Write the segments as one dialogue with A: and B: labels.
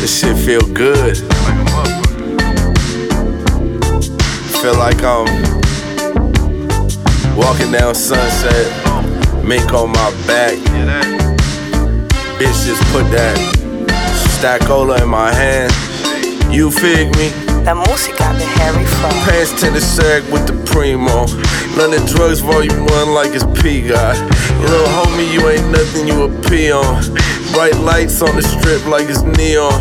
A: This shit feel good. Feel like I'm walking down sunset, mink on my back. Bitch just put that stack cola in my hand. You fig me?
B: La música de Harry Fry.
A: Pants tennis sag with the primo. London drugs volume one like it's P God. Little homie, you ain't nothing, you a peon. Bright lights on the strip like it's neon.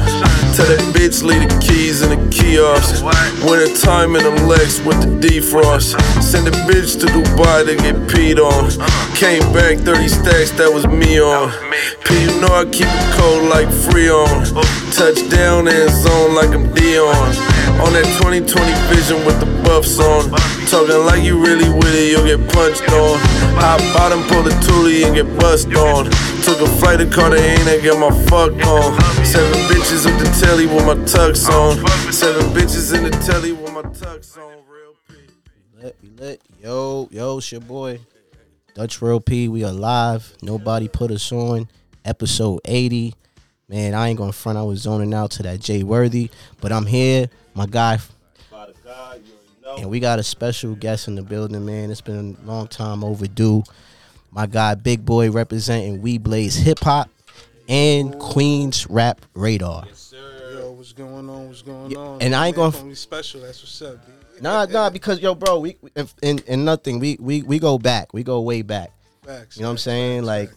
A: Tell that bitch leave the keys in the kiosk. Winter time in them legs with the defrost. Send the bitch to Dubai to get peed on. Came back 30 stacks, that was me on. P, you know I keep it cold like Freon. Touchdown and zone like I'm Dion. On that 2020 vision with the buffs on. Talking like you really with it, you'll get punched on. High bottom, pull the toolie and get bust on. Took a flight to Cartagena, got my fuck on. Seven bitches with the telly with my tux on. Seven bitches in the telly with my tux on. Real peace.
C: Lit, we lit. Yo, yo, it's your boy. Dutch Real P, we are live. Nobody put us on. Episode 80. Man, I ain't gonna front. I was zoning out to that Jay Worthy, but I'm here, my guy. And we got a special guest in the building, man. It's been a long time overdue. My guy, Big Boy, representing We Blaze Hip Hop and Queens Rap Radar.
D: Yo, what's going on? What's going
C: Yeah,
D: on?
C: and I ain't gonna f-
D: be special. That's what's up. B.
C: Nah, nah, because yo, bro, we we- if, and and nothing. We we we go back. We go way back.
D: Facts.
C: You know what I'm saying? Like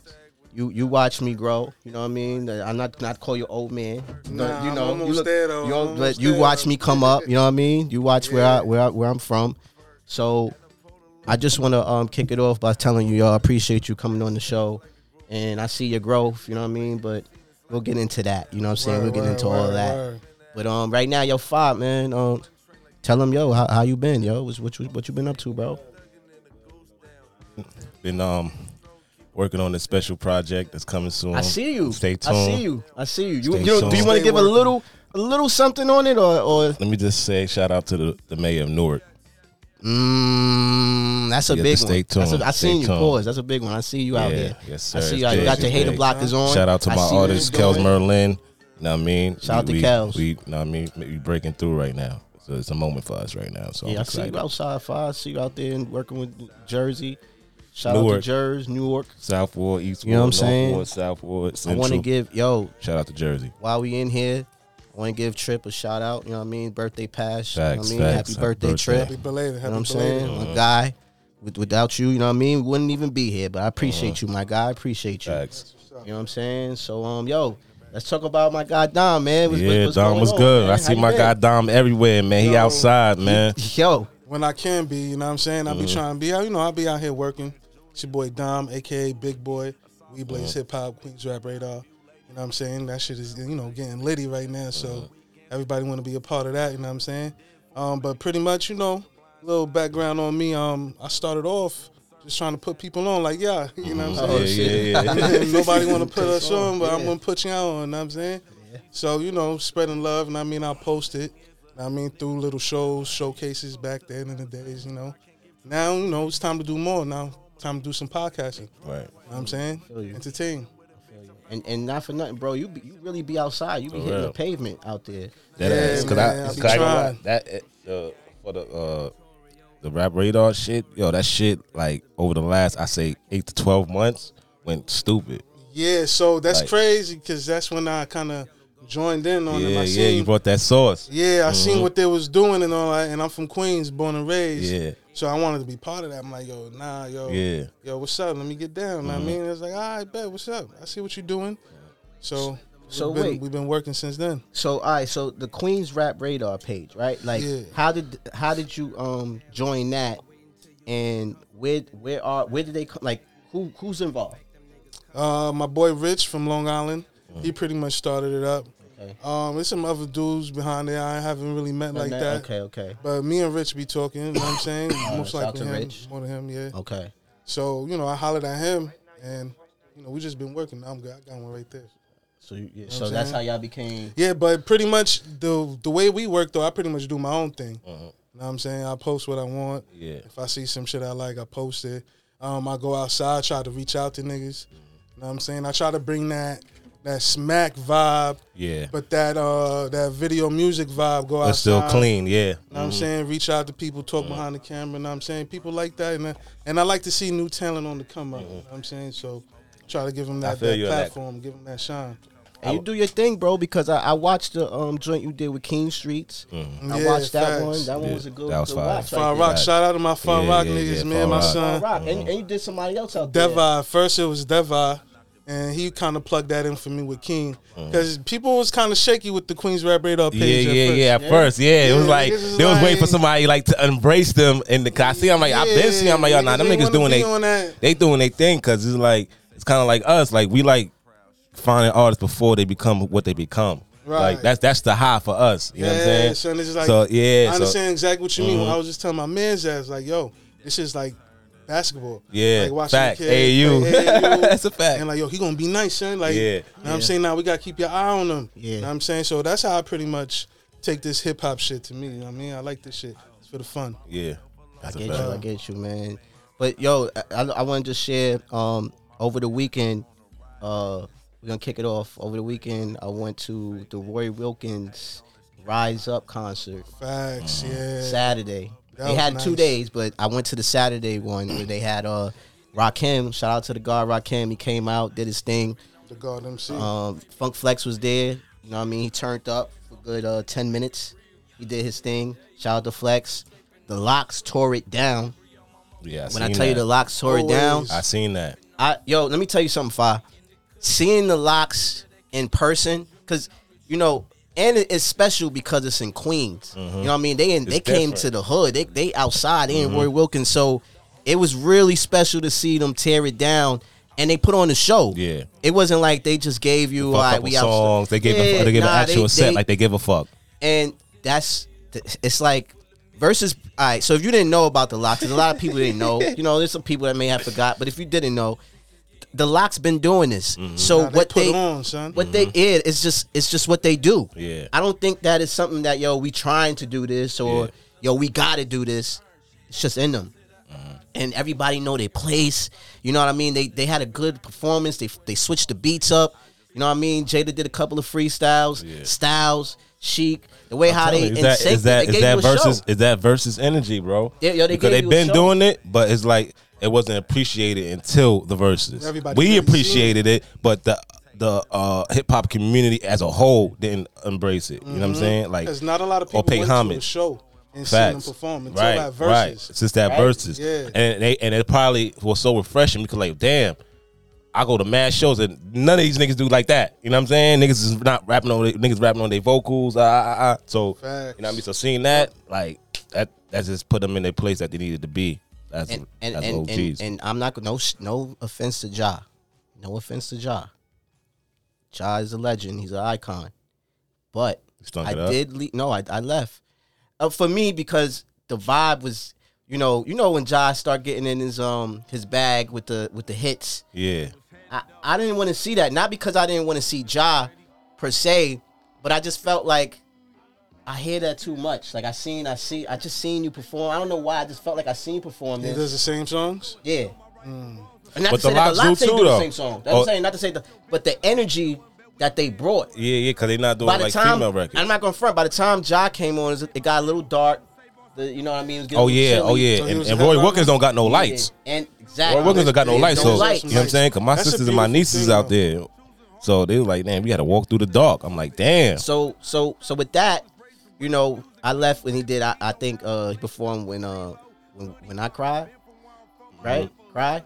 C: you you watch me grow. You know what I mean? Uh, I'm not not call you old man. but,
D: Nah,
C: you
D: I'm
C: know you
D: almost there,
C: you
D: though. I'm
C: know, but
D: almost
C: you
D: there.
C: watch me come up. You know what I mean? You watch where I where I, where I'm from. So I just want to um kick it off by telling you, y'all, I appreciate you coming on the show, and I see your growth. You know what I mean? But we'll get into that. You know what I'm saying?
D: Word,
C: we'll get
D: word,
C: into all
D: word,
C: that.
D: word.
C: But um, right now, yo, five man, um, tell them yo, how, how you been, yo? What's what you what you been up to, bro?
E: Been um working on a special project that's coming soon.
C: I see you.
E: Stay tuned.
C: I see you. I see you. You,
E: Stay
C: you know, do you
E: tuned.
C: want to
D: Stay
C: give a
D: working.
C: little a little something on it or or?
E: Let me just say shout out to the, the mayor of Newark.
C: Mm, that's a
E: Yeah,
C: big
E: stay
C: one. That's
E: tuned.
C: a, I
E: Stay
C: seen you.
E: tuned.
C: Pause. That's a big one. I see you out
E: Yeah,
C: there.
E: yes, sir.
C: I see
E: It's
C: you. out- You
E: big,
C: got your
E: it's
C: hater
E: big.
C: blockers on.
E: Shout out to
C: I
E: my
C: see what
E: artist,
C: you're doing.
E: Kels Merlin. You know what I mean?
C: Shout out to
E: we,
C: Kels.
E: We you know what I mean we breaking through right now. So it's a moment for us right now. So
C: Yeah,
E: I'm
C: I see
E: excited.
C: you outside. Five. I see you out there and working with Jersey. Shout out to
E: Newark.
C: Jersey, Newark.
E: South Ward, East
C: You know
E: Ward,
C: what I'm
E: North
C: saying?
E: Ward, South Ward,
C: I
E: Central.
C: want to give yo
E: shout out to Jersey.
C: while we in here, I want to give Trip a shout out. You know what I mean? Birthday pass.
E: Facts,
C: you know what I mean?
E: facts.
C: Happy
E: Happy
C: birthday,
E: birthday.
C: Trip.
D: Happy belated.
C: You
D: Happy
C: know what I'm
D: belated.
C: saying?
E: Uh-huh.
C: My guy. With, without you, you know what I mean? We wouldn't even be here, but I appreciate you, my guy. I appreciate you.
E: Uh-huh. Facts.
C: You know what I'm saying? So, um, yo, let's talk about my guy Dom, man. What's-
E: yeah,
C: what's
E: Dom
C: going
E: was
C: on,
E: good.
C: man?
E: I
C: How
E: see
C: you
E: my
C: been?
E: guy Dom everywhere, man. He
D: Yo.
E: outside, man.
C: Yo,
D: When I can be, you know what I'm saying? I
C: Mm-hmm.
D: be trying to be out. You know, I be out here working. It's your boy Dom, aka Big Boy. We Blaze
C: Mm-hmm.
D: Hip Hop, Queens Rap Radar. You know what I'm saying? That shit is, you know, getting litty right now. So
C: Mm-hmm.
D: everybody want to be a part of that. You know what I'm saying? Um, but pretty much, you know, little background on me. Um, I started off just trying to put people on, like, yeah, you know what I'm
E: yeah,
D: saying?
C: Oh, shit.
E: yeah, yeah.
D: And nobody want to put us
C: on,
D: on, but I'm
C: yeah.
D: gonna put you on. You know what I'm saying? So you know, spreading love, and I mean, I'll post it. I mean, through little shows, showcases back then in the days, you know. Now you know it's time to do more. Now time to do some podcasting. You
E: right.
D: know what I'm saying?
C: you.
D: Entertain.
C: and and not for nothing, bro. You be, you really be outside. You be
E: For
C: hitting the
E: real.
C: pavement out there.
E: That
D: Yeah,
E: ass, cause
D: man,
E: I,
D: I
E: cause
D: be
E: I ain't gonna
D: trying.
E: lie, that uh, for the uh, the rap radar shit, yo, that shit like over the last I say eight to twelve months went stupid.
D: Yeah. So that's
E: Like-
D: crazy because that's when I kind of joined in on them.
E: Yeah,
D: I
E: yeah,
D: seen,
E: you brought Mm-hmm. that sauce.
D: yeah, I seen what they was doing and all that. And I'm from Queens, born and raised.
E: Yeah.
D: So I wanted to be part of that. I'm like, yo, nah, yo,
E: Yeah.
D: yo, what's up? Let me get down. Know what I
C: Mm-hmm.
D: mean, it's like, all right, bet, what's up? I see what you're doing. So,
C: So
D: we've been,
C: wait.
D: we've been working since then.
C: So, all right. So the Queens Rap Radar page, right? Like,
D: Yeah.
C: how did how did you um join that? And where where are where did they come? Like, who who's involved?
D: Uh, my boy Rich from Long Island,
C: Mm.
D: he pretty much started it up. Um, there's some other dudes behind there I haven't really met like
C: Nah,
D: that.
C: Okay, okay,
D: But me and Rich be talking. You know what I'm saying? Most
C: shout
D: likely
C: to
D: him,
C: Rich. Oh.
D: more than him, yeah.
C: okay.
D: So you know, I hollered at him, and you know, we just been working. I'm good. I got one right there.
C: So you, yeah, so that's how y'all became.
D: Yeah, but pretty much the the way we work though, I pretty much do my own thing. You know what I'm saying? I post what I want.
E: Uh-huh. Yeah.
D: If I see some shit I like, I post
E: Mm-hmm.
D: it. Um, I go outside, try to reach out to niggas. You know what I'm saying? I try to bring that that smack vibe,
E: Yeah.
D: but that uh that video music vibe go out.
E: But still clean, Mm-hmm. yeah.
D: Know what I'm saying reach out to people, talk behind the camera. Know what I'm saying people like that, and I, and I like to see new talent on the come up. Know what I'm saying so try to give them that,
E: Mm-hmm. feel
D: that
E: you on that.
D: platform, give them that shine.
C: And you do your thing, bro, because I, I watched the um joint you did with King Streets. I
D: Yeah,
C: watched that
D: facts.
C: one. That one
E: Mm-hmm. Yeah,
C: was a good,
E: that was
C: good
E: fire.
C: watch. Right
D: Far
E: Fire
C: there.
E: Rock,
D: Rock, shout out to my Far
E: Yeah,
D: Rock
E: yeah,
D: niggas,
E: yeah,
D: man.
E: Far
D: My
E: Rock.
D: son,
C: Fire Mm-hmm. Rock. And, and you did somebody else out there.
D: Devi. First it was Devi, and he kind of plugged that in for me with King, because people was kind of shaky with the Queens Rap Radar page. at
E: Mm. Yeah, yeah,
D: first.
E: yeah. At first, yeah, it was
D: Yeah,
E: like
D: niggas is
E: they was waiting for
D: like-
E: somebody like to embrace them. And the, 'cause I see, I'm like, I've been seeing, I'm like, y'all, nah, them
D: ain't
E: niggas
D: wanna
E: doing
D: be
E: they,
D: on that.
E: they doing their thing because it's like it's kind of like us, like we like finding artists before they become what they become.
D: Right.
E: Like that's that's the high for us. You know what I'm
D: Yeah,
E: saying?
D: son, it's just like-
E: so yeah,
D: I
E: so- Mm-hmm.
D: understand exactly what you mean. I was just telling my man's ass, like, yo, this is like basketball.
E: Yeah,
D: like watching
E: fact.
D: the kid play
E: AAU. That's a fact.
D: And like, yo, he gonna be nice, son. Like,
E: Yeah.
D: you know what I'm saying now we gotta keep your eye on him.
C: Yeah.
D: you know what I'm saying so that's how I pretty much take this hip hop shit to me. You know what I mean, I like this shit. It's for the fun.
E: yeah.
C: I
E: That's a
C: get
E: fact.
C: you, I get you, man. But yo, I, I, I want to just share. Um, over the weekend, uh, we're gonna kick it off. Over the weekend, I went to the Roy Wilkins Rise Up concert
D: Facts,
E: Mm-hmm.
D: yeah.
C: Saturday.
D: That
C: they
D: was
C: had two
D: nice.
C: days, but I went to the Saturday one where they had uh Rakim. Shout out to the guard Rakim. He came out, did his thing.
D: The God MC.
C: Um, Funk Flex was there. You know what I mean? He turned up for a good uh, 10 minutes. He did his thing. Shout out to Flex. The Locks tore it down.
E: Yeah.
C: When I tell you the Locks tore it down,
D: Always.
E: I seen that.
C: I yo, let me tell you something, Fi. Seeing the Locks in person, because, you know, and it- it's special because it's in Queens. You know what I mean? They in, they came
E: Mm-hmm. different. Mm-hmm.
C: to the hood. They they outside. They in Roy Wilkins. So it was really special to see them tear it down. And they put on the show.
E: Yeah.
C: It wasn't like they just gave you
E: Fuck
C: all right,
E: up with
C: we outside.
E: songs. They gave
C: Yeah,
E: a, they gave
C: nah,
E: an actual
C: they-
E: set.
C: they-
E: like they give a fuck.
C: and that's it's like versus all right so if you didn't know about the locks 'cause a lot of people didn't know you know there's some people that may have forgot but if you didn't know the locks been doing this so
D: Nah, they
C: what
D: put
C: they
D: on, son.
C: what they did it's just it's just what they do
E: Mm-hmm. Yeah.
C: i don't think that is something that yo we trying to do this or
E: Yeah.
C: yo we gotta do this it's just in them
E: Mm-hmm.
C: and everybody know their place. You know what I mean? They they had a good performance. They they switched the beats up. You know what I mean? Jada did a couple of freestyles, styles, chic. The way how
E: Tell
C: they
E: me,
C: in
E: is that
C: sync,
E: is that
C: they
E: is
C: gave
E: that
C: you a
E: versus
C: show.
E: is that versus energy, bro?
C: Yeah, yo, they
E: because
C: gave
E: they've
C: you a
E: been
C: show.
E: doing it, but it's like it wasn't appreciated until the verses.
D: Everybody
E: we
D: couldn't see
E: appreciated it, but the the uh, hip hop community as a whole didn't embrace it. You know what I'm saying? Like,
D: Because Mm-hmm. not a lot of people
E: or pay
D: went to a
E: homage.
D: show and seen them
E: Facts.
D: perform until
E: right,
D: that
E: right.
D: versus.
E: Since that verses,
D: Yeah.
E: and they and it probably was so refreshing because like, damn. I go to mad shows and none of these niggas do like that. You know what I'm saying? Niggas is not rapping on they, niggas rapping on their vocals. Uh, uh, uh. So
D: Facts.
E: you know what I mean. So seeing that, like that, that just put them in their place that they needed to be. That's
C: and and
E: that's
C: and,
E: OGs.
C: and, and I'm not gonna- no sh- no offense to Ja, no offense to Ja. Ja is a legend. He's an icon, but
E: stunk
C: I
E: it up?
C: did le- no, I I left. Uh, for me, because the vibe was, you know, you know when Ja start getting in his um his bag with the with the hits.
E: yeah,
C: I, I didn't want to see that. Not because I didn't want to see Ja per se, but I just felt like I hear that too much. Like I seen, I see, I just seen you perform. I don't know why. I just felt like I seen you perform
D: He
C: this.
D: does the same songs.
C: Yeah. Mm. And not
E: But
C: to
E: the
C: say that the Lox
E: Lox do
C: ain't
E: too,
C: do the
E: though.
C: same song. That's what
E: Oh.
C: I'm saying. Not to say the, but the energy that they brought.
E: yeah, yeah. Because they're not doing
C: By the
E: like
C: time
E: female records.
C: I'm not gonna front. By the time Ja came on, it got a little dark. The, you know what I mean? It was getting a
E: oh
C: little
E: yeah,
C: chilly.
E: oh yeah.
D: So he
E: and
D: was
E: and
D: a
E: Roy
D: headliner?
E: Wilkins don't got no lights.
C: And exactly.
E: Roy Wilkins don't got no
D: Yeah,
E: lights.
C: no
E: So
C: lights.
E: you know what I'm saying? Cause my
D: That's a
E: sisters and my
D: beautiful
E: nieces
D: thing,
E: out
D: though.
E: there. So they was like, damn, we got to walk through the dark. I'm like, damn.
C: So so so with that, you know, I left when he did. I, I think uh he performed when uh when, when I cried, right?
E: Mm-hmm.
C: Cry.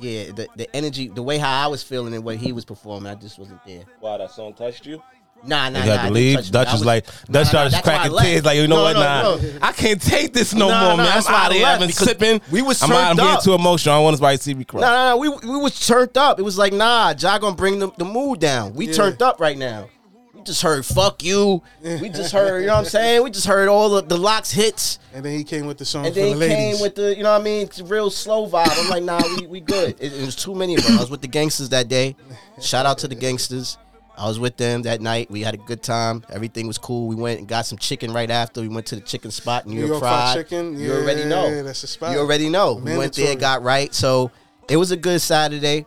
C: Yeah, the, the energy, the way how I was feeling and what he was performing, I just wasn't there.
E: Wow, that song touched you.
C: Nah, nah,
E: You
C: nah.
E: got
C: it didn't touch
E: to leave.
C: me.
E: Dutch
C: I
E: was
C: was-
E: like,
C: nah, nah,
E: Dutch started
C: that's why I
E: cracking
C: left.
E: tears. Like, you know
C: No,
E: what?
C: no,
E: nah,
C: no.
E: I can't take this
C: No,
E: no
C: no,
E: more, man.
C: that's
E: I'm
C: why I
E: out of here. I've
C: left,
E: been
C: because
E: sipping.
C: we was
E: I'm out
C: turned
E: here
C: up.
E: too emotional. I want somebody to see me cry.
C: No, no, no. We we was turned up. It was like, nah, Ja gonna bring the, the mood down. We turned up right now. We just heard fuck you. We just heard, you know what I'm saying? We just heard all of the locks hits.
D: And then he came with the song
C: And
D: for
C: then
D: the
C: he
D: ladies.
C: came with the, you know what I mean, real slow vibe. I'm like, nah, we, we good. It, it was too many of us. I was with the gangsters that day. Shout out to the gangsters. I was with them that night. We had a good time. Everything was cool. We went and got some chicken right after. We went to the chicken spot, New,
D: New York
C: Fried.
D: Fried Chicken?
C: You already
D: Yeah,
C: know.
D: that's the spot.
C: You already know. We went there,
D: Mandatory.
C: got right. So it was a good Saturday.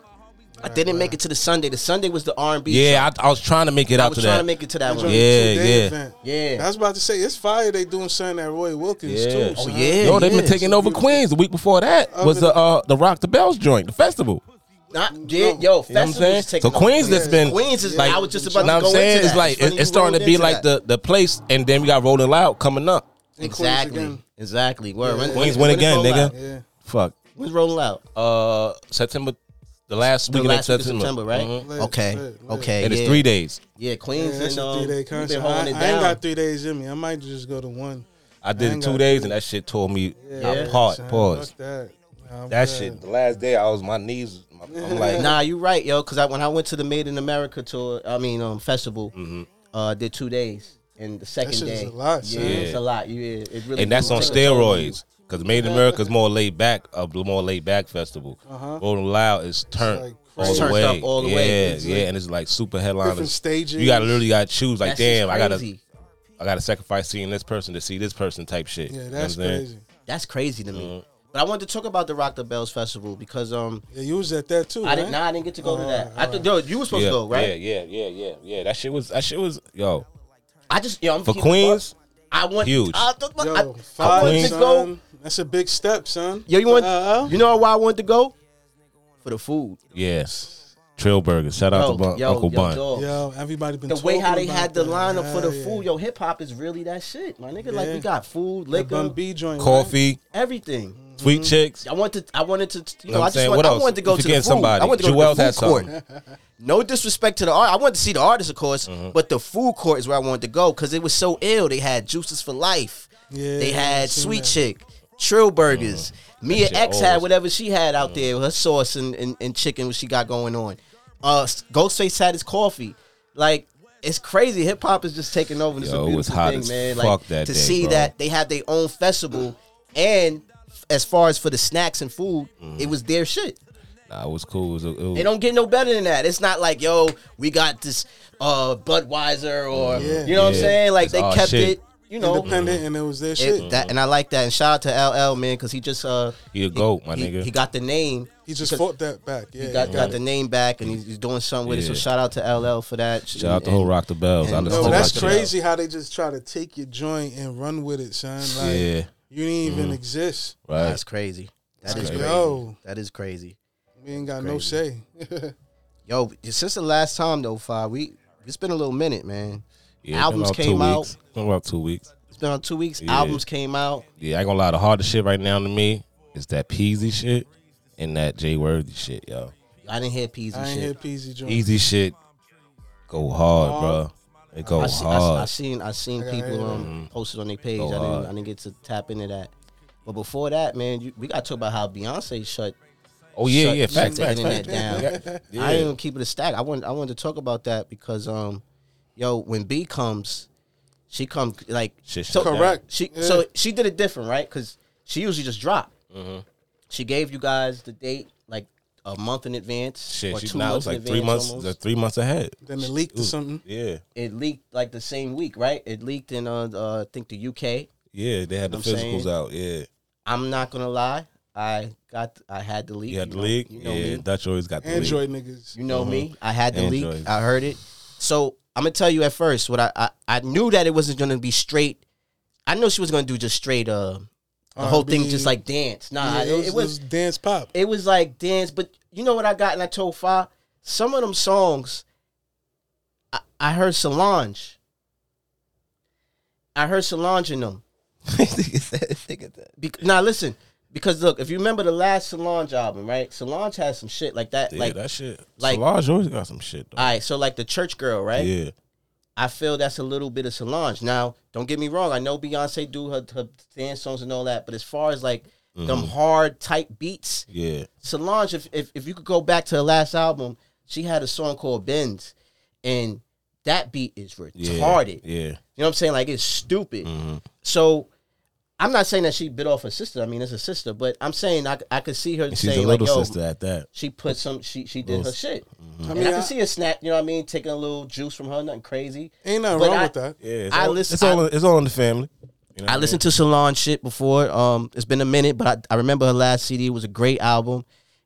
C: I didn't make it to the Sunday. The Sunday was the R and B.
E: Yeah, I, I was trying to make it
C: I
E: out
C: was
E: to
C: trying
E: that.
C: to make it to that
D: That
C: one.
D: joint
E: Yeah.
D: was a two-day
C: Yeah.
D: I was about to say it's fire. They doing something at Roy Wilkins
E: Yeah.
D: too.
E: Oh,
D: son.
C: yeah.
E: Yo, they've been
C: yes.
E: taking over Queens. The week before that was the uh, the Rock the Bells joint, the festival.
C: Not, yeah, yo,
E: You know what I'm saying?
C: festivals
E: So Queens has been
C: Queens is
E: like
C: I was just about
E: you know
C: to go
E: what I'm saying?
C: into
E: It's
C: that.
E: like
C: funny
E: it- it's
C: you
E: starting to
C: rolled
E: be
C: into
E: like
C: that.
E: the the place, and then we got Rolling Loud coming up.
C: exactly,
D: again.
C: exactly. Word. When-
E: Queens
C: when
E: win
C: it
E: again,
C: roll
E: nigga.
C: out?
D: Yeah.
E: Fuck.
C: When's rolling out?
E: Uh, September, the last
C: The
E: weekend
C: last
E: of
C: week of
E: September,
C: September, right? Mm-hmm.
E: Mhm.
D: Lit,
C: Okay,
D: lit, lit.
C: okay.
E: And
C: yeah.
E: it's three days.
C: Yeah,
D: Yeah,
C: Queens
D: that's
C: and
D: a
C: um,
D: three day
C: we've been
D: concert. I,
C: holding it down.
D: I ain't got three days in me. I might just go to one.
E: I
D: I
E: did
D: ain't
E: it two
D: got-
E: days, and that shit tore me
C: Yeah.
E: apart.
D: Son,
E: Pause.
D: fuck That, Nah,
E: That
D: I'm
E: shit.
D: good.
E: The last day, I was my knees. I'm like,
C: Nah, you right, yo. Because I, when I went to the Made in America tour, I mean um, festival,
E: Mm-hmm.
C: uh, did two days, and the second
D: shit is
C: day,
D: a lot,
C: yeah,
D: son.
C: it's a lot. You, yeah, it really
E: and that's on
C: takes a toll you.
E: steroids. Cause Made in America is more laid back, a more laid back festival.
D: Uh-huh.
E: Rolling Loud is turned
D: like
E: all
D: crazy.
E: the
C: Turned
E: way,
C: up all the
E: yeah,
C: way.
E: yeah, and it's like super
D: Different
E: headliners.
D: stages.
E: You gotta literally gotta choose. Like,
C: That shit's
E: damn, I gotta,
C: crazy.
E: I gotta sacrifice seeing this person to see this person type shit. You
D: Yeah,
E: know
D: that's
E: what I'm saying?
D: crazy.
C: That's crazy to me.
E: Mm.
C: But I wanted to talk about the Rock the Bells festival because um,
D: Yeah, you was at that too.
C: I didn't.
D: right?
C: Nah, I didn't get to go to that.
D: Alright,
C: I thought, yo, you were supposed
E: Oh, yeah,
C: to go, right?
E: Yeah, yeah, yeah, yeah, yeah. That shit was, that shit was, yo,
C: I just, yo, I'm
E: for
C: keeping it
E: Queens.
C: buck. I want
E: huge.
C: I, thought- I,
D: Yo,
C: I
D: five,
C: wanted to
D: son.
C: go.
D: That's a big step, son.
C: Yo, you want?
D: Uh-uh.
C: You know why I wanted to go? For the food.
E: Yes, Trill Burger. Shout out to
C: Yo,
E: Bun-
C: yo,
E: Uncle
C: yo,
E: Bun.
C: dog.
D: Yo, everybody been
C: the way how they
D: talking
C: had the
D: about that.
C: lineup for the
D: Yeah,
C: food,
D: yeah.
C: yo, hip hop is really that shit, my nigga. Like
D: Yeah.
C: we got food,
D: The Bun
C: liquor,
D: B joint, right?
E: Coffee,
C: everything.
E: sweet chicks.
C: I wanted, I wanted to, you know, Mm-hmm. I
E: what I'm
C: just
E: saying?
C: want,
E: What
C: I
E: else?
C: wanted to go
E: You
C: to the
E: forgetting
C: food.
E: somebody.
C: I wanted to go
E: Jewel's
C: to the
E: had
C: food court. No disrespect to the art. I wanted to see the artist, of course,
E: Mm-hmm.
C: but the food court is where I wanted to go because it was so ill. They had Juices for Life.
D: Yeah,
C: they
D: I've
C: had
D: seen
C: Sweet
D: that.
C: Chick, Trill Burgers. Mia
E: Mm-hmm. shit
C: X
E: always- Mm-hmm.
C: had whatever she had out there, her sauce and, and, and chicken, what she got going on. Uh, S- Ghostface had his coffee. Like, it's crazy. Hip hop is just taking over. This is a
E: Yo, it
C: beautiful
E: was hot
C: thing,
E: as
C: man.
E: fuck
C: like
E: that
C: to
E: day,
C: see
E: bro.
C: that they had their own festival, and as far as for the snacks and food,
E: Mm-hmm.
C: it was their shit.
E: Nah, it was cool. It was, a- it was-
C: It don't get no better than that. It's not like, yo, we got this uh Budweiser or
D: Yeah.
C: you know what I'm
E: Yeah.
C: saying? Like
E: It's
C: they
E: all
C: kept
E: shit.
C: it, you know. Mm-hmm.
D: Independent, and it was their shit.
C: It, that, and I like that. And shout out to LL man, cause he just uh
E: He a goat, my
C: he,
E: nigga.
C: He got the name.
D: he just fought that back. Yeah,
C: He got,
D: yeah.
C: got the name back, and he's, he's doing something with it. So
E: Yeah.
C: shout out to LL for that.
E: shout out to whole
C: And-
E: Rock the Bells. I
C: and-
E: listen
D: Yo,
E: to
D: that's
E: Rock the Bells.
D: crazy how they just try to take your joint and run with it, son. Like,
E: Yeah,
D: you didn't even exist.
E: right.
C: That's crazy. Mm-hmm. That
D: Like,
C: is crazy.
D: Yo,
C: That is crazy.
D: we ain't got no say.
C: Yo, since the last time though, Fi, we it's been a little minute, man.
E: Yeah, it's been
C: Albums
E: about two
C: came out.
E: Weeks. It's been about two weeks.
C: It's been on two weeks.
E: Yeah.
C: Albums came out.
E: Yeah, I ain't gonna lie. The hardest shit right now to me is that Peasy shit and that Jay Worthy shit, yo.
C: I didn't hear Peasy
D: I ain't
C: shit.
D: hear Peasy joint.
E: Easy shit, go hard, bro. It go
C: I, see, I, I
E: hard.
C: seen I seen
D: I
C: people
D: heard
C: um posted on their page.
E: Go
C: I
E: hard.
C: didn't I didn't get to tap into that. But before that, man, you, we got to talk about how Beyonce shut.
E: Oh yeah,
C: shut-
E: yeah.
C: shut
E: Facts,
C: the
E: facts,
C: internet
E: facts.
C: down.
E: Yeah.
C: I ain't gonna keep it a stack. I wanted I wanted to talk about that because um, yo, when B comes, she come like
E: Shit
C: so-
E: shut down.
D: Correct.
C: She
D: Yeah.
C: so she did it different, right? Because she usually just dropped.
E: Mm-hmm.
C: She gave you guys the date like a month in advance.
E: Shit,
C: or
E: she's
C: two
E: now
C: months
E: it's
C: in
E: like three
C: advance
E: months,
C: almost.
E: uh, three months ahead.
D: Then it leaked or something.
E: Yeah,
C: it leaked like the same week, right? It leaked in uh, uh I think the UK.
E: yeah. They had the
C: I'm
E: physicals
C: saying.
E: out. Yeah,
C: I'm not gonna lie, I got I had the leak.
E: you had the
C: know-
E: league.
C: You know
E: Yeah,
C: me.
E: Dutch always got the league.
D: Android niggas.
C: You know me. I had the leak.
E: Android.
C: I heard it. So I'm gonna tell you at first what I, I I knew that it wasn't gonna be straight. I knew she was gonna do just straight. Uh, the whole thing
D: R&B.
C: just like dance. Nah,
D: Yeah,
C: it, it was
D: dance pop.
C: it was like dance. But you know what I got? And I told Fa some of them songs. I, I heard Solange. I heard Solange in them. Be- now listen, because look, if you remember the last Solange album, right? Solange had some shit like that.
E: Yeah,
C: like,
E: that shit.
C: like-
E: Solange always got some shit. Though.
C: all right, so like the Church Girl, right?
E: Yeah,
C: I feel that's a little bit of Solange. Now, don't get me wrong. I know Beyonce do her, her dance songs and all that, but as far as like them
E: Mm-hmm.
C: hard type beats,
E: yeah.
C: Solange, if, if if you could go back to her last album, she had a song called Benz, and that beat is
E: Yeah,
C: retarded.
E: Yeah,
C: You know what I'm saying? Like it's stupid.
E: Mm-hmm.
C: So I'm not saying that she bit off her sister. I mean, it's a sister, but I'm saying I, I could see her
E: and she's
C: saying
E: a
C: like,
E: little
C: yo,
E: sister at that.
C: she put some, she she did her shit.
D: I
C: and I
D: mean,
C: can
D: I-
C: see a snap. You know what I mean? Taking a little juice from her, nothing crazy.
D: ain't nothing
C: But
D: wrong
C: I-
D: with that.
E: Yeah, it's
C: I
E: all,
C: listen-
E: It's all. it's all in the family. You know what
C: I
E: mean?
C: listened to Solange shit before. Um, it's been a minute, but I, I remember her last CD was a great album,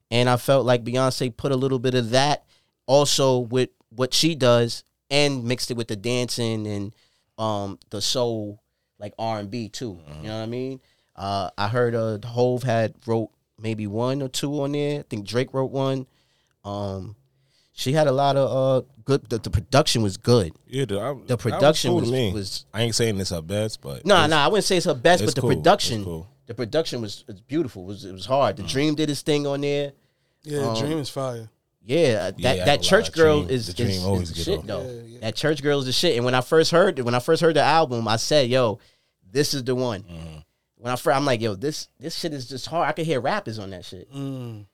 C: And I felt like Beyonce put a little bit of that also with what she does and mixed it with the dancing and um the soul like R and B too. You know what I mean? Uh I heard uh Hove had wrote maybe one or two on there. I think Drake wrote one. Um she had a lot of uh good the, the production was good.
E: Yeah, the, I, that
C: production
E: cool
C: was-
E: to me.
C: was-
E: I ain't saying it's her best, but
C: No,
E: it's-
C: no, I wouldn't say it's her best,
E: it's
C: but the
E: cool. It's
C: production,
E: cool. Mm.
C: the production was, was beautiful. It was it was hard. The Dream did his thing on there.
D: Yeah,
C: Um,
D: Dream is fire.
C: Yeah, uh, that
E: Yeah, I ain't
C: that
E: gonna
C: church
E: lie,
C: girl
E: Dream-
C: is
E: the Dream
C: is, is
E: always
C: the
E: get
C: shit
E: on.
C: though.
D: Yeah, yeah.
C: That church girl is the shit. And when I first heard when I first heard the album, I said, "Yo, this is the one."
E: Mm.
C: When I first, I'm like, "Yo, this this shit is just hard." I could hear rappers on that shit.
D: Mm.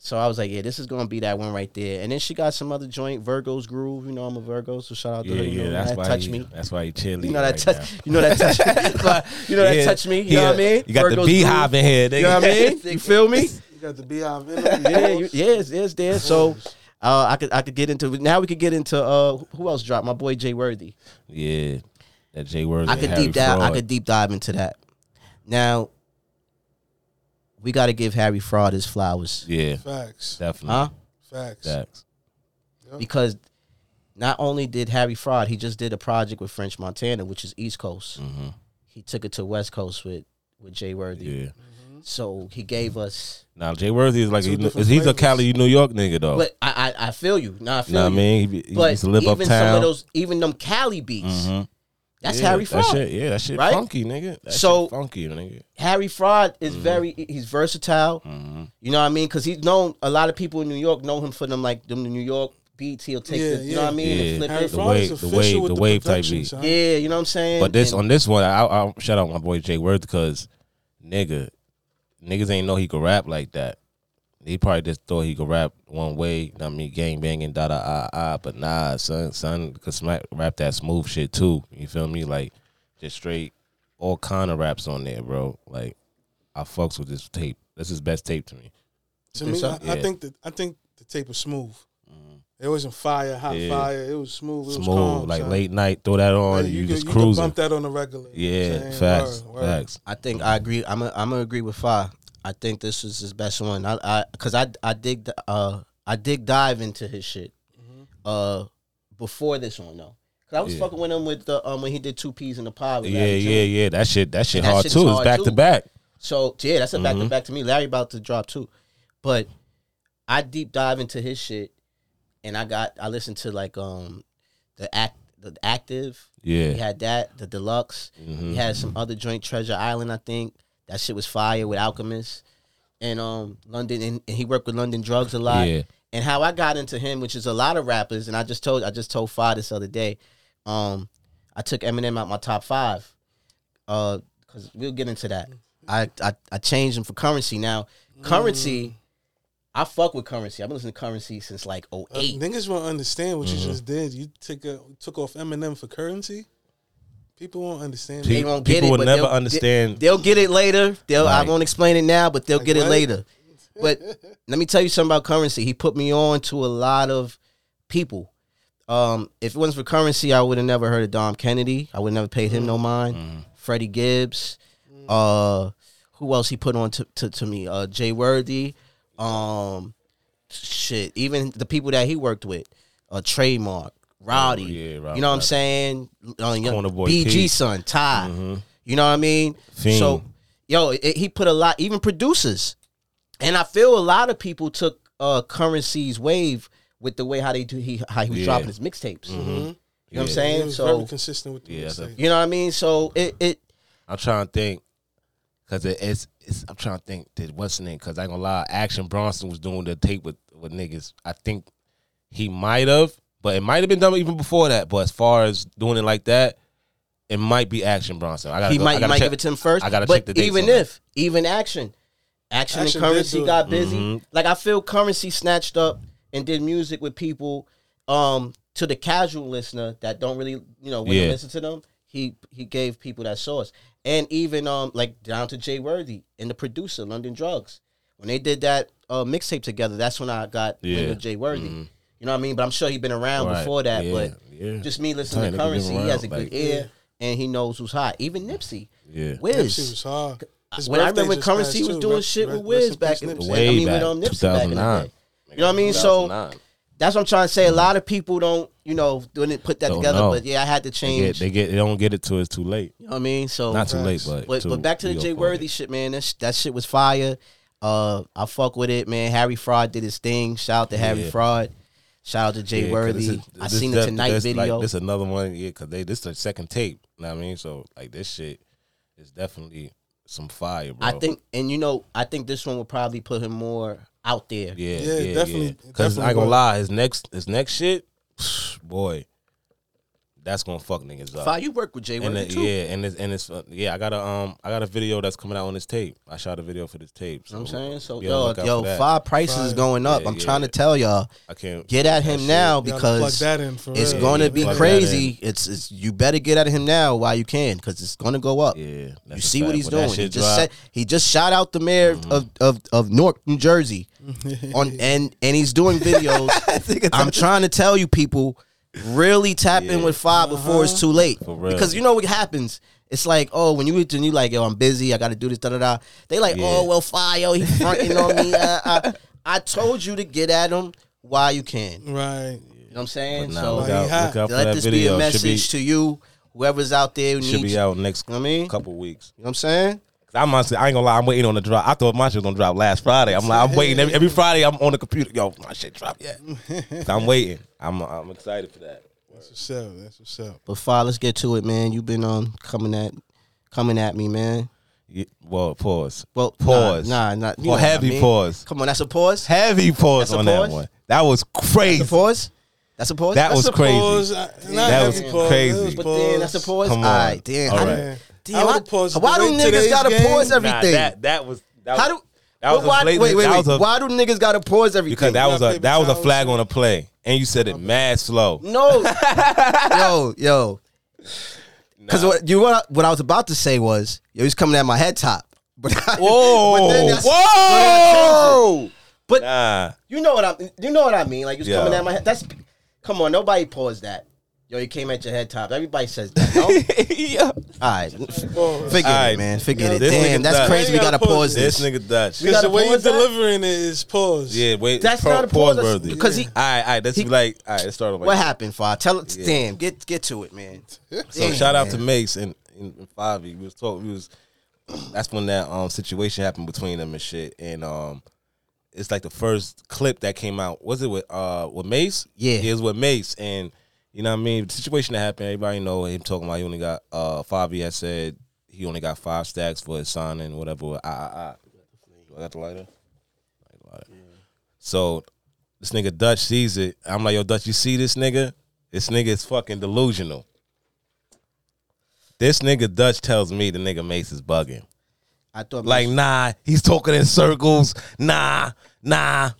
C: So I was like, "Yeah, this is gonna be that one right there." And then she got some other joint, Virgo's Groove. You know, I'm a Virgo, so shout out to
E: Yeah,
C: her. You
E: yeah,
C: know,
E: that's
C: that
E: why
C: touch
E: he,
C: me.
E: That's why he chilly.
C: You know that touch.
E: right now.
C: You know that touch. you know
E: Yeah,
C: that touch me. You
E: he
C: know
E: a-
C: what I mean?
E: You got the
C: Virgo's
E: beehive in here.
C: you know what I mean? You feel me?
D: You got the Beehive in him.
C: Yeah, you, yes, yes, there. So uh, I could I could get into now we could get into uh, who else dropped? My boy Jay Worthy.
E: Yeah, that J word.
C: I could deep dive I could deep dive into that. Now we gotta give Harry Fraud his flowers.
E: Yeah,
D: Facts.
E: definitely.
C: Huh?
D: Facts.
E: Facts.
C: Because not only did Harry Fraud, he just did a project with French Montana, which is East Coast. He took it to West Coast with with Jay Worthy.
E: Mm-hmm. Yeah.
C: So he gave us
E: Now Jay Worthy is like
D: Two
E: he-
D: different
E: he's a
D: flavors.
E: Cali New York nigga though.
C: but I I, I feel you. Nah, I
E: you
C: feel
E: Oh. know what I
C: you.
E: mean? He, be- he
C: But
E: used to live
C: even
E: uptown.
C: some of those even them Cali beats.
E: Mhm.
C: That's
E: Yeah,
C: Harry
E: that
C: Fraud.
E: shit- yeah, that shit
C: right?
E: funky, nigga. That
C: So-
E: shit funky, nigga.
C: Harry Fraud is
E: Mm-hmm.
C: very he's versatile.
E: Mm.
C: You know what I mean? Because he's known a lot of people in New York know him for them like them New York beats. He'll take
D: Yeah,
C: the, you know what I
D: yeah.
C: mean?
E: Yeah.
C: And flip
D: Harry
C: it.
E: The
D: Fraud is
E: wave- the
D: official
E: wave-
D: with
E: the
D: the
E: wave type
D: production,
E: beat.
D: son.
C: yeah, you know what I'm saying?
E: But this
C: And-
E: on this one, I, I shout out my boy Jay Worth because nigga, niggas ain't know he could rap like that. He probably just thought he could rap one way. You know what I mean, gang banging, da da ah ah. But nah, son, son could smack, rap that smooth shit too. You feel me? Like just straight all kind of raps on there, bro. Like I fucks with this tape. That's his best tape to me.
D: To me, I,
E: so?
D: I
E: Yeah. Mm.
D: think the I think the tape was smooth. It wasn't fire, hot
E: Yeah.
D: fire. It was smooth. It was
E: Smooth,
D: calm,
E: like
D: son.
E: late night. Throw that on,
D: Like,
E: you,
D: could-
E: just
D: could
E: cruising.
D: bump that on the regular. you know what
E: yeah,
D: I'm saying?
E: facts,
D: Word, word.
E: facts.
C: I think I agree. I'm i I'm gonna agree with Fi. I think this is his best one. I I because I I dig the- uh I dig dive into his shit. Uh, before this one though, because I was
E: Yeah.
C: fucking with him with the um when he did two peas in the pod. With
E: Yeah,
C: Larry
E: yeah,
C: Jones.
E: yeah. That shit, that shit
C: That
E: hard
C: shit is
E: too. It's
C: hard,
E: back
C: too.
E: to back.
C: So yeah, that's a back
E: Mm-hmm.
C: to back to me. Larry about to drop too, but I deep dive into his shit, and I got I listened to like um the act the active.
E: Yeah. Mm-hmm.
C: he had that the deluxe. He had some other joint Treasure Island. I think that shit was fire with Alchemist and um London, and, and he worked with London Drugs a lot.
E: Yeah.
C: And how I got into him, which is a lot of rappers, and I just told I just told Fi this other day. Um, I took Eminem out my top five because uh, we'll get into that. I, I I changed him for currency now. Currency, I fuck with currency. I've been listening to currency since like
D: Uh,
C: 08.
D: niggas won't understand what you
E: Mm-hmm.
D: just did. You took a, took off Eminem for currency. People won't understand.
E: Pe-
D: that.
C: they won't
E: people
C: get it,
E: will
C: but
E: never
C: they'll-
E: understand.
C: They'll get it later. They'll I
E: Right.
C: won't explain it now, but they'll get it
D: what?
C: later. But let me tell you something about currency. He put me on to a lot of people. Um, if it wasn't for currency, I would have never heard of Dom Kennedy. I would never paid him no mind.
E: Mm-hmm.
C: Freddie Gibbs. Uh, who else he put on to, to, to me? Uh, Jay Worthy. Um, shit. Even the people that he worked with, uh, trademark, Rowdy.
E: Oh, yeah, Rowdy,
C: you know what I'm
E: Rowdy.
C: saying? Uh, young-
E: Corner Boy
C: BG
E: Pete.
C: son Ty. You know what I mean?
E: Fiend.
C: So yo, it, he put a lot. Even producers, and I feel a lot of people took uh currency's wave with the way how they do he how he was
E: Yeah. Mm-hmm.
C: dropping his mixtapes. You know what I'm
D: It
C: saying?
D: was very
C: So
D: consistent with the
E: Yeah, that's a-
D: mixtape.
C: you know what I mean? So it it
E: I'm trying to think because it, it's, it's. I'm trying to think. Did what's the name? Because I ain't gonna lie. Action Bronson was doing the tape with with niggas. I think he might have, but it might have been done even before that. But as far as doing it like that, it might be Action Bronson. I gotta
C: he
E: go- I
C: might you
E: gotta
C: might
E: check-
C: give it to him first.
E: I gotta
C: but
E: check the dates
C: even
E: on that.
C: if even action, action,
D: Action
C: and
D: did do
C: currency
D: it.
C: got busy.
E: Mm-hmm.
C: Like I feel currency snatched up and did music with people. Um, to the casual listener that don't really you know when
E: Yeah.
C: they listen to them, he he gave people that source. And even um like down to Jay Worthy and the producer London Drugs when they did that uh, mixtape together. That's when I got
E: Yeah. Mm-hmm.
C: yeah. Jay Worthy. You know what I mean? But I'm sure he'd been around
E: Right.
C: before that.
E: Yeah.
C: But
E: Yeah.
C: just me listening
E: Right,
C: to
E: they could be
C: currency, he has a
E: around,
C: good
E: like-
C: ear and he knows who's hot. Even Nipsey,
E: Yeah.
D: That shit was
C: Wiz,
D: hard. His
C: Uh, when I
D: birthday
C: remember when
D: just
C: Currency
D: passed
C: was
D: too.
C: doing
D: Rest-
C: shit
D: rest-
C: with
D: rest
C: Wiz
D: in
C: back
D: peace,
C: in
D: Nipsey.
C: the
E: Way
C: I mean,
E: back,
C: with um, Nipsey back in the
E: 2009.
C: day. You know what I mean? So-
E: 2009.
C: That's what I'm trying to say. A lot of people don't, you know, didn't put that
E: Mm-hmm. Don't
C: together.
E: know.
C: But yeah, I had to
E: they
C: change.
E: get, they get they don't get it till it's too late.
C: you know what I mean? So
E: Not too late,
D: Facts.
E: but
C: But
E: too-
C: but back to the
E: we
C: Jay
E: up on
C: Worthy
E: it.
C: shit, man. That sh- that shit was fire. Uh, I fuck with it, man. Harry Fraud did his thing. Shout out to Harry
E: Yeah.
C: Fraud. Shout out to Jay
E: Yeah, 'cause
C: Worthy.
E: this is-
C: I
E: this
C: seen the
E: def-
C: Tonight
E: this,
C: video.
E: Like, this another one, yeah, because they this the second tape. You know what I mean? So like this shit is definitely some fire, bro.
C: I think, and you know, I think this one will probably put him more out there.
D: Yeah,
E: yeah, yeah,
D: it
E: yeah.
D: definitely- it
E: Because I
D: definitely
E: ain't gonna
D: was.
E: lie, his next his next shit, boy, that's gonna fuck niggas up.
C: Fire, you work with Jay
E: And
C: Worthy
E: it-
C: too.
E: yeah, and it's and it's uh, yeah. I got a um, I got a video that's coming out on this tape. I shot a video for this tape.
C: You know what
E: so
C: I'm saying? So
E: be on the
C: yo,
E: lookout
C: yo,
E: for that.
C: five prices is
D: Fire.
C: going up.
E: Yeah,
C: I'm
E: yeah.
C: trying to tell y'all,
E: I can't
C: get at
E: that
C: him
E: shit-
C: now
D: You gotta
C: because
D: plug that in for
C: it's
D: real.
C: going to be
E: Plug that
C: crazy. It's, it's you better get at him now while you can because it's going to go up.
E: Yeah, that's
C: you
E: a
C: see
E: fact.
C: what he's
E: When that
C: doing. He
E: shit
C: just
E: drop- Mm-hmm.
C: said he just shot out the mayor of, of of Newark, New Jersey, on and and he's doing videos. I'm trying to tell you people, really tap in with 5 before it's too late.
E: For real.
C: Because you know what happens. It's like, oh, when you when you like, yo, I'm busy, I got to do this, da da da. They like, oh, well, fire, yo, he fronting on me. Uh, uh, I told you to get at him while you can. You know
D: Right.
C: what I'm saying?
E: Nah,
C: so
E: look out,
D: hot.
E: look out for
C: let
E: that
C: this be
E: video.
C: a
E: should be,
C: message to you, whoever's out there who
E: should
C: needs.
E: be
C: You
E: out next
C: know what I mean?
E: couple weeks.
C: You know what I'm saying?
E: 'Cause I'm honestly, I ain't gonna lie, I'm waiting on the drop. I thought my shit was gonna drop last Friday. I'm like, I'm waiting every, every Friday. I'm on the computer. Yo, my shit dropped yet? 'Cause I'm waiting. I'm I'm excited for that.
D: That's what's up. That's what's up.
C: But Fi, let's get to it, man. You've been um coming at coming at me, man.
E: Yeah, well, pause.
C: Well, nah,
E: pause.
C: Nah, nah. you
E: Well,
C: know what I
E: heavy
C: mean.
E: pause.
C: Come on, that's a pause.
E: Heavy pause
C: That's a
E: on
C: pause?
E: that one. That was
C: That's
E: crazy.
C: a pause. That's a pause.
E: That was
D: That's a
E: crazy.
D: pause. I- not
E: That was
D: every pause.
E: crazy.
D: It was
C: But then that's a
D: pause.
C: pause.
E: Come on.
C: All right, damn.
E: All
C: How-
E: right.
D: I
C: Damn, why,
D: would've paused
C: why
D: the
C: do
D: way
C: niggas
D: today's
C: gotta
D: game-
C: pause
D: Nah,
C: everything?
E: Nah, that that was. That
C: How
E: was-
C: do?
E: that was
C: but why,
E: a blatant,
C: wait, wait,
E: that
C: wait.
E: was a-
C: why do niggas gotta pause everything?
E: because that was
D: Y'all
E: a
D: paper
E: that was a
D: towels.
E: flag on a play, and you said it mad slow.
C: no, yo, yo. Because Mm, what you what, I- what I was about to say was, yo, he's coming at my head top. But I,
E: Whoa!
C: but then that's-
E: Whoa!
C: But
E: Nah,
C: You know what I you know what I mean. Like you was
E: Yeah.
C: coming at my head. That's come on, nobody paused that. Yo, you came at your head top. Everybody says that. No? All
E: yeah.
C: right, forget
E: Alright.
C: it, man. Forget it.
E: This
C: Damn,
E: nigga
C: that's
E: done.
C: crazy. We
D: Why you
C: gotta
D: gotta
C: pause
D: pause
E: This
C: this.
E: nigga Dutch.
C: We
D: Because
C: gotta
D: the way you're
C: pause that?
D: delivering it is pause.
E: Yeah, wait.
C: That's not a pause,
E: pause
C: that's-
E: worthy
C: because he-
E: All right, all right. Let's
C: he-
E: be like, all right. Let's start over.
C: What happened, Fa? Tell it. Damn, get get to it, man.
E: So shout out to Mace and, and, and Favi. We was talking. We was. That's when that um situation happened between them and shit. And um, it's like the first clip that came out. Was it with uh with Mace?
C: Yeah.
E: it was with Mace. And you know what I mean. The situation that happened. Everybody know him talking about he only got uh Favi had said he only got five stacks for his signing whatever. I I I. Do I got the lighter. I got the lighter. So this nigga Dutch sees it. I'm like, yo, Dutch, you see this nigga? This nigga is fucking delusional. This nigga Dutch tells me the nigga Mace is bugging.
C: I thought
E: Like, nah, he's talking in circles. Nah, nah.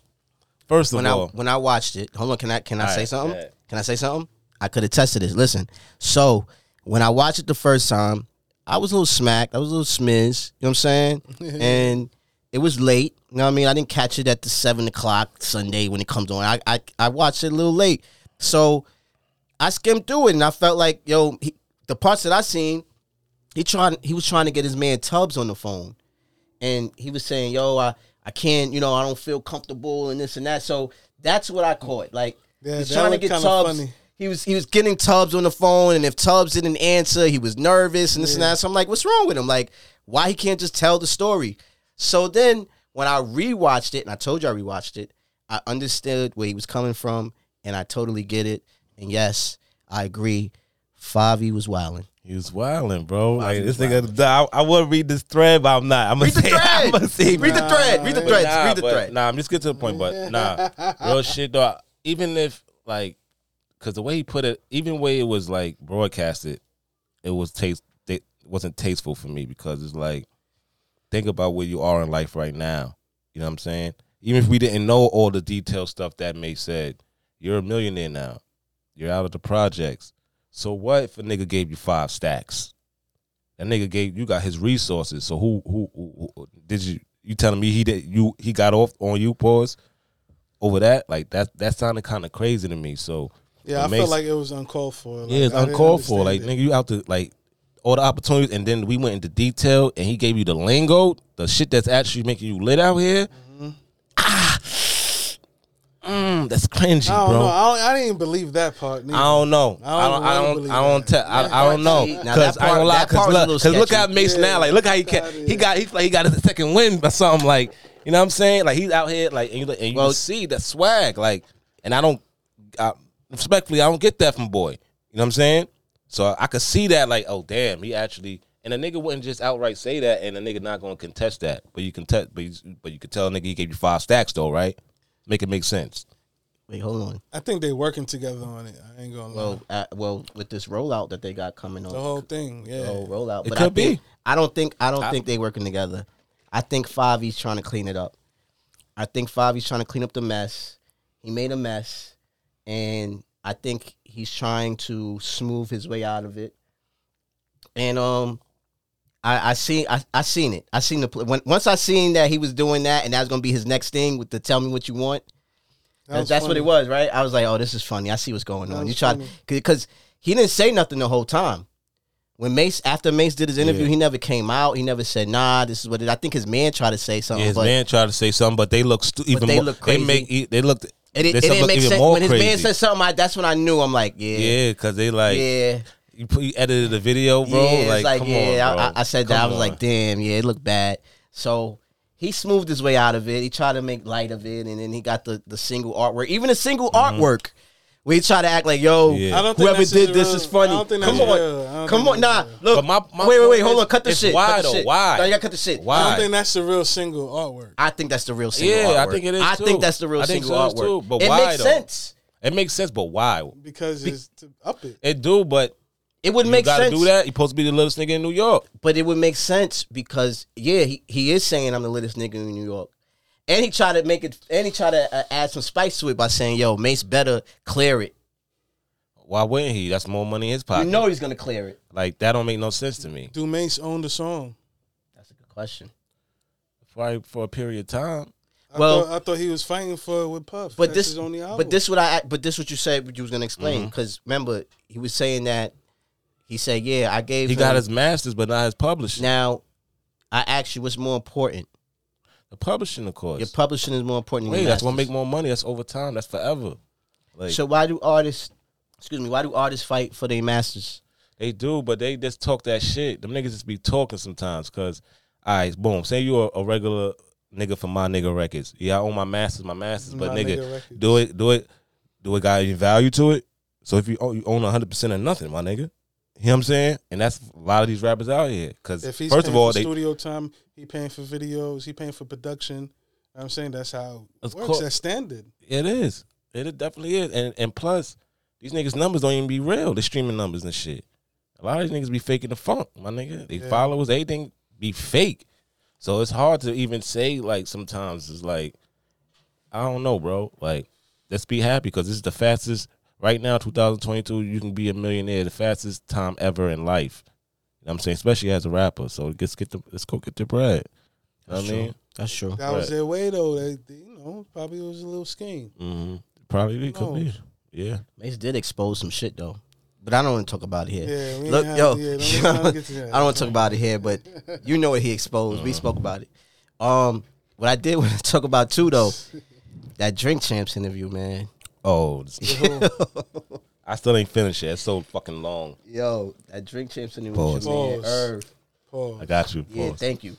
E: First of
C: when I
E: all,
C: when I watched it. Hold on, can I can I
E: All
C: say
E: right,
C: something?
E: yeah.
C: Can I say something? I could have tested this. Listen, so when I watched it the first time, I was a little smacked. I was a little smizz. You know what I'm saying? and it was late. You know what I mean? I didn't catch it at the seven o'clock Sunday when it comes on. I I, I watched it a little late, so I skimmed through it and I felt like yo, he, the parts that I seen, he trying he was trying to get his man Tubbs on the phone and he was saying, "Yo, I I can't, you know, I don't feel comfortable and this and that." So that's what I caught. Like
D: Yeah,
C: he's
D: that
C: trying to
D: looked
C: get Tubbs.
D: kinda funny.
C: He was he was getting Tubbs on the phone, and if Tubbs didn't answer, he was nervous and this and that. So I'm like, "What's wrong with him? Like, why he can't just tell the story?" So then when I rewatched it, and I told you I rewatched it, I understood where he was coming from, and I totally get it. And yes, I agree. Favi was wilding.
E: he was wilding, bro. Like this nigga, I, I would read this thread, but I'm not. I'm gonna
C: Read the
E: say, I'm
C: thread.
E: gonna say,
C: Read the thread. Read the
E: But
C: thread.
E: Nah,
C: Read the
E: but-
C: thread.
E: Nah, I'm just getting to the point, but nah, real shit though. Even if like, cause the way he put it, even way it was like broadcasted, it was taste. It wasn't tasteful for me because it's like, think about where you are in life right now. You know what I'm saying? Even if we didn't know all the detailed stuff that May said, you're a millionaire now. You're out of the projects. So what if a nigga gave you five stacks? That nigga gave you got his resources. So who who, who, who did you you telling me he did you he got off on you pause over that? Like that that sounded kind of crazy to me. So
D: Yeah, I
E: it
D: felt
E: makes-
D: like it was uncalled for. Like,
E: yeah, it's
D: I didn't
E: uncalled for. Like
D: understand it.
E: nigga, you out to like all the opportunities, and then we went into detail, and he gave you the lingo, the shit that's actually making you lit out here.
D: Mm-hmm.
E: Ah, mm, that's cringy,
D: I don't
E: bro.
D: know. I, don't, I didn't even believe that part. neither.
E: I don't know. I don't. I
D: really
E: don't.
D: believe
E: I don't. Te- I, I don't know.
C: Now, that
E: Cause I ain't
C: part-
E: gonna lie.
C: that part
E: Cause
C: was a
E: look,
C: little
E: 'cause look
C: sketchy.
E: at Mace now. Like, look how he can, he got he like he got his second win or something. Like, you know what I'm saying? Like he's out here like and you look- and you
C: Well-
E: see that swag. Like, and I don't. I, respectfully, I don't get that from boy. You know what I'm saying? So I could see that. Like, oh damn, he actually. And a nigga wouldn't just outright say that, and a nigga not gonna contest that. But you can te- but you, but you could tell a nigga he gave you five stacks though, right? Make it make sense.
C: Wait, hold on.
D: I think they working together on it. I ain't gonna lie.
C: Well, uh, well, with this rollout that they got coming
D: the
C: on,
D: whole thing, yeah.
C: the whole rollout.
E: Oh, It
C: But I
E: could be.
C: think, I don't think. I don't think they working together. I think Five E's trying to clean it up. I think Five E's trying to clean up the mess. He made a mess, and I think he's trying to smooth his way out of it. And um, I I seen I, I seen it. I seen the pl- when once I seen that he was doing that, and that's gonna be his next thing with the tell me what you want.
D: That was
C: that's what
D: funny.
C: it was, right? I was like, oh, this is funny. I see what's going on.
D: was
C: You tried
D: funny.
C: because he didn't say nothing the whole time. When Mace after Mace did his interview,
E: Yeah.
C: he never came out. He never said, nah, this is what it. I think his man tried to say something,
E: Yeah, his
C: but
E: man tried to say something, but they look stu- even
C: they
E: more.
C: look
E: They
C: crazy.
E: make e- they look.
C: it,
E: they
C: it, it
E: look
C: didn't make
E: even
C: sense.
E: more
C: When his man
E: crazy.
C: said something, I, that's when I knew. I'm like, yeah,
E: yeah, because they like
C: yeah.
E: you, put, you edited the video, bro.
C: Yeah, it's
E: like,
C: like,
E: come
C: yeah,
E: on,
C: I-
E: bro.
C: I, I said that. I
E: Come
C: was
E: on.
C: like, damn, yeah, it looked bad. So he smoothed his way out of it. He tried to make light of it, and then he got the, the single artwork. Even the single artwork, we try to act like, yo,
E: Mm-hmm. Yeah.
D: I don't think
C: whoever
D: that's
C: did
D: his
C: this
D: real-
C: is funny.
D: I don't think
C: Come
D: that's his real.
C: on,
D: I don't
C: come
D: think
C: on, nah,
D: that's his
C: look.
E: But my- my
C: wait, wait, wait,
E: point
C: hold
E: is,
C: on, cut the
E: it's
C: shit.
E: why,
C: cut the
E: though?
C: shit.
E: Why?
C: No, you gotta cut the shit.
E: Why?
D: I don't think that's the real single artwork.
C: I think that's the real single artwork.
E: Yeah, I think it is,
C: I think
E: too.
C: that's the real
E: I think
C: single
E: so,
C: artwork.
E: too. But
C: it
E: why,
C: makes
E: though?
C: sense.
E: it makes sense, but why?
D: Because it's to up it.
E: It do, but
C: It would
E: you
C: make
E: gotta
C: sense.
E: do that. You supposed to be the littlest nigga in New York.
C: But it would make sense because yeah, he, he is saying I'm the littest nigga in New York, and he tried to make it, and he tried to uh, add some spice to it by saying, "Yo, Mace better clear it.
E: Why wouldn't he? That's more money in his
C: You
E: pocket.
C: know he's gonna clear it."
E: like that don't make no sense to me.
D: Do Mace own the song?
C: That's a good question.
E: Probably for a period of time.
D: I
C: Well-
D: thought, I thought he was fighting for it with Puff.
C: But
D: That's
C: this,
D: his only album.
C: but this what I, but this what you said what you was gonna explain
E: Mm-hmm.
C: because remember he was saying that he said, "Yeah, I gave
E: He
C: him-
E: got his masters, but not his publishing.
C: now." I asked you what's more important.
E: the publishing, of course.
C: Your publishing is more important. Than
E: Wait,
C: your
E: that's gonna
C: masters.
E: make more money. That's over time. That's forever. Like
C: So why do artists? Excuse me. Why do artists fight for their masters?
E: They do, but they just talk that shit. Them niggas just be talking sometimes. Cause, all right, boom. Say you a, a regular nigga for my nigga records. Yeah, I own my masters, my masters, but
D: My
E: nigga,
D: Nigga Records.
E: do it, do it, do it. Got any value to it? So if you own, you own hundred percent of nothing, my nigga. You know what I'm saying? And that's a lot of these rappers out here. Cause
D: if he's
E: first
D: paying
E: of all,
D: for
E: they
D: studio time, he paying for videos, he paying for production. I'm saying that's how it
E: Of
D: works.
E: course.
D: That's standard.
E: it is, it definitely is, and and plus, these niggas numbers don't even be real. The streaming numbers and shit. A lot of these niggas be faking the funk, my nigga. They followers, everything be fake. So it's hard to even say like sometimes it's like I don't know, bro. Like let's be happy because this is the fastest right now 2022 you can be a millionaire, the fastest time ever in life. You know what I'm saying, especially as a rapper. So let's get the let's go get the bread. You know what I mean,
C: That's true.
D: That was their way though. They, they, you know, probably was a little scheme.
E: mm-hmm. probably it could be. Yeah.
C: Mace did expose some shit though, but I don't want to talk about it here.
D: Yeah, we ain't
C: Look,
D: have-
C: yo,
D: yeah, don't- we don't get to that.
C: I don't want to talk about it here, but you know what he exposed. We spoke about it. Um, what I did want to talk about too though, that Drink Champs interview, man.
E: Oh, this- I still ain't finished it. It's so fucking long.
C: Yo, that Drink Champs interview,
E: Pause.
C: with your man,
D: Pause.
C: Irv.
D: Pause.
E: I got you.
C: Yeah,
E: Pause.
C: thank you.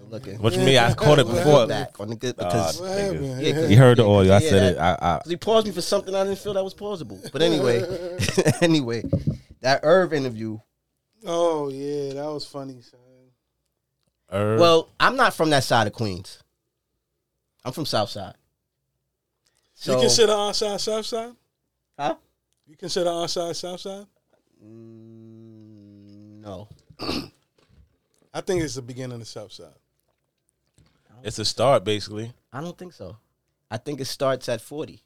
C: Good looking.
E: Which me, I caught it before.
C: Back on the good
E: Ah,
C: because.
D: What happened?
E: nigga.
C: yeah, 'cause-
E: You heard the
C: yeah,
E: audio. I
C: 'cause- yeah,
E: said it.
C: that-
E: I, I,
C: Cause he paused me for something I didn't feel that was plausible. But anyway, anyway, that Irv interview
D: Oh yeah, that was funny, son.
E: Irv.
C: Well, I'm not from that side of Queens. I'm from South Side. So,
D: you consider onside south side?
C: huh?
D: You consider onside south side?
C: Mm, no.
D: I think it's the beginning of south side.
E: it's a start basically.
C: I don't think so. I think it starts at 40,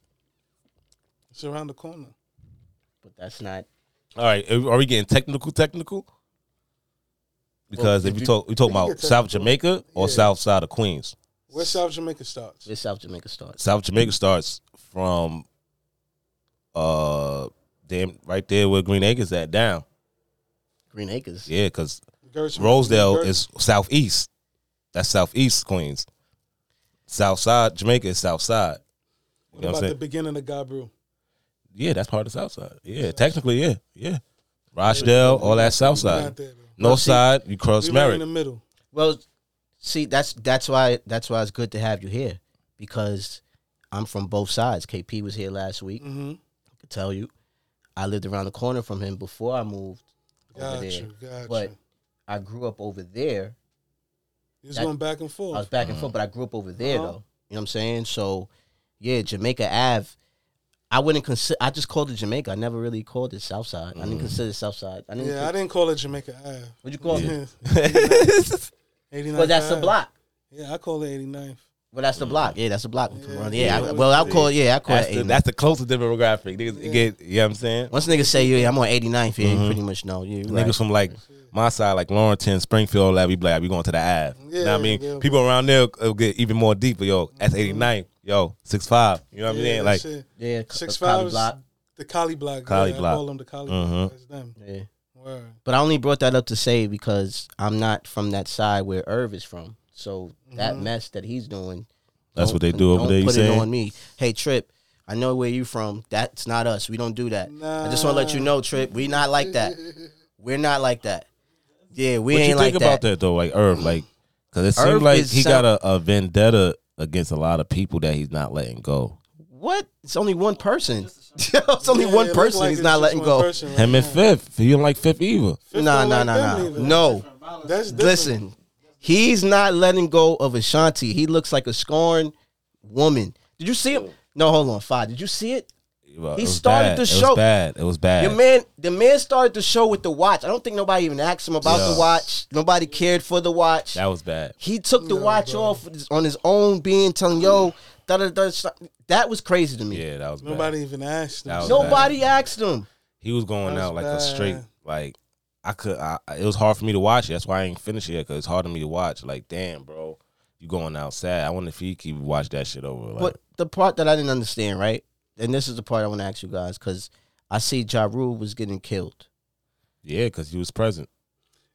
D: It's around the corner.
C: but that's not.
E: All right, are are we getting technical? Technical? Because if you talk, we talk
D: we can
E: about
D: get
E: South Jamaica or
D: Yeah.
E: South Side of Queens.
D: Where South Jamaica starts?
C: Where South Jamaica starts.
E: South Jamaica starts from, uh, damn, right there where Green Acres at down.
C: Green Acres.
E: Yeah, because
D: Gertrude.
E: Rosedale
D: Gertrude.
E: is southeast. That's southeast Queens. South side, Jamaica is south side. You
D: What
E: know what
D: about
E: I'm
D: the
E: saying?
D: beginning of Gabru?
E: yeah, that's part of south side. Yeah, technically, yeah, yeah. Rochdale, all that south
D: Not
E: side.
D: there,
E: North side, you cross
D: though. We right in
E: Merritt.
D: the middle.
C: Well, see, that's that's why that's why it's good to have you here because I'm from both sides. KP was here last week.
D: Mm-hmm.
C: I could tell you, I lived around the corner from him before I moved over
D: Got
C: there.
D: you, got
C: But
D: you.
C: I grew up over there.
D: It's
C: that-
D: going back and
C: I
D: forth.
C: was back and forth, but I grew up over there
D: Uh-huh.
C: though. You know what I'm saying? So, yeah, Jamaica Ave. I wouldn't consider. I just called it Jamaica. I never really called it Southside. I didn't consider it Southside. I didn't.
D: yeah,
C: Yeah,
D: I didn't call it Jamaica Ave.
C: what you call it?
D: Eighty-nine.
C: Well, that's the
D: Ave.
C: block.
D: Yeah, I call it 89th.
C: Well, that's the block. Yeah, that's the block. Yeah,
D: yeah,
C: I,
D: yeah.
C: well, I'll call. Yeah, I call
E: That's
C: it
E: the,
C: 89th.
E: that's the closest demographic. Niggas, you get, you know what I'm saying?
C: Once niggas say, yeah, I'm on 89th, yeah, you pretty much know. Yeah, you right.
E: Niggas from like my side, like Lawrence, Springfield, all that we be like, we going to the Ave. you know what I mean?
D: Yeah, yeah.
E: People around there will get even more deeper. Yo, that's 89. Yo, 6'5. You know what I'm
D: Yeah,
E: saying? Like,
D: that's it.
C: Yeah,
D: six
C: six five
D: fives,
C: block.
D: the Collie Block.
E: Collie
D: yeah,
E: Block.
D: I call them the Collie Block. That's them.
C: Yeah.
D: Word.
C: But I only brought that up to say because I'm not from that side where Irv is from. So that mess that he's doing.
E: That's
C: don't
E: what they
C: put-
E: do over
C: don't
E: there, you
C: Put
E: saying?
C: it on me. Hey Trip, I know where you from. That's not us. We don't do that. I just want to let you know, Trip, we not like that. We're not like that. Yeah, we
E: what
C: ain't
E: you
C: like
E: think about
C: that.
E: that though? Like Irv, like because it
C: Irv
E: seems like
C: is
E: he
C: some-
E: got a, a vendetta against a lot of people that he's not letting go.
C: What? It's only one person. it's only
D: Yeah, it
C: one
D: look
C: person
D: like
C: he's
D: it's
C: not
D: just
C: letting
D: one
C: go.
D: person right
E: Him and
D: now.
E: Fifth, he don't like Fifth either.
C: Nah,
D: don't
C: nah,
D: like
C: nah,
D: them
C: nah.
D: either.
C: No.
D: That's different.
C: Listen, he's not letting go of Ashanti. He looks like a scorned woman. Did you see him? No, hold on, Five. Did you see it?
E: Well,
C: He
E: it was
C: started
E: bad.
C: the
E: it
C: show.
E: Was bad. It was bad.
C: Your man, the man started the show with the watch. I don't think nobody even asked him about
E: Yeah.
C: the watch. Nobody cared for the watch.
E: that was bad.
C: he took the watch off with his- on his own being telling yo, da, da, da, da. that was crazy to me.
E: Yeah, that was bad.
D: Nobody even asked them.
E: That was
C: Nobody asked him.
E: He was going
D: That
E: out
D: was
E: like a straight
D: bad.
E: like. I could. I, I- it was hard for me to watch it. That's why I ain't finished it yet, Cause it's hard for me to watch. Like, damn, bro, you going out sad. I wonder if he keep watch that shit over. Like,
C: But the part that I didn't understand, right? And this is the part I want to ask you guys because I see Ja Rule was getting killed.
E: yeah, cause he was present.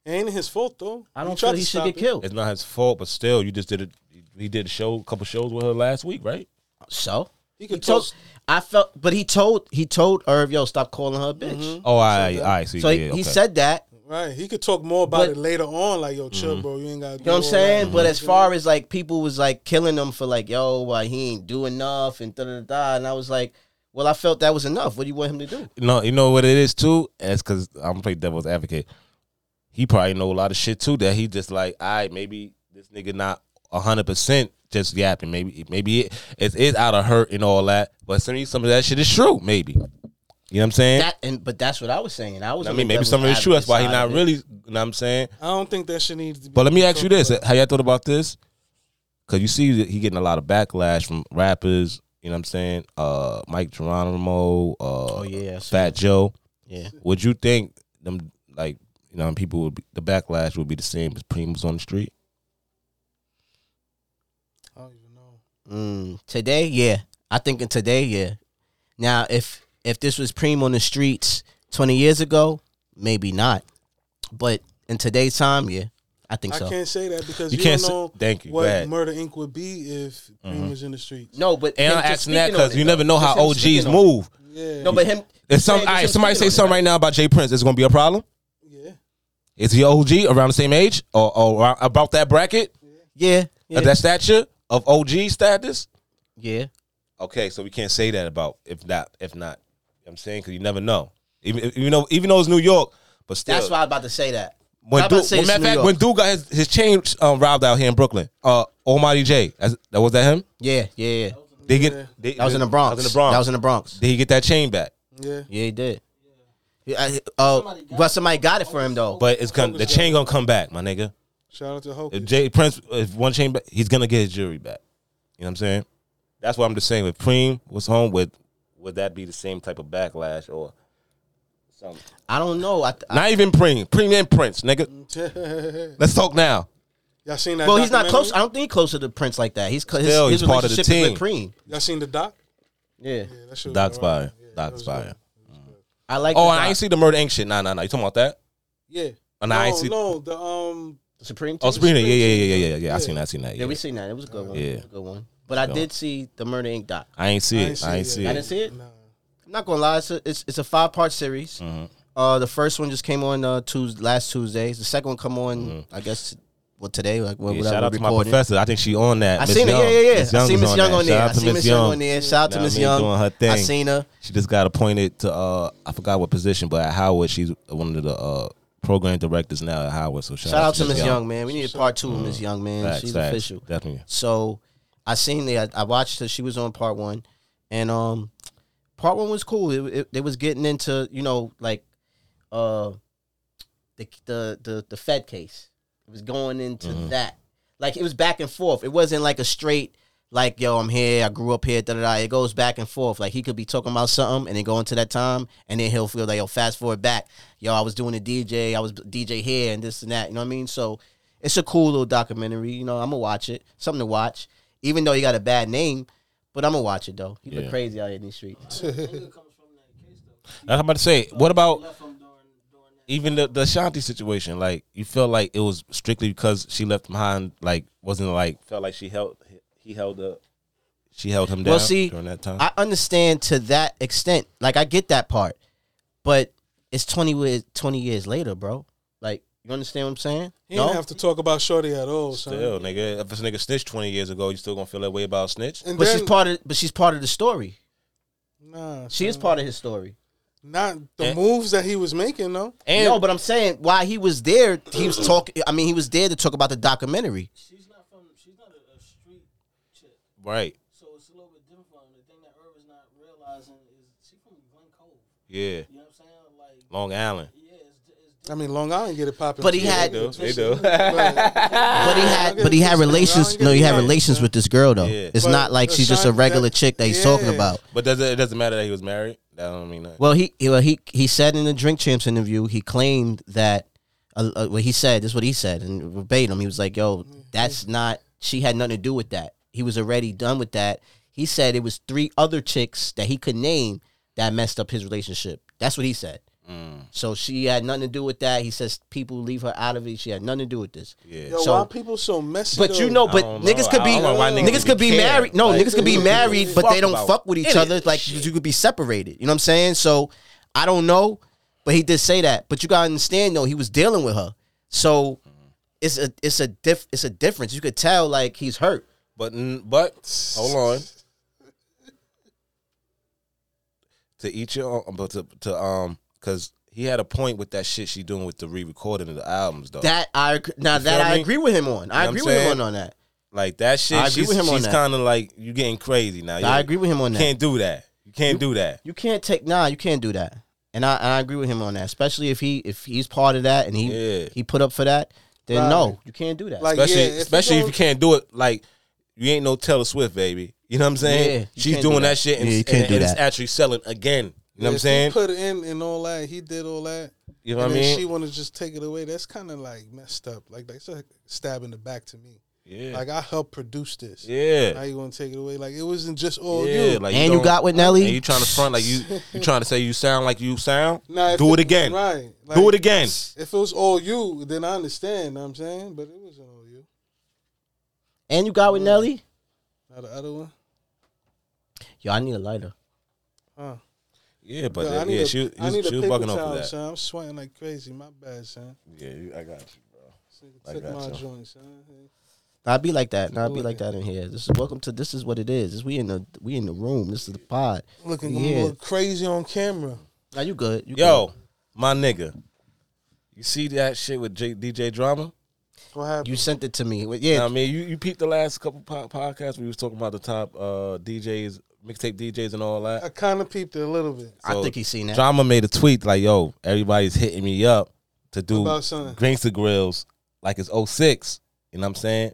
D: It ain't his fault though.
C: I don't feel
D: tried to
C: he should
D: stop
C: get
D: it.
C: killed.
E: It's not his fault, but still, you just did a. He did a show, couple shows with her last week, right?
C: So
D: He
C: he
D: could
C: told,
D: toast.
C: I felt, but he told he told Irv, yo, stop calling her a bitch.
E: Oh, I, I, see.
C: Mm-hmm. So he,
E: yeah,
C: he
E: okay.
C: said that.
D: Right. He could talk more about
C: But-
D: it later on. Like, yo, chill, bro. You ain't got.
C: You know what I'm saying? But as far as like people was like killing him for like, yo, why he ain't do enough and da da da, and I was like, well, I felt that was enough. What do you want him to do?
E: No, you know what it is too? That's because I'm gonna play devil's advocate. He probably know a lot of shit too that he just like, all right, maybe this nigga not hundred percent just yapping. Maybe maybe it, it is out of hurt and all that, but some some of that shit is true. Maybe you know what I'm saying?
C: That and but that's what I was saying. I was.
E: I
C: on
E: mean,
C: the
E: maybe some of
C: devil's
E: it's true. That's why he
C: advocate
E: not
C: side of it.
E: really. You know what I'm saying?
D: I don't think that shit needs to. Be
E: But let me ask you
D: talked
E: this:
D: about.
E: How y'all thought about this? Because you see, that he getting a lot of backlash from rappers. You know what I'm saying? Uh, Mike Geronimo. Uh,
C: Oh yeah, I see.
E: Fat Joe.
C: yeah.
E: Would you think them like you know people would be, the backlash would be the same as Primo's on the street?
D: I don't even know.
C: Mm, today, yeah. I think in today, yeah. Now, if if this was Prem on the streets twenty years ago, maybe not. But in today's time, yeah, I think
D: I
C: so.
D: can't say that because
E: You
D: you,
E: can't
D: don't
E: say-
D: know
E: thank you, go
D: what
E: ahead.
D: Murder Inc. would be if Preem was in the streets.
C: No, but
E: And
C: him
E: I'm
C: just
E: asking that
C: speaking on
E: because
C: it,
E: you never
C: though.
E: know
C: Just
E: how
C: him
E: OGs
C: speaking on it.
E: move.
D: Yeah.
C: No, but him.
E: If some,
C: just
E: all right,
C: him
E: somebody say
C: speaking on it,
E: something
C: right?
E: right now about Jay Prince, it's gonna be a problem.
D: Yeah.
E: Is he OG around the same age or, or around- about that bracket,
C: Yeah, yeah,
E: of that stature of OG status?
C: yeah.
E: Okay, so we can't say that about if not if not. You know what I'm saying because you never know. Even even though even though it's New York, but still.
C: That's why I'm about to say that.
E: When
C: I'm
E: Duke,
C: about to say
E: when,
C: it's
E: matter of
C: New
E: fact,
C: York.
E: when Duke got his, his chain um, robbed out here in Brooklyn, uh, Almighty J, that's, that was that him?
C: yeah, yeah, yeah.
E: They get they,
C: That was in the Bronx.
E: That was in the Bronx.
C: That was in the Bronx.
E: Did he get that chain back?
D: Yeah.
C: Yeah, he did. Yeah, I- oh, but somebody got it for him though.
E: But it's gonna the chain gonna come back, my nigga.
D: Shout out to Hope.
E: If Jay Prince, if one chain back, he's gonna get his jewelry back. You know what I'm saying? That's what I'm just saying. If Preem was home, would would that be the same type of backlash or something?
C: I don't know. I, I,
E: Not even Preem, Preem and Prince, nigga. Let's talk now.
D: Y'all seen that?
C: well, he's not close. I
D: documentary?
C: don't think he's closer to Prince like that. He's his,
E: Still,
C: his
E: he's part of the
C: relationship is
E: team.
C: with Preem.
D: Y'all seen the doc?
C: Yeah,
D: Yeah, that shit was
E: Doc's
D: alright.
E: fire. Doc's fire.
C: I like.
E: Oh,
C: the
E: and I
C: doc.
E: ain't see the murder ink shit. Nah, nah, nah. You talking about that?
D: Yeah.
E: Oh, nah,
D: no,
E: I ain't see.
D: no, the um
C: The Supreme.
E: Oh,
C: Team?
E: Sabrina. Yeah, yeah, yeah, yeah, yeah, yeah. I seen that. I seen that.
C: Yeah,
E: Yeah,
C: we seen that. It was a good one.
E: Yeah.
C: It was a good one. But I
E: Good
C: did see the Murder Inc. doc.
E: I ain't see
D: I
E: it. I ain't see
C: I
E: it.
C: didn't see it.
D: Nah.
C: I'm not gonna lie, it's a, it's, it's a five part series.
E: Mm-hmm.
C: Uh, the first one just came on uh Tuesday, last Tuesday. The second one come on, I guess, well today, like well,
E: Mm-hmm. Yeah,
C: whatever.
E: shout out to my
C: recording.
E: professor. I think she on that.
C: I
E: Miss
C: seen it.
E: Young.
C: Yeah, yeah, yeah.
E: Miss
C: I seen
E: is
C: Miss Young
E: that.
C: on there.
E: Shout
C: I
E: out to
C: seen Miss Young on there. Shout out
E: Know
C: to
E: what I
C: Miss
E: mean?
C: Young.
E: Doing her
C: I
E: thing.
C: seen her.
E: She just got appointed to uh I forgot what position, but at Howard she's one of the uh program directors now at Howard. So shout,
C: Shout out to Miss
E: Miss Mm-hmm.
C: Young. man. We need a part two of Miss Young, man.
E: Facts,
C: She's
E: facts.
C: official.
E: Definitely.
C: So I seen the I, I watched her. She was on part one, and um, part one was cool. It, it, they was getting into you know like, uh, the the the, the Fed case. It was going into that. Like it was back and forth. It wasn't like a straight like yo, I'm here. I grew up here. Da da da. It goes back and forth. Like he could be talking about something and then go into that time, and then he'll feel like yo, fast forward back. Yo, I was doing a DJ. I was DJ here and this and that. You know what I mean? So it's a cool little documentary. You know, I'm gonna watch it. Something to watch, even though he got a bad name. But I'm gonna watch it though. He look
E: Yeah.
C: crazy out here in these streets.
E: Like I'm about to say, what about even the the Shanti situation? Like you felt like it was strictly because she left him high and like wasn't like felt like she held he held up she held him down
C: Well, see,
E: during that time.
C: I understand to that extent. Like I get that part, but it's 20 years 20 years later, bro. Like you understand what I'm saying?
D: He didn't have to talk about Shorty at all, son.
E: still, nigga, if this nigga snitched twenty years ago, you still gonna feel that way about a snitch?
D: And
C: but
D: then,
C: she's part of but she's part of the story.
D: Nah,
C: She is
D: son.
C: part of his story.
D: Not the
E: And-
D: moves that he was making though.
E: And
C: no, but I'm saying why he was there, he was talking. I mean, he was there to talk about the documentary.
F: She's not from. She's not a, a street chick,
E: right,
F: so it's a little bit different from her. The thing that Irv is not realizing is she from Glen Cove.
E: yeah,
F: You know what I'm saying? Like,
E: Long Island.
F: yeah, it's, di- it's
D: I mean, Long Island get it popping.
C: But he
D: too.
C: had-
E: They do,
D: Twisted.
E: they do.
C: But he had, but he had relations. No, he had relations with this girl though.
E: Yeah.
C: It's
D: But
C: not like she's just a
D: Ashanti-
C: regular chick that he's talking
D: Yeah.
C: about.
E: But does it, it doesn't matter that he was married? That don't mean nothing.
C: Well, he he- well, he he said in the Drink Champs interview, he claimed that uh, uh, what he said this is what he said and verbatim. He was like, "Yo, that's not. She had nothing to do with that. He was already done with that." He said it was three other chicks that he could name that messed up his relationship. That's what he said. So she had nothing to do with that. He says people leave her out of it. She had nothing to do with this.
E: yeah.
D: Yo,
C: So-
D: why people so messy?
C: But
D: though?
C: you know, but
E: I don't
C: niggas
E: know.
C: could
E: I
C: be
E: don't know why
C: niggas,
E: niggas
C: could be
E: care.
C: married. No,
E: Like,
C: niggas could be
E: niggas
C: married,
E: give a
C: but they
E: fuck
C: don't
E: about
C: fuck with each
E: any of
C: other.
E: that
C: Like
E: shit.
C: you could be separated. You know what I'm saying? So I don't know, but he did say that. But you gotta understand though, he was dealing with her. So it's a it's a diff it's a difference. You could tell like he's hurt.
E: But n- but hold on. to each your own, but to, to um, cause he had a point with that shit she doing with the re-recording of the albums though.
C: That I ag- now that
E: feel
C: I
E: me?
C: agree with him on. I agree
E: You know what I'm
C: with him on
E: saying?
C: on that.
E: like that shit.
C: I agree
E: she's
C: with him on
E: she's
C: that.
E: kind of like you getting crazy now.
C: I
E: You-
C: agree with him on
E: You
C: that.
E: can't do that. You can't do that.
C: You can't take nah. You can't do that. And I, and I agree with him on that, especially if he if he's part of that and he
E: Yeah.
C: he put up for that. Then
D: Right.
C: no, you can't do that.
D: Like, yeah,
E: especially
D: if you
E: especially if
D: don't-
E: you can't do it like you ain't no Taylor Swift baby. You know what I'm saying?
C: Yeah, you
E: She's
C: can't do
E: doing that.
C: that.
E: shit and,
C: Yeah, you
E: and-
C: can't do
E: and it's
C: that.
E: actually selling again. You know what I'm
D: If
E: saying?
D: He put it in and all that. He did all that.
E: You know
D: and
E: what I
D: then
E: mean?
D: She want to just take it away. That's kind of like messed up. Like that's a stab in the back to me.
E: yeah.
D: Like I helped produce this.
E: yeah.
D: How you gonna take it away? Like it wasn't just all
E: yeah,
D: you.
E: like
C: and you,
E: don't-
C: got with Nelly.
E: and you trying to front like you you trying to say you sound like you sound.
D: Nah, if
E: do it again.
D: Right.
E: do
D: Like,
E: it again.
D: If it was all you, then I understand. know what I'm saying, but it wasn't all you.
C: And you got with Nelly?
D: Now the other one.
C: Yo, I need a lighter.
D: Huh.
E: Yeah, but
D: Yo,
E: uh, yeah, she
D: I
E: was-
D: need
E: she
D: a
E: was
D: paper
E: bugging
D: towel,
E: off for that.
D: son. I'm sweating like crazy. My bad, son.
E: Yeah, you- I got you, bro.
D: This nigga
E: I
D: took
E: got
D: my
E: you.
D: joint, son.
C: I'd be like that. Nah, I'd be like that in here. This is welcome to. This is what it is. This, we in the we in the room. This is the pod.
D: Looking
C: Yeah.
D: look crazy on camera.
C: Now you good? You
E: Yo, my nigga, you see that shit with J- DJ Drama?
D: What
C: good.
D: happened?
C: you sent it to me. Well,
E: You know
C: Yeah,
E: what I mean, you you peeped the last couple po- podcasts. We was talking about the top uh, DJs, mixtape DJs, and all
D: I
E: that.
D: kind of peeped it a little bit.
C: I
E: So,
C: think he seen that.
E: Drama made a tweet like, "Yo, everybody's hitting me up to do
D: About something.
E: Gangsta Grills like it's 06. You know what I'm saying?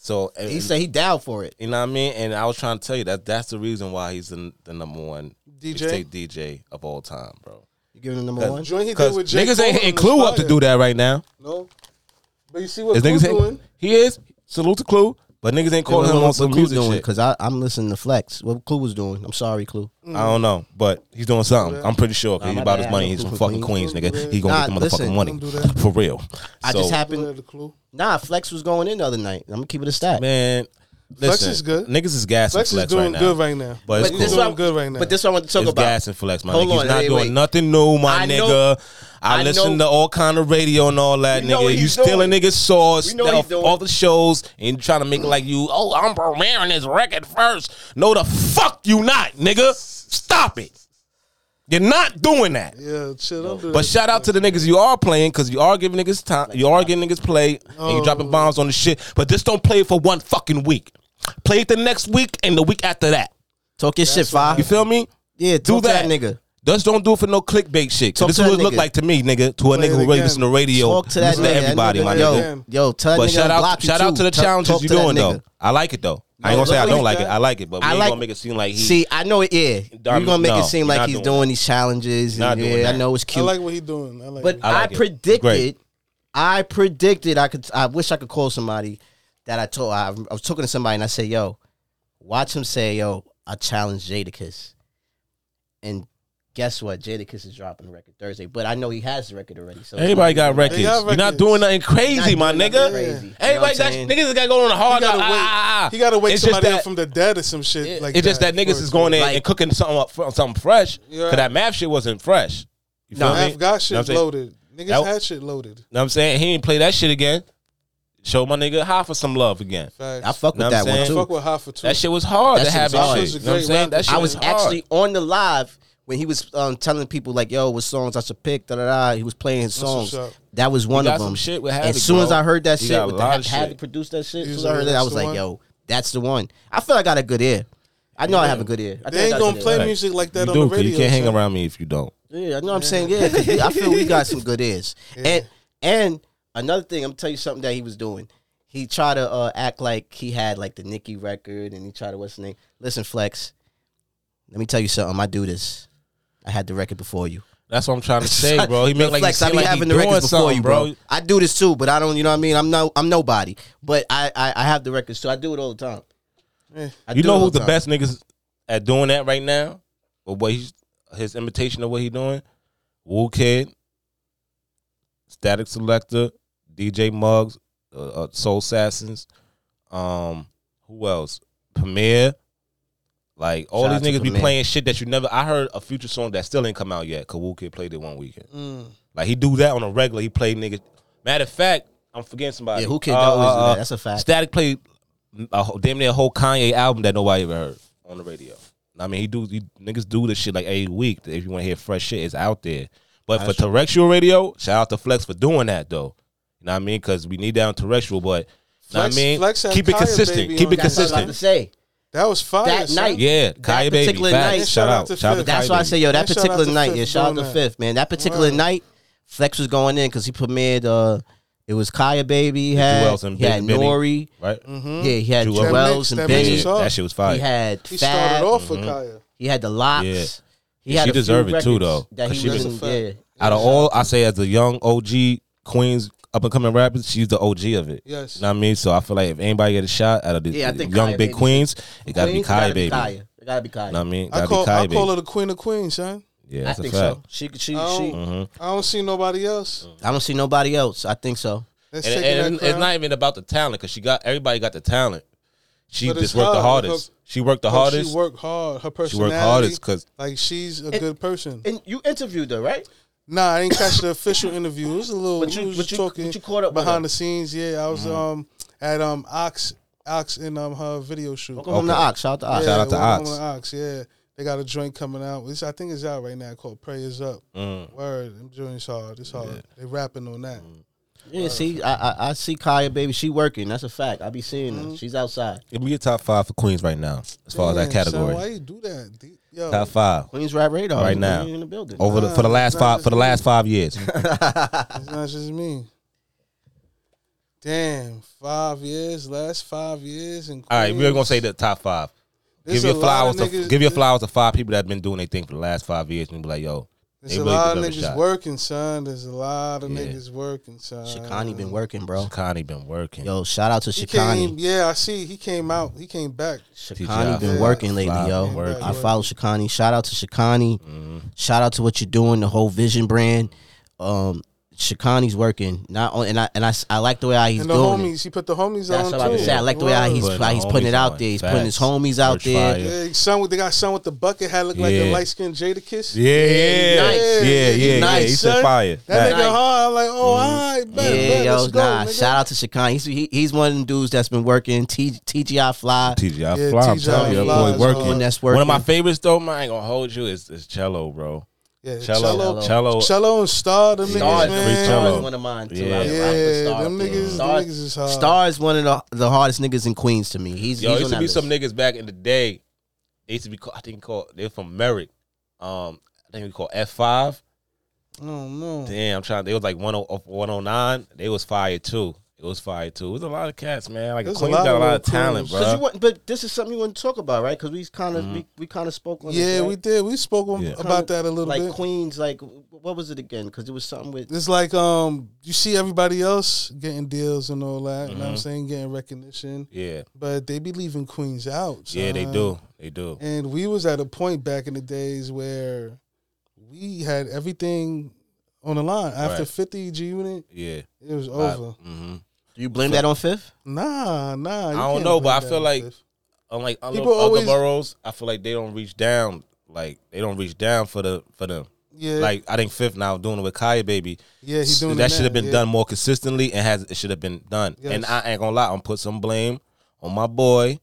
E: So and-
C: he said he down for it.
E: You know what I mean? And I was trying to tell you that that's the reason why he's the, the number one
D: DJ?
E: mixtape DJ of all time, bro.
C: You giving him number one?
D: Joint he did
E: Because
D: with J.
E: niggas
D: Cole on
E: ain't hitting
D: the
E: Clue up to
D: fire.
E: do that right now.
D: No. But you see what
E: Is
D: Clue
E: niggas
D: doing?
E: hitting, he is. Salute to Clue. But niggas ain't calling him on some music shit.
C: Because I'm listening to Flex. What Clue was doing? I'm sorry, Clue.
D: Mm.
E: I don't know, but he's doing something. I'm pretty
C: Nah,
E: sure. Cause he
C: my
E: about
C: bad.
E: his money. He's
C: Don't
E: from
C: do
E: fucking
C: that.
E: Queens, nigga.
D: that.
E: He gonna
C: Nah,
E: get the motherfucking
C: listen.
E: money
D: Don't do that.
E: for real.
C: I
E: So,
C: just
D: Don't
C: happened.
D: let the clue.
C: Nah, Flex was going in the other night. I'm gonna keep it a stat.
E: man. Listen,
D: Flex is good.
E: Niggas is gas
D: Flex is
E: flex
D: doing
E: right
D: good
E: now.
D: right now.
E: But
D: He's
E: it's cool.
C: this
D: doing
C: one-
D: good right now.
C: But this one I want to talk
E: It's
C: about.
E: gas and flex, my
C: Hold
E: nigga. He's
C: on,
E: not
C: wait,
E: doing
C: wait.
E: nothing new, my
C: I
E: nigga.
C: know-
E: I,
C: I
E: listen
C: know-
E: to all kind of radio and all that,
C: We know
E: nigga.
C: what
E: You
C: he's
E: stealing
C: doing.
E: niggas' sauce
C: We know what he's
E: off
C: doing.
E: all the shows and trying to make it like you. Oh, I'm premiering this record first. No, the fuck you not, nigga. Stop it. You're not doing that.
D: yeah, chill. Don't do
E: But
D: that.
E: shout out to the niggas you are playing because you are giving niggas time, you are giving niggas play, and you dropping bombs on the shit. But just don't play it for one fucking week. Play it the next week and the week after that.
C: Talk your shit,
E: You
C: five.
E: feel me?
C: Yeah,
E: Do
C: talk to that.
E: that.
C: nigga.
E: Just don't do it for no clickbait shit. 'Cause
C: Talk
E: This
C: to
E: is what
C: that
E: it look
C: nigga.
E: like to me, nigga. To a
D: Play it
E: nigga who really
D: again.
E: listen to radio.
C: Talk to that
E: listen
C: nigga.
E: to everybody,
D: That
E: my
D: nigga-
E: nigga.
C: Yo, yo, tell that
E: But
C: nigga
E: shout
C: to
E: out,
C: block you
E: shout out
C: too.
E: to the
C: Talk-
E: challenges
C: talk
E: you're
C: to that
E: doing though.
C: nigga.
E: I like it though. I ain't
C: No,
E: gonna say I
C: look
E: don't
C: at
E: like it.
D: that.
E: I like it, but we
C: I
E: ain't
C: like-
E: gonna make it seem like he.
C: See, I know it. Yeah,
E: Darn-
C: you're gonna make
E: no,
C: it seem
E: not
C: like he's
E: doing
C: doing these challenges.
E: Not
C: And
E: doing
C: yeah, I
E: that.
C: know it's
D: I
C: cute.
D: like what he's doing. I like.
C: But
D: what
E: I
C: I,
E: like it. It's great.
C: predicted, I predicted I could. I wish I could call somebody that I told. I, I was talking to somebody and I said, "Yo, watch him say, yo, I challenge Jadakiss." And guess what? Jadakiss is dropping the record Thursday, but I know he has the record already. So
E: Everybody got records.
D: They got
E: You're not
D: records.
E: doing nothing crazy,
C: Not
E: my
C: doing
E: nigga.
C: nothing crazy. You know
E: Everybody
C: what
E: got
C: I'm saying?
E: niggas got going on the
D: he
E: hard.
D: gotta
E: ah,
D: wait.
E: ah, ah.
D: He gotta wake
E: It's just
D: somebody
E: that-
D: up from the dead or some shit. like
E: it's just that niggas
D: for
E: is
D: it to-
E: going in
C: Like-
E: and cooking something up for something fresh.
D: Yeah.
E: Cause that math shit wasn't fresh. You feel
C: Nah,
E: me?
D: I've got
E: Know what I'm
D: shit
E: saying?
D: loaded. Niggas
E: That-
D: had shit loaded.
E: Know what I'm saying? He ain't play that shit again. Show my nigga high for some love again.
D: Facts.
C: I fuck with
E: Know what
C: that
E: I'm
C: one
E: saying?
C: too.
D: fuck with Hoffa too.
E: That shit was hard
C: That
E: to
C: shit
E: have
C: was hard.
E: it.
C: He
D: was
E: shit.
D: a
E: You know what I'm
D: great
E: saying?
D: rapper.
E: That shit
C: I was
E: hard.
C: actually on the live when he was um, telling people like, "Yo, what songs I should pick?" Da da da. He was playing his
D: what's
C: songs.
D: up.
C: That was one
E: got
C: of
E: some
C: them.
E: shit with Havoc,
C: as soon as
E: bro.
C: I heard that
E: He
C: shit,
E: got a
C: with
E: lot
C: the,
E: of
C: Havoc
E: shit.
C: produced that shit. As
D: He's
C: soon as I heard
D: like,
C: that, I
D: "That's
C: was
D: the
C: like,
D: one."
C: "Yo, that's the one." I feel like I got a good ear. I know I have a good ear. I
D: They ain't
C: think I got a
D: gonna
C: good
D: play
C: ear.
D: music like that
E: You
D: on
E: do,
D: the
E: 'cause
D: radio.
E: you can't hang
D: son.
E: around me if you don't.
C: Yeah, I know what I'm saying. Yeah, 'cause we- I feel we got some good ears. And and another thing, I'm gonna tell you something that he was doing. He tried to uh, act like he had like the Nicki record, and he tried to what's the name? Listen, Flex. Let me tell you something. I do this. I had the record before you.
E: That's what I'm trying to say, bro. He make like
C: Flex,
E: you
C: I
E: seem
C: be
E: like he
C: having the
E: doing
C: records before
E: something,
C: you, bro. I do this too, but I don't. You know what I mean? I'm no, I'm nobody, but I, I, I have the records too. I do it all the time. I
E: Eh. You
C: do it
E: know
C: all
E: who the
C: time.
E: best niggas at doing that right now? Or what he's his imitation of what he doing? Wu Kid, Static Selector, DJ Muggs, uh, uh, Soul Assassins, um, who else? Premier. Like all
C: Shout out
E: these
C: to
E: niggas be
C: Premier.
E: playing shit that you never. I heard a future song that still ain't come out yet. Cause Wu Kid played it one weekend.
C: Mm.
E: Like he do that on a regular. He played niggas. Matter of fact, I'm forgetting somebody. Uh,
C: Yeah, Wu Kid always do that. That's a fact.
E: Static played a, whole- damn near a whole Kanye album that nobody ever heard on the radio. I mean, he do he, niggas do this shit like every week. If you want to hear fresh shit, it's out there. But for terrestrial radio, shout out to Flex for doing that though. You know what I mean? Because we need that on terrestrial, but you know what I
D: Flex-
E: mean,
D: Flex had
E: keep it
D: Kaya
E: consistent.
D: Baby
E: Keep
D: on
E: it
D: that
C: That's what I was about to
E: consistent.
C: say.
D: That was fire.
C: That
D: son.
C: night.
E: Yeah,
C: That
E: Kaya Baby,
C: particular
E: facts.
C: night-
E: shout out, shout out to
C: That's
E: Kaya
C: why I
E: Baby.
C: say, yo, that
D: And shout out
C: particular
D: to
C: night,
D: Fifth
C: yeah, shout out to
D: doing that.
C: Fifth, man. That particular
D: Word.
C: night, Flex was going in because he premiered. Uh, it was Kaya Baby. He had,
E: Jewels and
C: he had
E: Benny.
C: Nori.
E: right?
C: Yeah, he had
E: Jewels.
C: Jewels
D: Hmm? That
C: and
D: mix-
C: Benny.
D: mix was
E: Yeah,
D: Mm-hmm. up.
E: that shit was fire.
C: He had
D: He
C: Fab.
D: started off
E: Mm-hmm.
D: with Kaya.
C: He had the locks.
E: Yeah.
C: He had
E: She
C: a few
E: deserved it, too,
C: records
E: though,
C: That
E: 'cause
C: he
E: she
C: was
E: was-
C: in, yeah.
E: out of all, I say as the young OG Queens up and coming rappers, she's the OG of it.
D: Yes.
E: You know what I mean? So I feel like if anybody get a shot out of the
C: Yeah, I think
E: young
C: Kaya
E: big
C: Baby.
E: Queens, it gotta
C: Queens,
E: be Kai
C: gotta
E: Baby. You
C: Kaya. It gotta be Kaya.
E: know what I mean?
D: I
E: Gotta
D: call
E: be Kai
D: I call her
E: Baby.
D: the queen of queens, son.
E: Yeah,
C: I
E: that's a
C: think
E: fact. Mm.
C: so. She, she, she.
D: Oh. I don't see nobody else.
C: I don't see nobody else. I think so.
D: That's
E: And,
D: taking
E: and
D: that
E: it's
D: crown.
E: not even about the talent because she got everybody got the talent. She
D: But it's
E: just worked the
D: hard.
E: hardest.
D: Her-
E: She worked the
D: But
E: hardest.
D: She worked hard. Her
E: She
D: personality.
E: worked hardest because
D: like she's a good person.
C: And you interviewed her, right?
D: Nah, I didn't catch the official interview. It was a little.
C: But you-
D: we was
C: but you-
D: talking
C: but you caught up with Mm-hmm. her.
D: behind the scenes. Yeah, I was um at um Ox Ox in um her video shoot.
C: Welcome home to Ox. Shout out to Ox.
E: Shout out to
D: Welcome
E: Ox.
D: Home Yeah, they got a joint coming out. It's, I think it's out right now called "Prayers Up."
C: Mm.
D: Word, them joints hard. It's hard. They rapping on that.
C: Yeah, see, I, I I see Kaya, baby. She working. That's a fact. I be seeing
D: Mm-hmm.
C: her. She's outside.
E: give me your top five for Queens right now as far as that
D: Damn, son,
E: category.
D: why you do that? D- Yo,
E: top five
C: Queens Rap Radar
E: Right
C: is
E: now. Oh.
C: in the building.
E: over the, for the last five for the last five years.
D: it's not just me. Damn, five years. Last five years and
E: All right, we're gonna say the top five.
D: There's
E: give
D: a
E: your
D: lot
E: flowers
D: of
E: to
D: niggas-
E: give your flowers to five people that have been doing their thing for the last five years and be like, yo,
D: There's
E: They
D: a
E: really
D: lot of
E: deserve a
D: niggas
E: shot.
D: working, son. There's a lot of
E: Yeah.
D: niggas working, son.
C: Shikani been working, bro.
E: Connie been working.
C: Yo, shout out to
D: He
C: Shikani.
D: came, yeah, I see. He came out. He came back.
C: Shikani been
D: Yeah.
C: working lately,
E: Fly,
C: yo.
E: been working. Mm-hmm.
C: I follow Shikani. Shout out to Shikani. Shout out to what you're doing, the whole Vision brand. Um, Shikani's working. Not on, and I and I, s- I like the way how he's
D: and the
C: doing. it.
D: homies, he put the homies
C: That's
D: on
C: what I was
D: too.
C: saying. I like the way how he's
E: Putting
C: how he's
E: the
C: putting it
E: homies
C: out
E: on.
C: there. He's putting his
E: Facts.
C: homies out
E: Merch
C: there.
E: fire.
D: Yeah, son, with- they got son with the bucket hat look like a
E: Yeah.
D: light skinned Jada Kiss.
E: Yeah, yeah, yeah, yeah,
D: he
E: yeah.
D: nice,
E: He said
D: son.
E: fire. Mm-hmm.
D: That nigga
C: Nice.
D: hard. I'm like, oh, all right,
C: Yeah,
D: bet, bet,
C: yo,
D: let's go,
C: nah.
D: nigga.
C: Shout out to Shikani. He's, he, he's one of them dudes that's been working. T, TGI Fly.
E: TGI
D: Yeah,
E: Fly, I'm
D: TGI
E: telling you, that
D: Fly
E: boy
D: is
E: working.
D: hard.
C: That's
E: One of my
C: working.
E: favorites though, man, I ain't gonna hold you, is, is Cello, bro.
D: yeah,
E: Cello, Cello.
D: Cello and Star, them
C: Star is-
D: niggas,
E: Free
D: man.
C: Star
E: Cello.
C: is one of mine too.
E: Yeah.
C: I, I put
D: Yeah,
C: Star
D: them
C: up there.
D: niggas, them
C: Star,
D: niggas is hard.
C: Star is one of the, the hardest niggas in Queens to me. He's
E: Yo,
C: he's
E: it used
C: on
E: to
C: that
E: be
C: list.
E: some niggas back in the day. They used to be called, I think called they were from Merrick. Um, I think we call F five.
D: Oh no.
E: Damn, I'm trying. They was like 10 of 109. They was fired too. It was fired too. It was a lot of cats, man. Like
D: There's a
E: Queens
D: lot
E: got a
D: of
E: lot of
D: little
E: talent,
D: crews.
E: bro.
C: you want, but this is something you want to talk about, right? Because we kind of we, Mm-hmm. we kind of spoke on.
D: Yeah,
C: this,
D: we
C: right?
D: did. We spoke on-
E: Yeah.
D: about that a little
C: like
D: bit.
C: Queens, like what was it again? Because it was something with
D: It's like um, you see everybody else getting deals and all that. You
E: Mm-hmm.
D: know what I'm saying? Getting recognition,
E: Yeah,
D: but they be leaving Queens out.
E: yeah, they
D: son.
E: do. They do.
D: And we was at a point back in the days where we had everything on the line. After
E: Right.
D: 50 G Unit,
E: Yeah.
D: it was over.
E: Mm-hmm.
C: Do you blame that on Fifth?
D: Nah, nah. you
E: don't
D: can't
E: know,
D: blame
E: but I
D: that
E: feel
D: on
E: like-
D: Fifth.
E: Unlike other,
D: People always-
E: other boroughs, I feel like they don't reach down. Like they don't reach down for the for them.
D: yeah,
E: Like I think Fifth now doing it with Kaya Baby.
D: yeah, he's doing
E: that
D: it
E: should have
D: now,
E: been
D: yeah.
E: done more consistently and has it should have been done.
D: Yes.
E: And I ain't gonna lie, I'm put some blame on my boy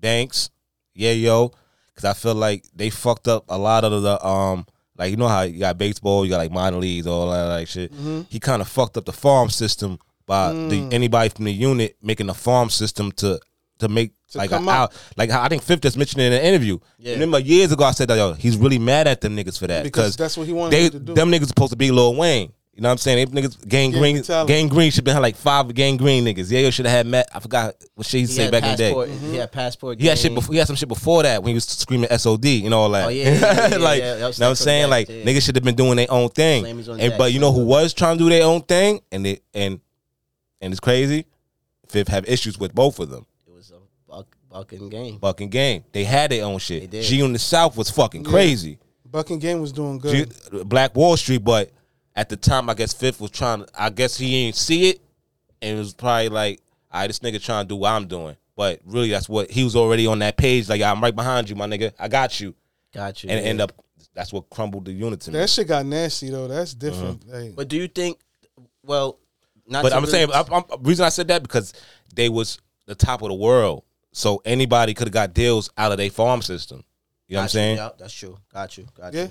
E: Banks, yeah yo, because I feel like they fucked up a lot of the um like you know how you got baseball, you got like minor leagues, all that like shit.
D: Mm-hmm.
E: He kind of fucked up the farm system by
D: Mm.
E: the, anybody from the unit making a farm system to to make. like
D: come
E: a,
D: up.
E: out, like how I think Fifth just mentioned in an interview.
C: Yeah.
E: Remember years ago I said that yo, he's really mad at them niggas for that
D: Because that's what he wanted
E: they,
D: them to do.
E: Them niggas supposed to be Lil Wayne. You know what I'm saying? They niggas gang
D: Gang
E: green,
D: mentality.
E: gang green should have been like five gang green niggas. Yeah, yo should have had Matt. I forgot what shit
C: He
E: he,
C: had
E: said back in the
C: passport,
E: day.
C: He had passport.
E: He had shit
C: game.
E: before. He had some shit before that when he was screaming SOD and all that.
C: Oh, yeah, yeah, yeah, yeah,
E: like
C: yeah. That was
E: you know what I'm
C: stuck on
E: saying?
C: that,
E: Like
C: yeah.
E: niggas should have been doing their own thing.
C: Flamies on
E: And,
C: deck,
E: but you know who
C: something.
E: was trying to do their own thing and it and and it's crazy. Fifth have issues with both of them.
C: It was a buck, fucking game.
E: Fucking game. They had their own
C: They
E: shit.
C: did.
E: G on the South was fucking crazy.
D: Bucking Game was doing
E: Ju-
D: good.
E: Black Wall Street, but at the time, I guess Fifth was trying. to I guess he didn't see it, and it was probably like, "I this nigga trying to do what I'm doing." But really, that's what he was already on that page. Like, I'm right behind you, my nigga. I got you,
C: Got you.
E: and it
C: yeah.
E: end up. That's what crumbled the unit to me.
D: That shit got nasty though. That's different.
E: Uh-huh.
D: Like,
C: But do you think? Well, not.
E: But
C: to
E: I'm
C: really-
E: saying, I'm, I'm- reason I said that because they was the top of the world, so anybody could have got deals out of their farm system. You know what I'm
C: Got
E: saying?
C: yeah, that's true. Got you. Got
D: yeah,
C: you.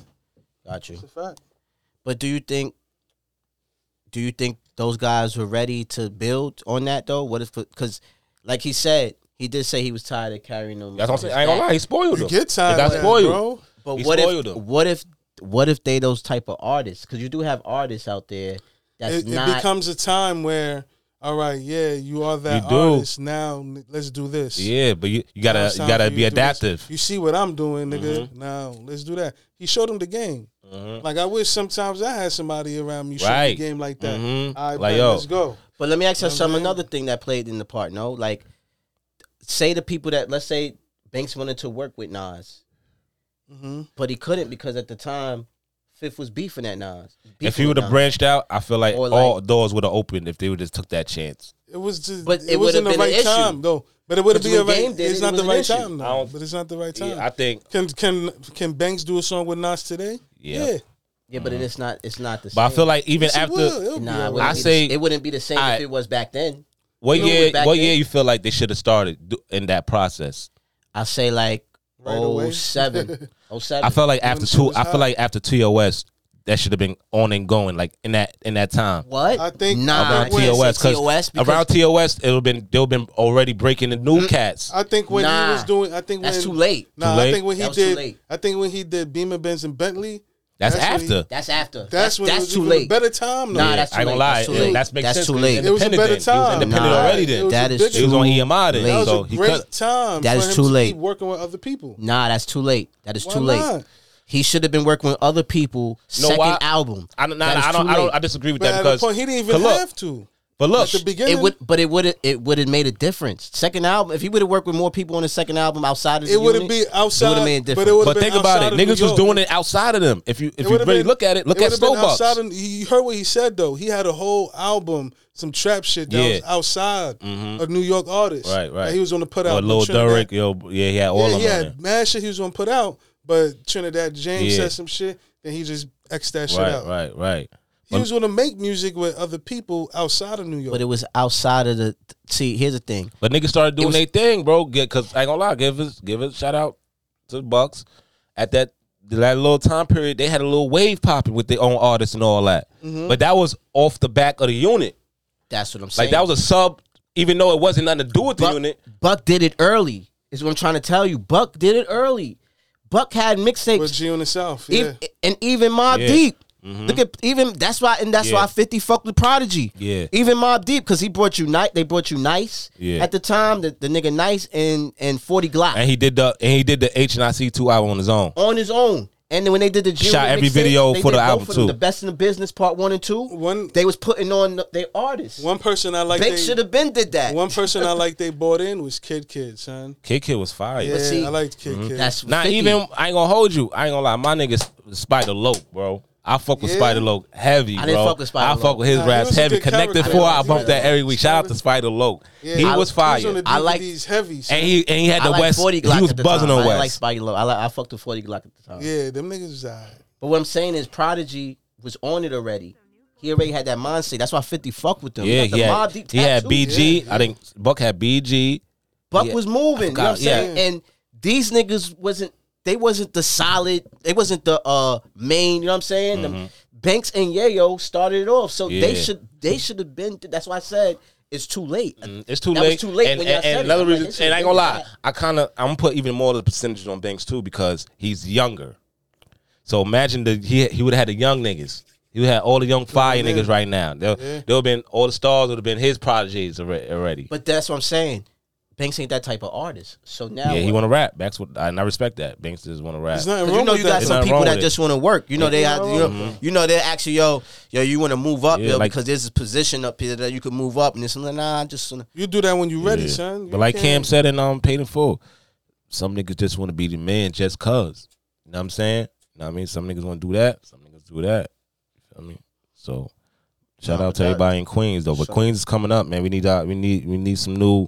C: Got you.
D: it's a fact.
C: But do you think? Do you think those guys were ready to build on that though? What if? Because, like he said, he did say he was tired of carrying them.
E: That's what I'm saying. I ain't gonna lie, he spoiled
D: You
E: them.
D: get
E: They
D: tired
E: got
D: of that,
E: spoiled.
D: bro.
C: But
E: He
C: what if?
E: spoiled 'em.
C: What if? What if they those type of artists? Because you do have artists out there that's
D: It, it
C: not.
D: becomes a time where, all right, yeah, you are that
E: You do.
D: artist. Now n- let's do this.
E: Yeah, but you, you gotta
D: Now it's
E: you
D: time
E: gotta
D: for
E: be
D: to do this.
E: adaptive. Mm-hmm.
D: You see what I'm doing, nigga. Now let's do that. He showed him the game. Like I wish sometimes I had somebody around me showing the
E: Right.
D: game like that.
E: Mhm.
D: All right,
E: Like,
D: bet,
E: yo.
D: let's go.
C: But let me ask you
D: You know what I'm
C: some
D: saying?
C: another thing that played in the part. No, like say the people that let's say Banks wanted to work with Nas,
D: Mhm.
C: but he couldn't because at the time Fifth was beefing at Nas.
E: if
C: beefing
E: he
C: with
E: would
C: Nas.
E: have branched out, I feel like,
C: Or
E: all
C: like-
E: doors would have opened if they would just took that chance.
D: It was just,
C: But
D: it,
C: it
D: wasn't
C: would've
D: the
C: been an
D: right
C: issue.
D: time though. But it would have
C: Because
D: been a
C: when
D: right.
C: Game did it,
D: it's
C: it
D: not
C: was
D: the
C: an
D: right
C: issue.
D: time
E: I
D: though.
E: don't-
D: But it's not the right time.
E: Yeah, I think.
D: Can can can Banks do a song with Nas today?
E: Yeah.
C: Yeah, but it's not. It's not the same.
E: But I feel like even
D: Yes, it will.
E: after
D: It'll be
C: nah, it
D: all
C: wouldn't
E: I
C: be the-
E: say-
C: it wouldn't be the same
E: I-
C: if it was back then.
E: what
C: You know,
E: year
C: back
E: what
C: then-
E: year you feel like they should have started do, in that process?
C: I say like
D: Right
C: oh
D: away.
C: seven, oh seven.
E: I felt like after
D: it
E: two,
D: was
E: I feel
D: hot.
E: like after TOS, that should have been on and going like in that in that time.
C: what
D: I think-
C: nah
D: I
E: Around
D: think when-
E: TOS, 'cause
C: TOS because
E: around TOS, it'll been they'll been already breaking the new cats.
D: I think when
C: Nah.
D: he was doing, I think
C: that's
D: when
C: too late.
D: Nah,
E: Too
D: I
E: late?
D: think when he
C: That was too
D: did,
C: late.
D: I think when he did Beamer Benz and Bentley.
E: that's,
D: that's when he-
E: after.
C: That's after. That's
D: That's,
C: that's,
D: when it was
C: too
D: even a
C: late.
D: Better time. Though.
C: Nah, that's too
E: I ain't gonna
C: late.
E: lie,
C: That's too
E: yeah,
C: late.
E: that's makes
C: That's
E: sense.
C: too
E: He
C: late.
D: It was a
E: independent
D: better
E: then. He was
D: time.
E: independent
C: Nah,
E: already
D: it
E: then.
D: was
C: that
D: a
C: is
D: big-
E: He was on EMI then.
C: That
D: that was
E: so
D: a
E: he
D: great
E: cut.
D: time.
C: That
D: for
C: is
D: him
C: too
D: to
C: late.
D: Keep working with other people.
C: Nah, that's too late. That is
D: Why
C: too late.
D: not?
C: He should have been working with other people.
E: Know
C: second
E: why?
C: album.
E: I don't, nah,
C: That is
E: I don't,
C: too
E: I don't,
C: late.
E: I disagree with
D: But
E: that
D: at
E: because
D: the point, he didn't even
E: but look,
D: have to.
E: But look,
D: At the beginning,
C: It would, but it would, it would have made a difference. Second album, if he would have worked with more people on the second album outside of the
D: It wouldn't
C: unit,
D: be outside,
C: It would have been
D: but it
C: different.
D: would've
E: but
D: been
E: think about
D: outside
E: it.
D: of New
E: Niggas was
D: York.
E: doing it outside of them. If you if
D: It
E: you
D: would've
E: really
D: been-
E: look at it, look at
D: would've been outside
E: Slowbox.
D: of- you heard what he said though. He had a whole album, some trap shit that
E: Yeah. Mm-hmm.
D: was outside of New York artists.
E: Right, right.
D: That he was going to put out.
E: Or
D: but
E: Lil
D: Trinidad-
E: Durk, yo, yeah, he had all
D: yeah,
E: of
D: he
E: them. on
D: had mad shit he was going to put out, but Trinidad James
E: Yeah.
D: said some shit, and he just x that
E: there.
D: shit out.
E: Right, right, right.
D: He was going to make music with other people outside of New York.
C: but it was outside of the. See, here's the thing.
E: But niggas started doing
C: was-
E: their thing, bro. Get cause I ain't gonna lie, give us give us shout out to the Bucks. At that that little time period, they had a little wave popping with their own artists and all that.
D: Mm-hmm.
E: But that was off the back of the unit.
C: That's what I'm
E: Like
C: saying.
E: that was a sub, even though it wasn't nothing to do with the
C: Buck,
E: unit.
C: Buck did it early. Is what I'm trying to tell you. Buck did it early. Buck had
D: with
C: mixtapes,
D: G on the South. Yeah.
C: ev- and even Mob
E: Yeah. Mm-hmm.
C: Deep. Look at even that's why and that's
E: Yeah.
C: why Fifty fucked with Prodigy.
E: Yeah.
C: even Mob Deep because he brought you night. They brought you nice.
E: Yeah.
C: at the time the, the nigga nice and and Forty Glock
E: And he did the and he did the H and I C two album on his own.
C: on his own. And then when they did the Junior
E: Shot every
C: mixtape,
E: video
C: they
E: for
C: did
E: the
C: both
E: album,
C: of them,
E: too.
C: The best in the business part one and two.
D: One-
C: they was putting on the- their artists.
D: one person I like.
C: Bake should have been did that.
D: One person I like they bought in was Kid Kid, son.
E: Kid Kid was fire.
D: Yeah,
C: see,
D: I liked Kid
E: Mm-hmm.
D: Kid.
C: that's
E: Not
C: 50.
E: even I ain't gonna hold you. I ain't gonna lie. My niggas Spider Loke, bro. I fuck with
D: Yeah.
E: Spider Loke heavy,
C: I
E: bro.
C: didn't fuck with Spider
E: I fuck
C: Loke.
E: with his
D: Nah, he
E: raps
D: was a
E: heavy.
D: good
E: Connected
D: character.
E: four, I
D: Yeah.
E: bump that every week. Shout out to Spider Loke. He
D: I-
E: was
D: He was on
E: fire.
D: the
C: I like-
D: DVDs heavy. Son.
E: And he and he had
C: I
E: the
C: like
E: West.
C: 40
E: He
C: Glock
E: was
C: at the
E: buzzing
C: time. I
E: on
C: didn't like
E: West.
C: Spidey Low. I, like, I fucked with 40 Glock at the time.
D: yeah, them niggas was alright.
C: But what I'm saying is Prodigy was on it already. He already had that mindset. That's why 50 fucked with them.
E: Yeah,
C: he got the
E: he
C: Mobb
E: had
C: Deep
E: he had
C: tattoo.
E: BG. I think Buck had BG.
C: Buck
E: yeah.
C: was moving. You know what I'm
E: forgot, yeah.
C: saying? And these niggas wasn't they wasn't the solid, they wasn't the uh main, you know what I'm saying? The Banks and Yayo started it off. So they
E: Mm-hmm. Yeah.
C: should they should have been that's why I said it's too late.
E: It's too
C: That was
E: late.
C: too late
E: And,
C: when y'all
E: and,
C: said
E: and
C: it.
E: another
C: I'm like,
E: reason,
C: this shit
E: and I ain't
C: really
E: gonna lie,
C: bad.
E: I kind of I'm gonna put even more of the percentages on Banks too because he's younger. So imagine that he he would have had the young niggas. He would have all the young fire niggas right now. There there have been all the stars would have been his prodigies alre- already.
C: But that's what I'm saying. Banks ain't that type of artist. So now
E: yeah, he
C: what?
E: want to rap. Banks would, and I respect that. Banks just want to rap.
D: There's nothing
C: 'Cause
D: wrong
C: you know
D: with
C: you
D: that.
C: got
E: It's
C: some
E: not
C: people
E: wrong
C: that
E: with it.
C: just want to work. You know they have. You know, you know they actually yo yo you want to move up
E: Yeah,
C: yo
E: like-
C: because there's a position up here that you could move up and it's like nah I'm just gonna-
D: You do that when you ready,
E: Yeah.
D: son. You
E: But like
D: can't-
E: Cam said and um paid in full, some niggas just want to be the man just cause. You know what I'm saying? You know what I mean? Some niggas want to do that. Some niggas do that. You feel me? So shout out to everybody in Queens though. But Queens is coming up, man. We need uh, we need we need some new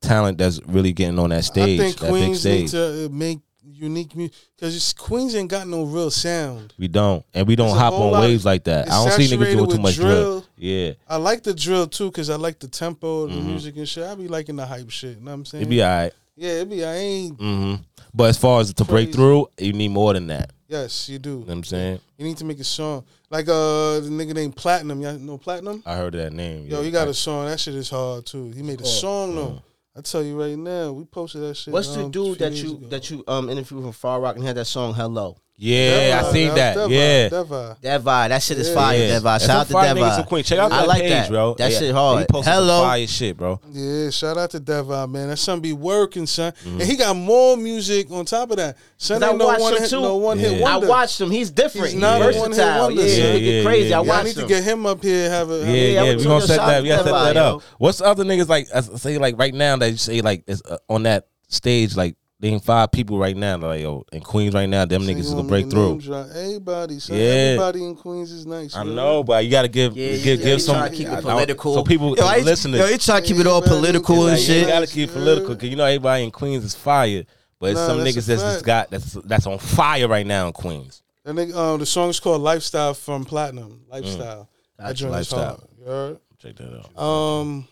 E: talent that's really getting on that stage,
D: I think
E: that big
D: Queens need
E: stage.
D: to uh, make unique music because Queens ain't got no real sound.
E: we don't, and we
D: There's
E: don't
D: a
E: hop
D: whole
E: on
D: lot-
E: waves like that.
D: it's
E: I don't see niggas
D: saturated
E: doing too
D: with
E: much drill.
D: drill.
E: Yeah,
D: I like the drill too because I like the tempo, of the music and shit. I be liking the hype shit. You know what I'm saying?
E: Mm-hmm. it be alright.
D: yeah, it be. I ain't.
E: Mm-hmm. But as far as to break
D: Crazy.
E: through, you need more than that.
D: Yes, you do.
E: You know what I'm saying?
D: You need to make a song like uh the nigga named Platinum. Y'all know Platinum?
E: I heard that
D: Yo,
E: name. Uh, yeah. Oh,
D: he got a song. That shit is hard too. He made a song though. I tell you right now, we posted that shit.
C: What's the
D: um, a few
C: dude that
D: years
C: you
D: ago.
C: that you um interviewed from Far Rock and had that song Hello?
E: Yeah, I
D: vibe,
E: seen that.
D: was
E: Yeah.
D: vibe, that vibe.
C: That vibe, that shit is fire. That vibe.
E: That's
C: Shout out
E: some
C: to
E: fire
C: that
E: niggas in
C: vibe.
E: Queens. Check out
C: I
E: that
C: like
E: page,
C: that.
E: bro.
C: That
E: Yeah.
C: shit hard.
E: He posted
C: Hello.
E: some fire shit, bro.
D: Yeah, shout out to Devon, man. That son be working, son. And he got more music on top of that. Son
C: 'Cause I
D: ain't no
C: watched
D: one,
C: him
D: hit,
C: too.
D: no one hit
E: Yeah.
C: I
D: wonder.
C: watched him. He's different.
D: He's not
E: a
C: He's
E: one-hit
C: versatile.
D: wonder,
C: Yeah,
D: son.
C: he
E: Yeah,
C: get crazy.
E: yeah,
C: I
E: yeah.
D: Yeah, I
C: watched
D: need to
C: him.
D: get him up here. Have a
E: Yeah, yeah,
C: I
E: we
C: was
E: gonna
C: gonna
E: set
C: shout
E: that. We gotta
C: that
E: set that
C: out,
E: up.
C: yo.
E: What's other niggas like? I say like right now that you say like is, uh, on that stage like they ain't five people right now like yo in Queens right now them niggas is gonna break through.
D: Everybody, son.
E: Yeah.
D: Everybody in Queens is nice.
E: I
D: man.
E: know, but you gotta give
C: Yeah,
E: give
C: yeah,
E: give
C: he
E: some
C: tryna keep
E: I- I-
C: it political.
E: so people
C: yo, I-
E: listen to
C: Yo, he trying to keep it all
D: Everybody
C: political
D: looking
C: and
E: like,
D: like
E: you
C: shit.
E: gotta keep it political because you know everybody in Queens is fire, but it's
D: Nah,
E: some
D: that's a
E: niggas that's
D: fact.
E: just got that's that's on fire right now in Queens.
D: That nigga, um, the song is called "Lifestyle" from Platinum. Lifestyle. That joint is hard.
E: Mm. Lifestyle.
D: You heard?
E: Check that out.
D: Um,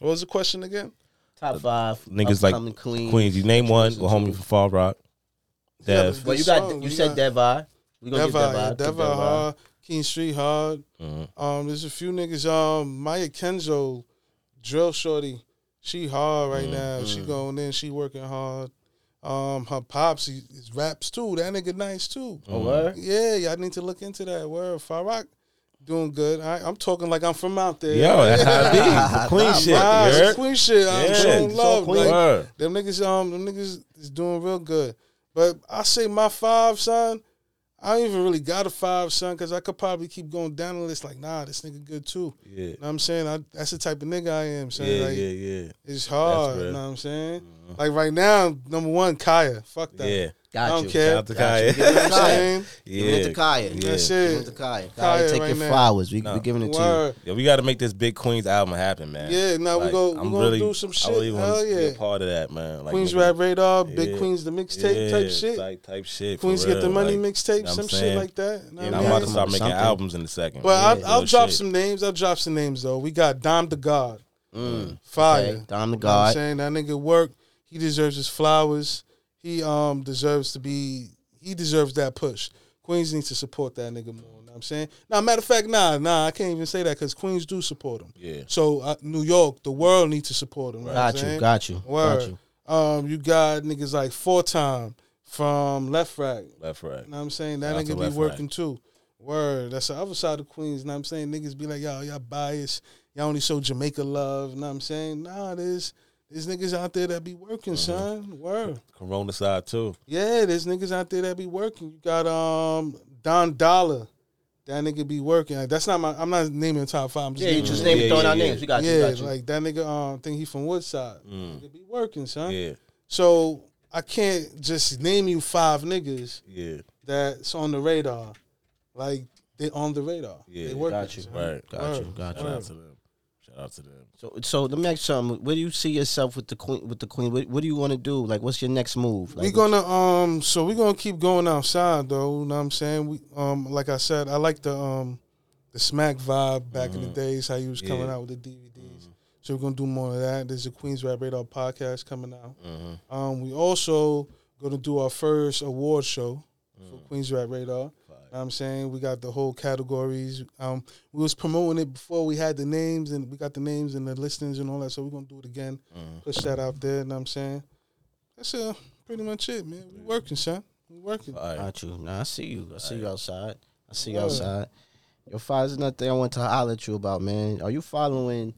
D: what was the question again?
C: Top five
E: niggas like
C: upcoming Queens.
E: Queens. You name one,
C: listen
E: a homie
C: to.
E: from Fall Rock.
D: Yeah,
E: Dev.
C: Well, you
D: song,
C: got you
D: we
C: said
D: got-
C: Devi. We gonna give
D: Devi, yeah,
C: Devi.
D: Devi hard, King Street hard.
E: Mm-hmm.
D: Um, there's a few niggas. Um, Maya Kenzo, drill shorty, she hard
E: Mm-hmm.
D: right now. She going in, she working hard. Um, her pops, he, his raps too. That nigga nice too.
C: Oh, word?
D: Yeah, y'all need to look into that. Where Farrock doing good. I, I'm talking like I'm from out there.
E: Yo, that's how it be. Some Queen shit.
D: Nah,
E: you
D: some
E: heard?
D: queen shit. I'm
E: Yeah.
D: showing love.
E: Queen.
D: like,
E: Word.
D: them niggas, um, them niggas is doing real good. But I say my five, son. I don't even really got a five, son, because I could probably keep going down the list. Like, nah, this nigga good too.
E: Yeah.
D: You know what I'm saying? I, that's the type of nigga I am, son.
E: Yeah,
D: like,
E: yeah, yeah.
D: It's hard.
E: That's
D: You
E: real. Uh-huh.
D: know what I'm saying? Like right now, number one, Kaya. Fuck that.
E: Yeah.
D: I
C: Got
D: don't
C: you.
D: care.
E: Shout out to Kaya.
D: You know what I'm saying?
E: Yeah.
C: Give it to Kaya.
E: Yeah.
D: That's
C: Give it
D: it.
C: to Kaya. Kaya,
D: Kaya
C: take
D: right
C: your
D: now.
C: flowers. We,
E: No.
C: we giving it to you.
D: Word.
E: Yeah, we got to make this Big Queens album happen, man.
D: Yeah, no, we go- we
E: I'm
D: gonna
E: really-
D: do some shit.
E: I really wanna
D: Hell
E: be
D: yeah.
E: a part of that, man. Like,
D: Queens
E: nigga,
D: Rap Radar,
E: Yeah.
D: Big Queens the mixtape
E: yeah,
D: type shit.
E: Type, type shit. for
D: Queens
E: real.
D: get the money
E: like,
D: mixtape,
E: you know what
D: some
E: I'm
D: shit
E: saying?
D: like that. You know
E: And
D: what
E: I'm
D: I
E: about
D: mean?
E: to start making
C: Something.
E: albums in a second.
D: But
E: Yeah.
D: I'll, I'll
E: Real
D: drop
E: shit.
D: some names. I'll drop some names though. We got Dom the God,
C: Mm.
D: fire.
C: Okay. Dom the
D: You know what I'm
C: God.
D: saying that nigga work. He deserves his flowers. He um deserves to be. He deserves that push. Queens needs to support that nigga more. You know what I'm saying. Now, matter of fact, nah, nah, I can't even say that because Queens do support him.
E: Yeah.
D: So uh, New York, the world needs to support him. Right?
C: Got you. Got you.
D: Word.
C: Got you.
D: Um, you got niggas like Four Time from Left Rack.
E: Left, right.
D: You know what I'm saying? That
E: Shout out to
D: nigga be
E: Left
D: working too. Word. That's the other side of Queens. You know what I'm saying? Niggas be like, y'all, y'all biased. Y'all only show Jamaica love. You know what I'm saying? Nah, there's, there's niggas out there that be working,
E: Uh-huh.
D: son. Word.
E: Corona side too.
D: Yeah, there's niggas out there that be working. You got um Don Dollar. That nigga be working. Like, that's not my, I'm not naming the top five. I'm just
C: Yeah, you
D: naming
C: just
D: them.
C: name
E: Yeah,
C: throwing
E: yeah,
C: out
E: yeah.
C: names. We got you.
D: Yeah,
C: got you.
D: like that nigga, um, think he from Woodside. Nigga be working, son.
E: Mm. Yeah,
D: So I can't just name you five niggas
E: yeah,
D: that's on the radar. Like they on the radar.
E: Yeah,
D: they work
C: got you.
E: right.
C: Got you. Got
E: Shout
C: you.
E: out to them. Shout out to them.
C: So, so let me ask you something. Where do you see yourself with the queen? With the queen, what, what do you want to do? Like, what's your next move? Like,
D: we gonna um so we gonna keep going outside though, you know what I'm saying? We um like I said, I like the um the smack vibe back
C: Mm-hmm.
D: in the days, how you was coming
E: Yeah.
D: out with the DVDs. So we're gonna do more of that. There's a Queens Rap Radar podcast coming out.
C: Mm-hmm.
D: Um we also gonna do our first award show
C: Mm.
D: for Queens Rap Radar. You know what I'm saying we got the whole categories. Um, we was promoting it before we had the names, and we got the names and the listings and all that. So we're gonna do it again, push that out there. You know what I'm saying that's uh, pretty much it, man. We working, son. We working.
E: All right.
C: Got you. Nah, I see you. I see you outside. I see you outside. Yo, Fi, there's nothing I want to holler at you about, man. Are you following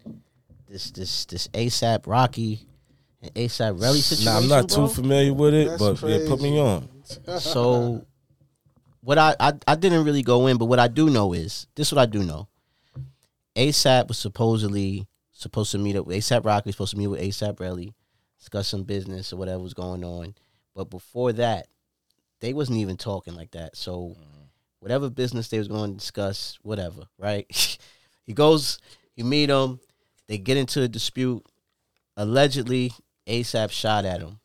C: this this this ASAP Rocky and ASAP Rally situation?
E: Nah, I'm not too
C: bro?
E: familiar with it,
D: That's
E: but yeah, put
D: crazy.
E: me on.
C: So what I, I I didn't really go in, but what I do know is this is what I do know. ASAP was supposedly supposed to meet up with ASAP Rocky was supposed to meet with ASAP Rally, discuss some business or whatever was going on. But before that, they wasn't even talking like that. So whatever business they was going to discuss, whatever, right? he goes, you meet him, they get into a dispute. Allegedly, ASAP shot at him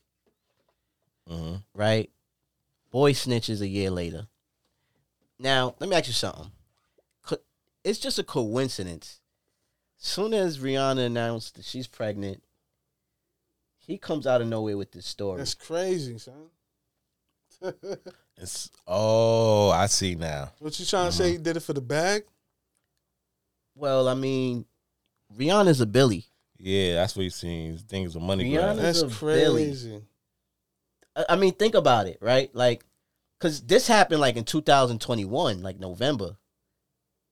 E: Mhm.
C: right? Boy snitches a year later. Now, let me ask you something. Co- It's just a coincidence. Soon as Rihanna announced that she's pregnant, he comes out of nowhere with this story.
D: That's crazy, son.
E: It's oh, I see now.
D: What you trying to say? You did it for the bag?
C: Well, I mean, Rihanna's a Billy.
E: Yeah, that's what you seen. Things of money
C: Rihanna?
E: grab.
D: That's
C: a Billy.
D: crazy.
C: I I mean, think about it, right? Like, because this happened like in 2021, like November,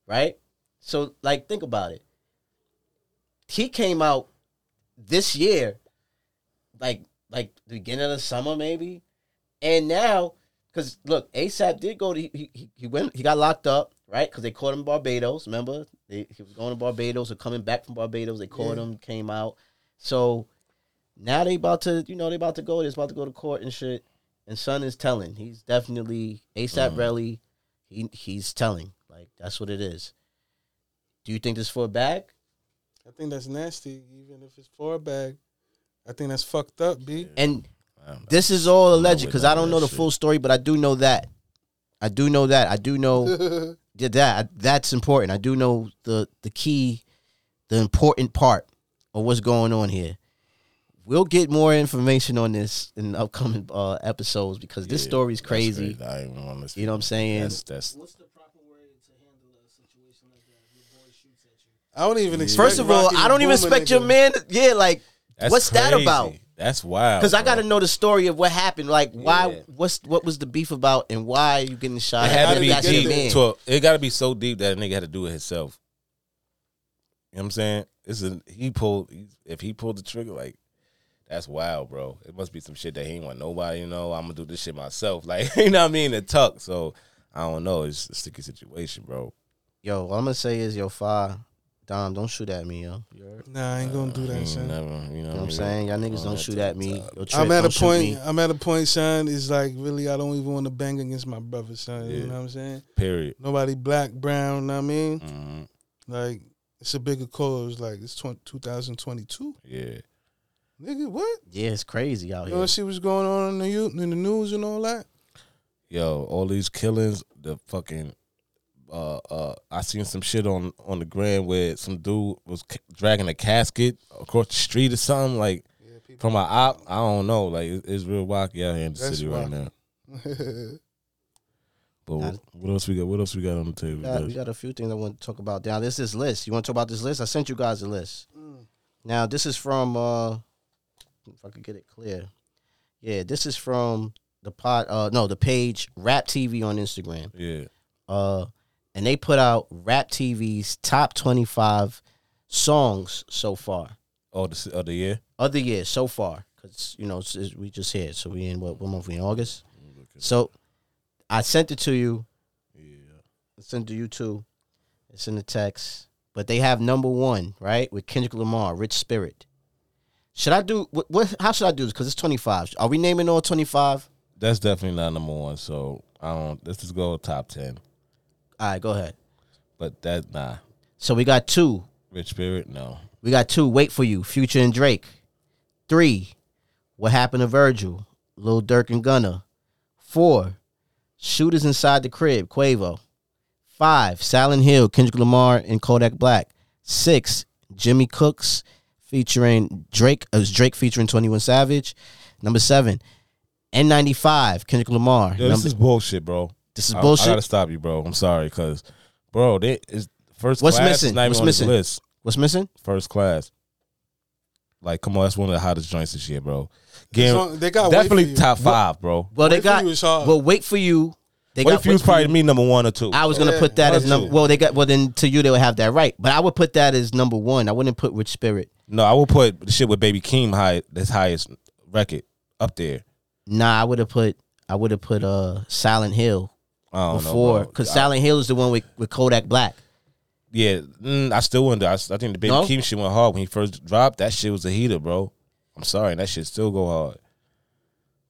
C: right? So, like, think about it. He came out this year, like, like the beginning of the summer, maybe, and now, because look, ASAP did go to he, he he went he got locked up, right? Because they caught him in Barbados. Remember, they, he was going to Barbados or coming back from Barbados. They caught him, came out. So now they about to, you know, they about to go. They're about to go to court and shit. And son is telling. He's definitely ASAP Rally. He he's telling. Like that's what it is. Do you think this for a bag?
D: I think that's nasty, even if it's for a bag. I think that's fucked up, B.
C: And
E: I don't know.
C: this is all alleged
E: we
C: because
E: know
C: I don't know
E: that
C: the
E: shit.
C: full story, but I do know that. I do know that. I do know that that that's important. I do know the the key, the important part of what's going on here. We'll get more information on this in the upcoming uh, episodes because this
E: Yeah,
C: story is
E: that's
C: crazy.
E: I ain't even want to.
C: You know what I'm saying?
E: That's that's
F: What's the proper way to handle a situation like that? Your boy shoots at you.
D: I don't even expect.
C: First of all,
D: Rocky to
C: I don't even
D: boom a
C: expect your
D: nigga.
C: man. Yeah, like
E: that's
C: what's that
E: crazy.
C: about?
E: That's wild.
C: Because I
E: bro.
C: got to know the story of what happened. Like why?
E: Yeah.
C: What's what was the beef about, and why are you getting shot?
E: It
C: at?
E: had
D: How
E: to
D: did
E: be
D: he
C: That's
D: get
C: your
E: deep.
D: there?
C: man.
E: To a, it got to be so deep that a nigga had to do it himself. You know what I'm saying? It's a he pulled. If he pulled the trigger, like That's wild, bro. It must be some shit that he ain't want nobody to know. I'm gonna do this shit myself. Like, you know what I mean? The tuck. So I don't know. It's a sticky situation, bro.
C: Yo, all I'm gonna say is yo, Fi, Dom, don't shoot at me, yo. You know
D: Nah, I ain't gonna do that, son.
E: Never, you know
C: what I'm saying? Y'all
E: Oh,
C: niggas don't shoot at me. Yo, Trick,
D: I'm at a
C: don't shoot
D: point.
C: me.
D: I'm at a point, son. Is like really, I don't even want to bang against my brother, son. You know what I'm saying?
E: Period.
D: Nobody black, brown. Know what I mean,
E: Mhm.
D: like it's a bigger cause. Like it's 20, 2022,
E: Yeah.
D: nigga. What?
C: Yeah, it's crazy out
D: You
C: here.
D: don't see what's going on in the u- in the news and all that.
E: yo, all these killings, the fucking uh uh I seen some shit on on the gram where some dude was c- dragging a casket across the street or something like from a op. I don't know, like it- it's real wacky out here in the
D: That's
E: city right
D: wacky.
E: now. But wh- what else we got? What else we got on the table?
C: We got, we
E: Dutch?
C: got a few things I want to talk about. Now, this is list. You want to talk about this list? I sent you guys a list.
D: Mm.
C: Now, this is from, uh, if I could get it clear. Yeah, this is from the pod, uh, no, the page Rap TV on Instagram.
E: Yeah,
C: Uh, and they put out Rap TV's top 25 songs so far,
E: oh the of the year.
C: other years so far. Because, you know, it's, it's- we just here. So we in what, what month? We in August? So I sent it to you.
E: Yeah,
C: It's in to you too. It's in the text. But they have number one, right? With Kendrick Lamar, Rich Spirit. Should I do what, what how should I do this? Because it's twenty five. Are we naming all twenty five?
E: that's definitely not number one. So I don't. Let's just go top ten.
C: All right, go ahead.
E: But that nah,
C: So we got two.
E: Rich Spirit no.
C: We got two, Wait For You, Future and Drake. Three, What Happened to Virgil, Lil Durk and Gunna. Four, Shooters Inside the Crib, Quavo. Five, Silent Hill, Kendrick Lamar and Kodak Black. Six, Jimmy Cooks featuring Drake. It was Drake featuring 21 Savage. Number seven, N95, Kendrick Lamar.
E: Yo, this
C: Number-
E: is bullshit, bro.
C: this is
E: I-
C: bullshit.
E: I, gotta stop you, bro. I'm sorry, cause bro, they is first
C: What's
E: class
C: missing?
E: is not even
C: What's
E: on
C: missing?
E: the list.
C: What's missing?
E: First class. Like, come on, that's one of the hottest joints this year, bro.
D: It's
E: Game,
D: on- they got Wait For
E: definitely
D: You.
E: top five, bro.
C: Well,
D: Wait
C: they
D: For
C: got.
D: You is hard.
C: Well, Wait For You. They
E: What
C: got
E: if you was
C: For
E: probably me number one or two?
C: I was gonna
D: Yeah,
C: put that as
D: that's
C: number.
D: it.
C: Well, they got. Well, then to you they would have that right. But I would put that as number one. I wouldn't put Rich Spirit.
E: no, I will put the shit with Baby Keem high, this highest record up there.
C: Nah, I would have put. I would have put uh Silent Hill
E: I don't
C: before
E: know, bro.
C: because Silent Hill is the one with, with Kodak Black.
E: Yeah, mm, I still wonder. I, s- I think the Baby
C: No?
E: Keem shit went hard when he first dropped. That shit was a heater, bro. I'm sorry, that shit still go hard.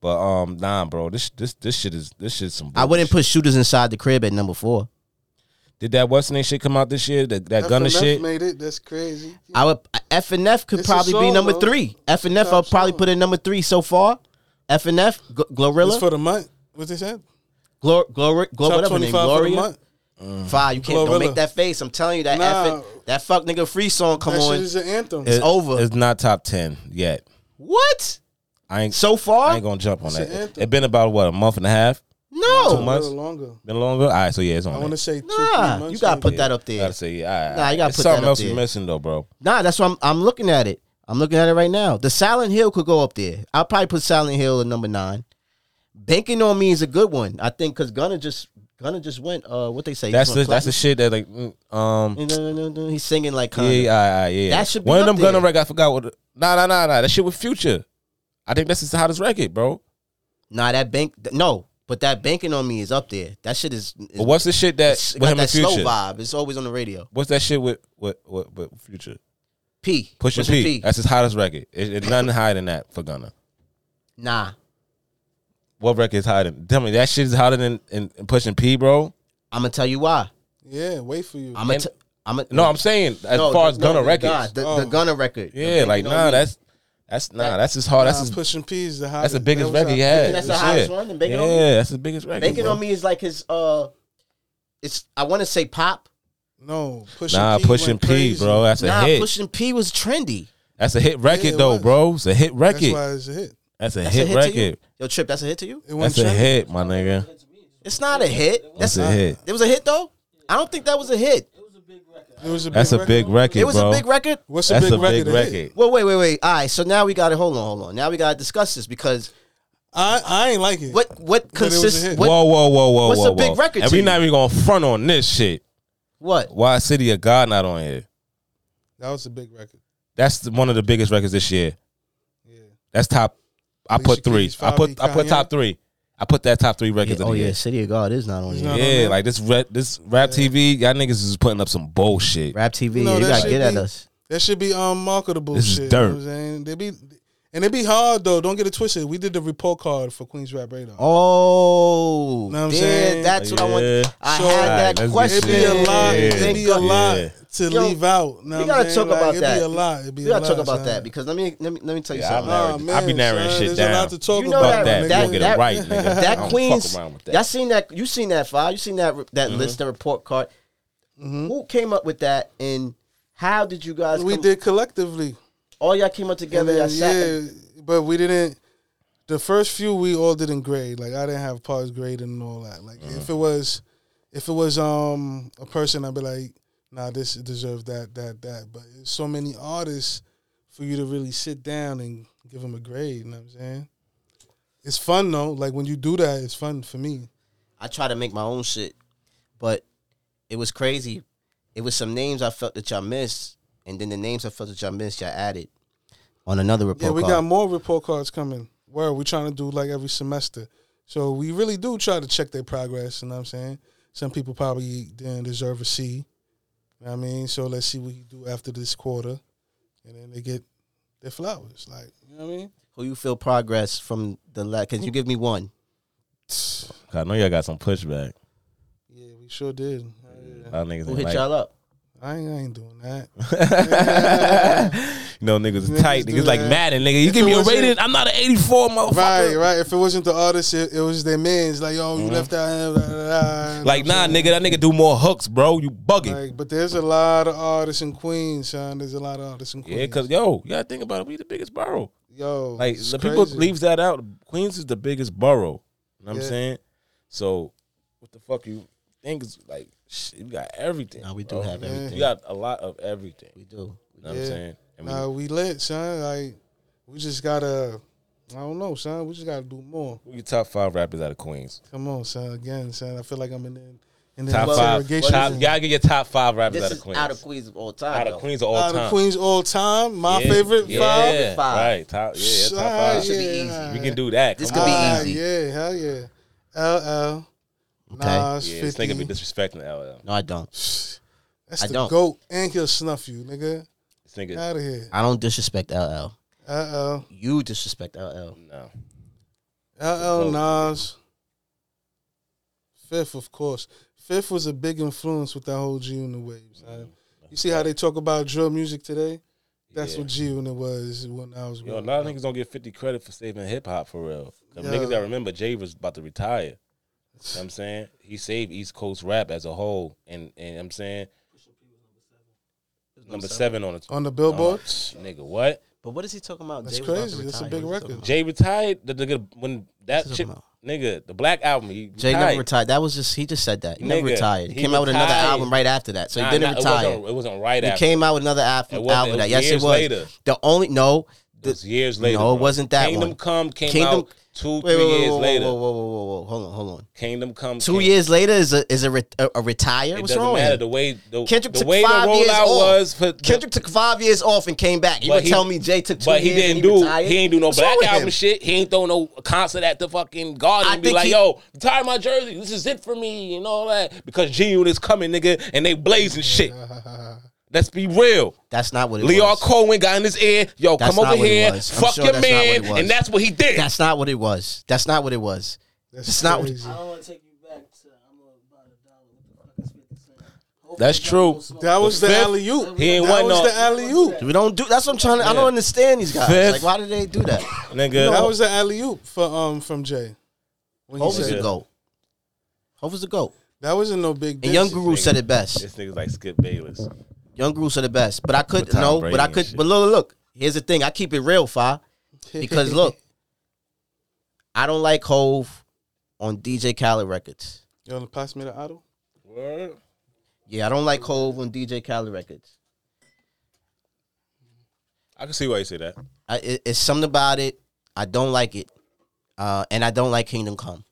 E: But um, nah, bro, this this this shit is this shit some.
C: I wouldn't put
E: bullshit.
C: Shooters Inside the Crib at number four.
E: Did that what's name shit come out this year? That that Gunna
D: FNF
E: shit.
D: made it. That's crazy.
C: I would F and F could
D: It's a
C: probably be
D: song,
C: number
D: though.
C: three. F and F I'll
D: Top
C: probably
D: song.
C: put in number three so far. F and F, G-
D: It's
C: Glorilla,
D: for the month. What they said?
C: Glor, Glor, Glor,
D: Top
C: whatever
D: twenty
C: name,
D: five for the
C: Gloria.
D: month.
C: Five, you can't don't
D: Glorilla.
C: make that face. I'm telling you that
D: Nah.
C: F that fuck nigga free song. Come
D: That
C: on,
D: shit is an anthem.
E: It's
C: over.
E: It's not top ten yet.
C: what?
E: I ain't.
C: So
E: I
C: far,
E: ain't gonna jump on
D: It's
E: that.
D: an anthem.
E: It been about what a month and a half.
D: It's a
C: no.
E: months.
D: little longer.
E: Been longer. All right, so yeah, it's on.
D: I
E: there.
D: want to say two, three
C: Nah,
D: months
C: you gotta
D: maybe.
C: put that up there.
E: Gotta say yeah. all right,
C: Nah,
E: all
C: you gotta
E: right.
C: put
E: something
C: that up
E: else
C: there.
E: we missing though, bro.
C: Nah, that's what I'm, I'm looking at it. I'm looking at it right now. The Silent Hill could go up there. I'll probably put Silent Hill at number nine. Banking on me is a good one, I think, because Gunna just Gunna just went. Uh, what they say?
E: That's the that's the shit that like mm, um.
C: the. He's singing like
E: Yeah,
C: kinda.
E: yeah, all right, yeah.
C: That should be
E: one
C: up
E: of them
C: there.
E: Gunna records. I forgot what. Nah, nah, nah, nah. That shit with Future. I think that's his hottest record, bro.
C: Nah, that bank. th- No, but that banking on me is up there. That shit is. is
E: But what's the shit that
C: it's
E: with
C: got
E: him
C: that
E: and
C: slow
E: Future?
C: vibe. It's always on the radio.
E: What's that shit with with with, with Future?
C: P.
E: Push your
C: Pusha
E: P. That's his hottest record. It, it's nothing higher than that for Gunna.
C: Nah,
E: What record is hotter? Tell me that shit is hotter than in, in pushing P, bro.
C: I'm gonna tell you why.
D: Yeah, wait for you.
C: I'm gonna.
E: And-
C: T- I'm a,
E: No, I'm saying as
C: No,
E: far as
C: no,
E: Gunna
C: the-
E: records.
C: nah, the, the
D: Oh.
C: Gunna record. The
E: yeah, like
C: Banking on
E: nah,
C: Me.
E: that's that's nah, that's his hard. That's
D: Nah,
E: his
D: pushing P is the hottest.
E: that's the biggest
D: That was
E: record he
D: our-
E: had.
C: that's the
E: Shit.
C: highest one, and Bacon
E: yeah,
C: on Me?
E: that's the biggest record.
C: Banking
E: bro.
C: on me is like his uh it's I wanna say pop.
D: No, pushing
E: Nah,
D: P
E: pushing
D: went
E: P,
D: crazy.
E: bro. That's a
C: nah,
E: hit.
C: pushing P was trendy.
E: that's a hit record
D: it
E: though,
D: was.
E: bro. It's a hit
D: That's
E: record.
D: why it's a hit.
E: That's a,
C: That's
E: hit,
C: a hit to you.
E: record.
C: Yo, Trip, that's a hit to you?
D: It went
E: That's a
D: trendy.
E: hit, my nigga.
C: It's not a hit.
E: That's
C: That's
E: a hit.
C: It was a hit though? I don't think that was a hit.
D: It was a
E: That's
D: big
E: a big
D: record.
E: record,
C: it was
E: bro.
C: a big record.
D: What's a
E: That's
D: big
E: a
D: record?
E: big
D: to hit?
E: record.
C: Well, wait, wait, wait. All right, so now we gotta hold on, hold on. Now we gotta discuss this because
D: I I ain't like it.
C: what what
D: But it was a
C: consists
D: hit.
C: what
E: whoa, whoa, whoa, whoa,
C: what's
E: whoa,
C: a big
E: whoa.
C: record
E: And
C: to
E: we
C: you?
E: not even gonna front on this shit.
C: what?
E: Why City of God not on here?
D: That was a big record.
E: That's the, one of the biggest records this year.
D: Yeah.
E: That's top. I
D: Alicia
E: put three.
D: Keys,
E: I put I put
D: Fabi,
E: top three. I put that top three
C: Yeah,
E: records. in
C: oh
E: the year.
C: yeah, City of God is not on
D: not
C: here.
D: on
E: Yeah,
D: there.
E: like this rap, this rap TV, y'all niggas is putting up some bullshit.
C: Rap TV,
D: No,
C: yeah, you
D: that
C: gotta
D: should
C: get at
D: be-
C: us.
D: That should be um marketable
E: This is
D: shit.
E: dirt.
D: You know what I'm saying? They be and it be hard though. Don't get it twisted. We did the report card for Queens Rap Radar.
C: Oh,
D: Know what I'm
C: yeah,
D: saying?
C: that's what I want.
E: Yeah.
C: I
D: So-
C: had
D: Alright,
C: that
E: let's get
C: question.
D: It'd be a lot.
E: Yeah.
D: It'd be a lot
E: Yeah.
D: to
C: Yo,
D: leave out. Know
C: we
D: what I'm
C: gotta
D: saying?
C: talk
D: Like,
C: about
D: it'd
C: that.
D: Be a lot. It'd be
C: We
D: a
C: gotta talk
D: lot,
C: about
D: son.
C: that because let me let me let me tell you
E: Yeah,
C: something.
E: I'm
C: Larry.
D: Oh,
E: be
D: man,
E: narrowing
D: son,
E: shit
D: there's A
E: down.
D: lot to talk
C: You know
D: about.
E: Fuck that.
C: that-
E: We
D: nigga.
E: gonna get
C: that-
E: it right, nigga. I
C: that
E: don't
C: Queens,
E: fuck around with that. Mm-hmm.
C: y'all seen that? You seen that file? You seen that that list, the report card? Who came up with that, and how did you guys?
D: Mm-hmm. we
C: come-
D: did collectively.
C: All y'all came up
D: And
C: together.
D: then,
C: y'all sat and-
D: yeah, but we didn't. The first few we all didn't grade. Like I didn't have parts graded and all that. Like if it was, if it was um a person, I'd be like, nah, this deserves that, that, that. But it's so many artists for you to really sit down and give them a grade. You know what I'm saying? It's fun though. Like when you do that, it's fun for me.
C: I try to make my own shit, but it was crazy. It was some names I felt that y'all missed, and then the names I felt that y'all missed, y'all added on another report
D: Yeah, we
C: card.
D: got more report cards coming. Where we trying to do like every semester. So we really do try to check their progress, you know what I'm saying? Some people probably didn't deserve a C. You know what I mean? So let's see what you do after this quarter. And then they get their flowers. Like, you know what I mean?
C: Who you feel progress from the last? Can you give me one?
E: I know y'all got some pushback.
D: Yeah, we sure did.
E: A lot of niggas
C: Who
E: ain't
C: hit
E: like,
C: y'all up?
D: I ain't, I ain't doing that.
E: you know, niggas is
D: Niggas
E: tight.
D: do
E: Niggas like
D: that.
E: Madden, nigga. You
D: If
E: give
D: it
E: me a
D: wasn't-
E: rating, I'm not an 84, motherfucker.
D: right, right. If it wasn't the artist, it, it was their mans. Like, yo, you left out. here, blah, blah, blah.
E: Mm-hmm. Like, nah, nigga, that nigga do more hooks, bro. You bugging.
D: Like, but there's a lot of artists in Queens, son. There's a lot of artists in Queens.
E: yeah, cause yo, you gotta think about it. We the biggest borough.
D: yo,
E: Like
D: it's
E: the people
D: crazy.
E: leaves that out. Queens is the biggest borough. You know what I'm
D: Yeah.
E: saying? So what the fuck you think is like shit, you got everything.
C: No, we do
E: bro.
C: have
E: You
C: everything.
E: got a lot of everything.
C: We do.
E: You know what I'm
D: Yeah.
E: saying? And we-
D: Nah, we lit, son. Like, we just gotta. I don't know, son. We just gotta do more.
E: who your top five rappers out of Queens?
D: Come on, son. Again, son. I feel like I'm in the, in the
E: Top
C: Well,
E: five.
D: interrogation
E: Top,
D: room.
E: gotta get your top five rappers
C: This
E: out of
C: is
E: Queens.
C: out of Queens of all time.
E: Out of
C: though.
E: Queens of all
D: Out
E: time.
D: of Queens all time. My
E: Yeah.
D: favorite
E: yeah.
D: five.
C: Five.
E: Right. Top. Yeah.
D: Son,
E: Top five.
C: should be easy.
D: yeah.
E: We can do that.
C: This
E: Come
C: could be
E: on.
D: Ah,
C: easy.
D: Yeah, hell yeah. LL.
C: Okay.
D: Nas,
E: Yeah,
D: 50.
E: this nigga be disrespecting LL.
C: No, I don't.
D: That's
C: I
D: the
C: don't.
D: goat, and he'll snuff you, nigga.
E: This nigga.
D: Out of here.
C: I don't disrespect LL.
D: LL,
C: You disrespect LL.
E: No.
D: LL, Nas. Fifth, of course. Fifth was a big influence with that whole G Unit wave.
E: Mm-hmm.
D: son. You see how they talk about drill music today? That's
E: Yeah.
D: what G Unit was when I was.
E: Yo, a
D: growing
E: lot of
D: up.
E: niggas don't get 50 credit for saving hip hop for real. The
D: Yeah.
E: niggas that remember Jay was about to retire. You know what I'm saying? He saved East Coast rap as a whole. And, and I'm saying, number seven on the
D: on the Billboard.
E: Oh, nigga, what?
C: But what is he talking about?
D: That's
C: Jay was about to
D: crazy. That's a
C: retire.
D: big
C: What is he
D: record.
C: talking
E: Jay retired. The nigga, when that
C: What's
E: shit,
C: it about?
E: nigga, the Black Album, he
C: Jay
E: retired.
C: never retired. That was just he just said that. He never
E: Nigga,
C: retired. He,
E: he
C: came out with another
E: retired.
C: album right after that. So he
E: Nah,
C: didn't
E: nah,
C: retire.
E: It wasn't, it wasn't right
C: He
E: after.
C: came out with another af-
E: It
C: album.
E: wasn't- it was
C: yes, it
E: years
C: was.
E: later.
C: The only no,
E: it was years later.
C: No, it
E: bro.
C: wasn't that
E: Kingdom
C: one.
E: Come came
C: Kingdom-
E: out two,
C: wait,
E: three
C: wait, wait,
E: years
C: whoa,
E: later.
C: Whoa, whoa, whoa, whoa, whoa, hold on, hold on.
E: Kingdom Come
C: Two
E: came-
C: years later is a is a, re- a, a retire.
E: It
C: What's
E: doesn't
C: wrong? with
E: matter
C: him?
E: the way the,
C: Kendrick
E: the
C: took
E: way the
C: five years
E: rollout
C: off.
E: was for the-
C: Kendrick took five years off and came back. You
E: But
C: would
E: he-
C: tell me Jay took two
E: But he
C: years
E: didn't
C: and
E: do
C: retired?
E: he ain't do no
C: What's wrong
E: black
C: with
E: album
C: him?
E: shit. He ain't throw no concert at the fucking garden
C: I
E: and be
C: think
E: like,
C: he-
E: yo, retire my jersey. This is it for me and all that. Because G Unit is coming, nigga, and they blazing shit. Let's be real.
C: That's not what it
E: Leon
C: was.
E: Cohen got in his ear, yo,
C: That's
E: come
C: not
E: over
C: what it
E: here,
C: was. I'm
E: fuck
C: sure
E: your
C: that's not what it
E: man,
C: was.
E: and that's what he did.
C: That's not what it was. That's not what it was.
D: That's
C: It's not-
D: crazy.
F: I don't want to take you back to I'm gonna buy the dollar. What the fuck is fifty cent? Hopefully
E: That's
F: y'all
E: true.
F: don't smoke.
D: That was the
E: Fifth,
D: alley oop.
E: he ain't
D: That
E: want
D: was
E: no-
D: the alley oop.
C: We don't do. That's what I'm trying to. I don't
E: Yeah.
C: understand these guys.
E: Fifth.
C: Like, why did they do that?
E: nigga.
D: That was the alley oop for um from Jay. When he
C: Hope is
D: said-
C: a goat. Hope is a goat.
D: that wasn't no big.
C: And
D: diss.
C: Young Guru
E: nigga.
C: said it best.
E: this nigga's like Skip Bayless.
C: Young Gru's are the best. But I could
E: Tom
C: no,
E: Brady
C: but I
E: and
C: could
E: shit.
C: but look, look, here's the thing. I keep it real, Fi. Because look, I don't like Hove on DJ Khaled records.
D: yo, pass me the auto.
E: Word?
C: Yeah, I don't like Hove on DJ Khaled records.
E: I can see why you say that.
C: I, it, it's something about it. I don't like it. Uh, and I don't like Kingdom Come.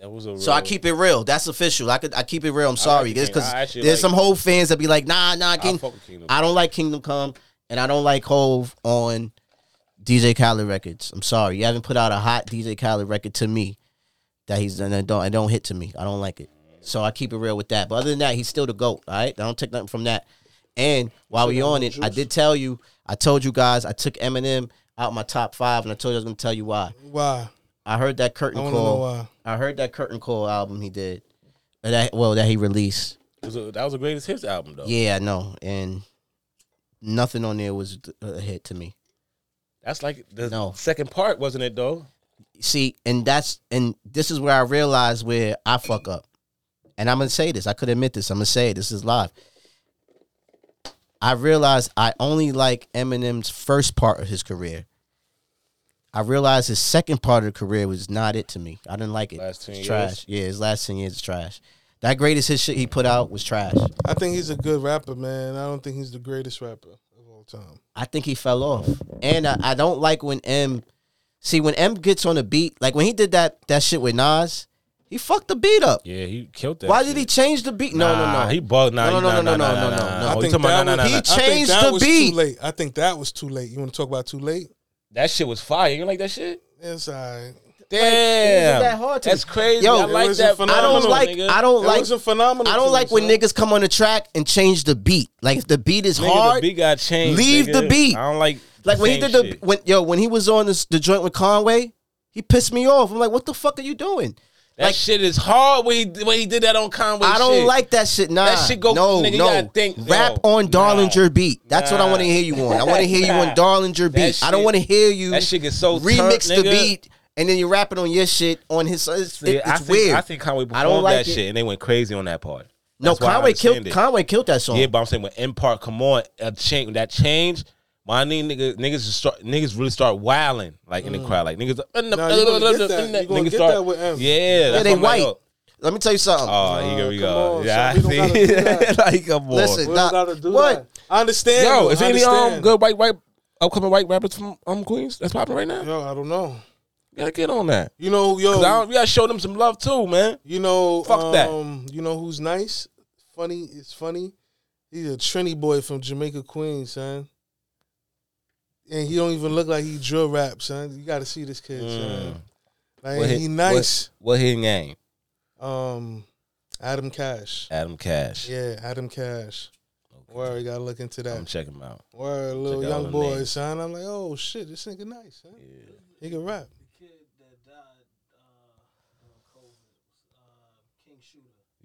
E: That was a
C: So I
E: real-
C: keep it real. That's official. I could I keep it real. I'm sorry.
E: the
C: There's-
E: Kingdom.
C: cause
E: I actually
C: there's
E: like-
C: some Hove fans that be like, nah, nah, King-
E: fuck with Kingdom.
C: I don't like Kingdom Come and I don't like Hove on DJ Khaled records. I'm sorry, you haven't put out a hot DJ Khaled record to me that he's and it don't it don't hit to me. I don't like it, so I keep it real with that. But other than that, he's still the goat. All right, I don't take nothing from that. And while we on it, I did tell you, I told you guys, I took Eminem out my top five, and I told you I was gonna tell you why.
D: Why?
C: I heard that curtain
D: I wanna know
C: call.
D: why.
C: I heard that curtain call album he did. Or That well that he released.
E: It was a- that was the greatest hits album though.
C: Yeah, I know, and nothing on there was a hit to me.
E: That's like the
C: No.
E: second part, wasn't it though?
C: see, and that's and this is where I realize where I fuck up. And I'm gonna say this. I could admit this. I'm gonna say it. This is live. I realized I only like Eminem's first part of his career. I realized his second part of the career was not it to me. I didn't like it.
E: Last 10
C: It's
E: years?
C: trash. Yeah, his last ten years is trash. That greatest hit shit he put out was trash.
D: I think he's a good rapper, man. I don't think he's the greatest rapper of all time.
C: I think he fell off. And I, I don't like when M see when M gets on a beat, like when he did that that shit with Nas, he fucked the beat up.
E: Yeah, he killed that.
C: Why did he change the beat? No, no, no.
E: He bugged. Nah,
C: No, no,
E: nah,
C: no, no,
E: nah,
C: no, no,
E: nah,
C: no,
E: nah, nah.
C: no.
E: Oh,
D: I
E: you
D: think
E: talking about-
D: that
E: nah, nah,
D: was-
E: nah,
C: he
E: nah.
C: changed
D: I think that
C: the
D: was
C: beat.
D: Too late. I think that was too late. You want to talk about too late?
E: That shit was fire. You like that shit?
D: It's all right.
E: Damn,
C: that hard to
E: that's
C: me.
E: crazy.
C: Yo,
E: I
C: it
E: like
D: was
E: that.
D: a phenomenal,
C: I don't like.
E: nigga.
C: I don't
D: It
C: like.
D: wasn't phenomenal.
C: I don't
D: to
C: like
D: me,
C: when
D: son.
C: niggas come on the track and change the beat. Like if the beat is
E: Nigga,
C: hard,
E: The beat got changed.
C: leave the
E: nigga.
C: beat.
E: I don't like.
C: like when he
E: same
C: did the
E: shit.
C: when yo when he was on this, the joint with Conway, he pissed me off. I'm like, what the fuck are you doing?
E: That
C: like-
E: shit is hard when he when he did that on Conway.
C: I don't
E: shit.
C: like that shit. Nah,
E: That shit go-
C: no,
E: nigga, you
C: no.
E: gotta think,
C: Rap
E: yo,
C: on Darlinger
E: nah,
C: beat. That's what I
E: nah.
C: want to hear you on. I want to hear you on
E: Nah.
C: Darlinger beat. I don't
E: shit-
C: want to hear you.
E: that shit gets so
C: remix
E: turnt,
C: the
E: nigga.
C: beat and then you're rapping on your shit on his. It's,
E: See,
C: it-
E: I
C: it's
E: think,
C: weird.
E: I think Conway
C: I
E: performed
C: don't like
E: that
C: it.
E: shit and they went crazy on that part.
C: no,
E: That's why I
C: Conway killed
E: understand it.
C: Conway killed that song.
E: Yeah, but I'm saying when M part come on, a change that change. My nigga, nigga, niggas just start niggas really start wilding like in the
C: Mm.
E: crowd, like niggas.
D: Nah, you gonna get that. You gonna get that with M.
E: Yeah,
C: Yeah,
E: that's
C: they
E: what I'm like,
C: white. Let me tell you something.
E: oh, oh, here we
D: come
E: go.
D: on,
E: yeah,
D: son, we don't
E: I see.
D: gotta do
E: like, come on.
C: Listen,
D: We
C: Nah,
D: don't gotta do
C: what?
D: that. I understand.
E: yo,
D: though.
E: is
D: I
E: any um
D: understand.
E: good white white upcoming white rappers from um Queens that's popping right now?
D: Yo, I don't know.
E: You gotta get on that.
D: You know,
E: 'Cause I
D: yo,
E: don't- we gotta show them some love too, man.
D: you know,
E: Fuck that.
D: um, You know who's nice? Funny is funny. He's a Trini boy from Jamaica, Queens, son. And he don't even look like he drill rap, son. You got to see this kid, son. Like
E: Mm. What hit-
D: he nice.
E: What, what his name?
D: Um, Adam Cash.
E: Adam Cash.
D: Yeah, Adam Cash. Word, you gotta look into that.
E: I'm checking him out.
D: Word, little
E: Check out
D: young
E: the
D: boy,
E: names.
D: son. I'm like, oh shit, this nigga nice, son. He can rap.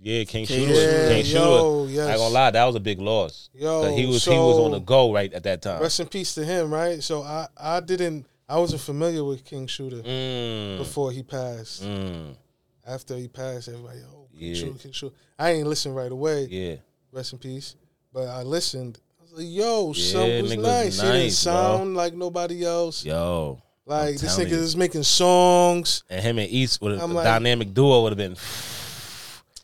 E: Yeah, King
C: King
E: Shooter.
D: Shooter.
E: King
D: Yeah,
E: Shooter.
D: yo,
E: I ain't
D: yes.
E: gonna lie, that was a big loss. 'Cause
D: Yo,
E: he was
D: so
E: he was on the go right at that time.
D: Rest in peace to him, right? So I, I didn't, I wasn't familiar with King Shooter
E: Mm,
D: before he passed.
E: mm,
D: After he passed, everybody, oh, King
E: Yeah.
D: Shooter, King Shooter. I ain't listen right away.
E: yeah,
D: Rest in peace. But I listened. I was like, yo,
E: Yeah,
D: something was
E: nigga was
D: nice. He didn't
E: nice, bro.
D: sound like nobody else.
E: yo,
D: Like this
E: telling
D: nigga
E: you.
D: is making songs.
E: and him and East with a
D: I'm like-
E: dynamic duo would have been.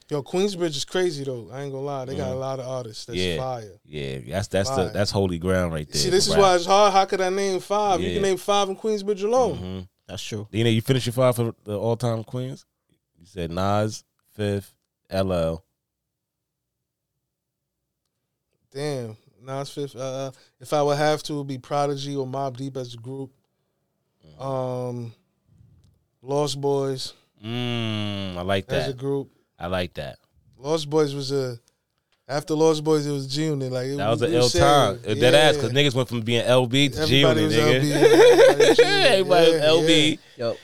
D: Yo, Queensbridge is crazy though. I ain't gonna lie, they got a lot of artists that's
E: Mm. Yeah.
D: fire.
E: Yeah, that's that's the
D: Fire.
E: that's holy ground right there.
D: See, this is
E: Rap.
D: why it's hard. How could I name five? You
E: Yeah. Mm-hmm.
D: can name five in Queensbridge alone.
C: That's true.
E: You know, you finish your five for the all time Queens. You said Nas, fifth, LL.
D: Damn, Nas Fifth. Uh, if I would have to, it would be Prodigy or Mob Deep as a group.
E: Mm-hmm.
D: Um, Lost Boys
E: Mm, I like
D: as a
E: that.
D: group.
E: I like that.
D: Lost Boys was a. After Lost Boys, it was G Unit. Like it,
E: That was
D: we-
E: an
D: we
E: L
D: saying,
E: time. If That ass,
D: yeah.
E: because niggas went from being LB to G, E,
D: Everybody was LB.
E: nigga.
D: Everybody was G E. Unit.
E: Everybody
D: Yeah,
E: LB.
D: yeah.
C: Yo,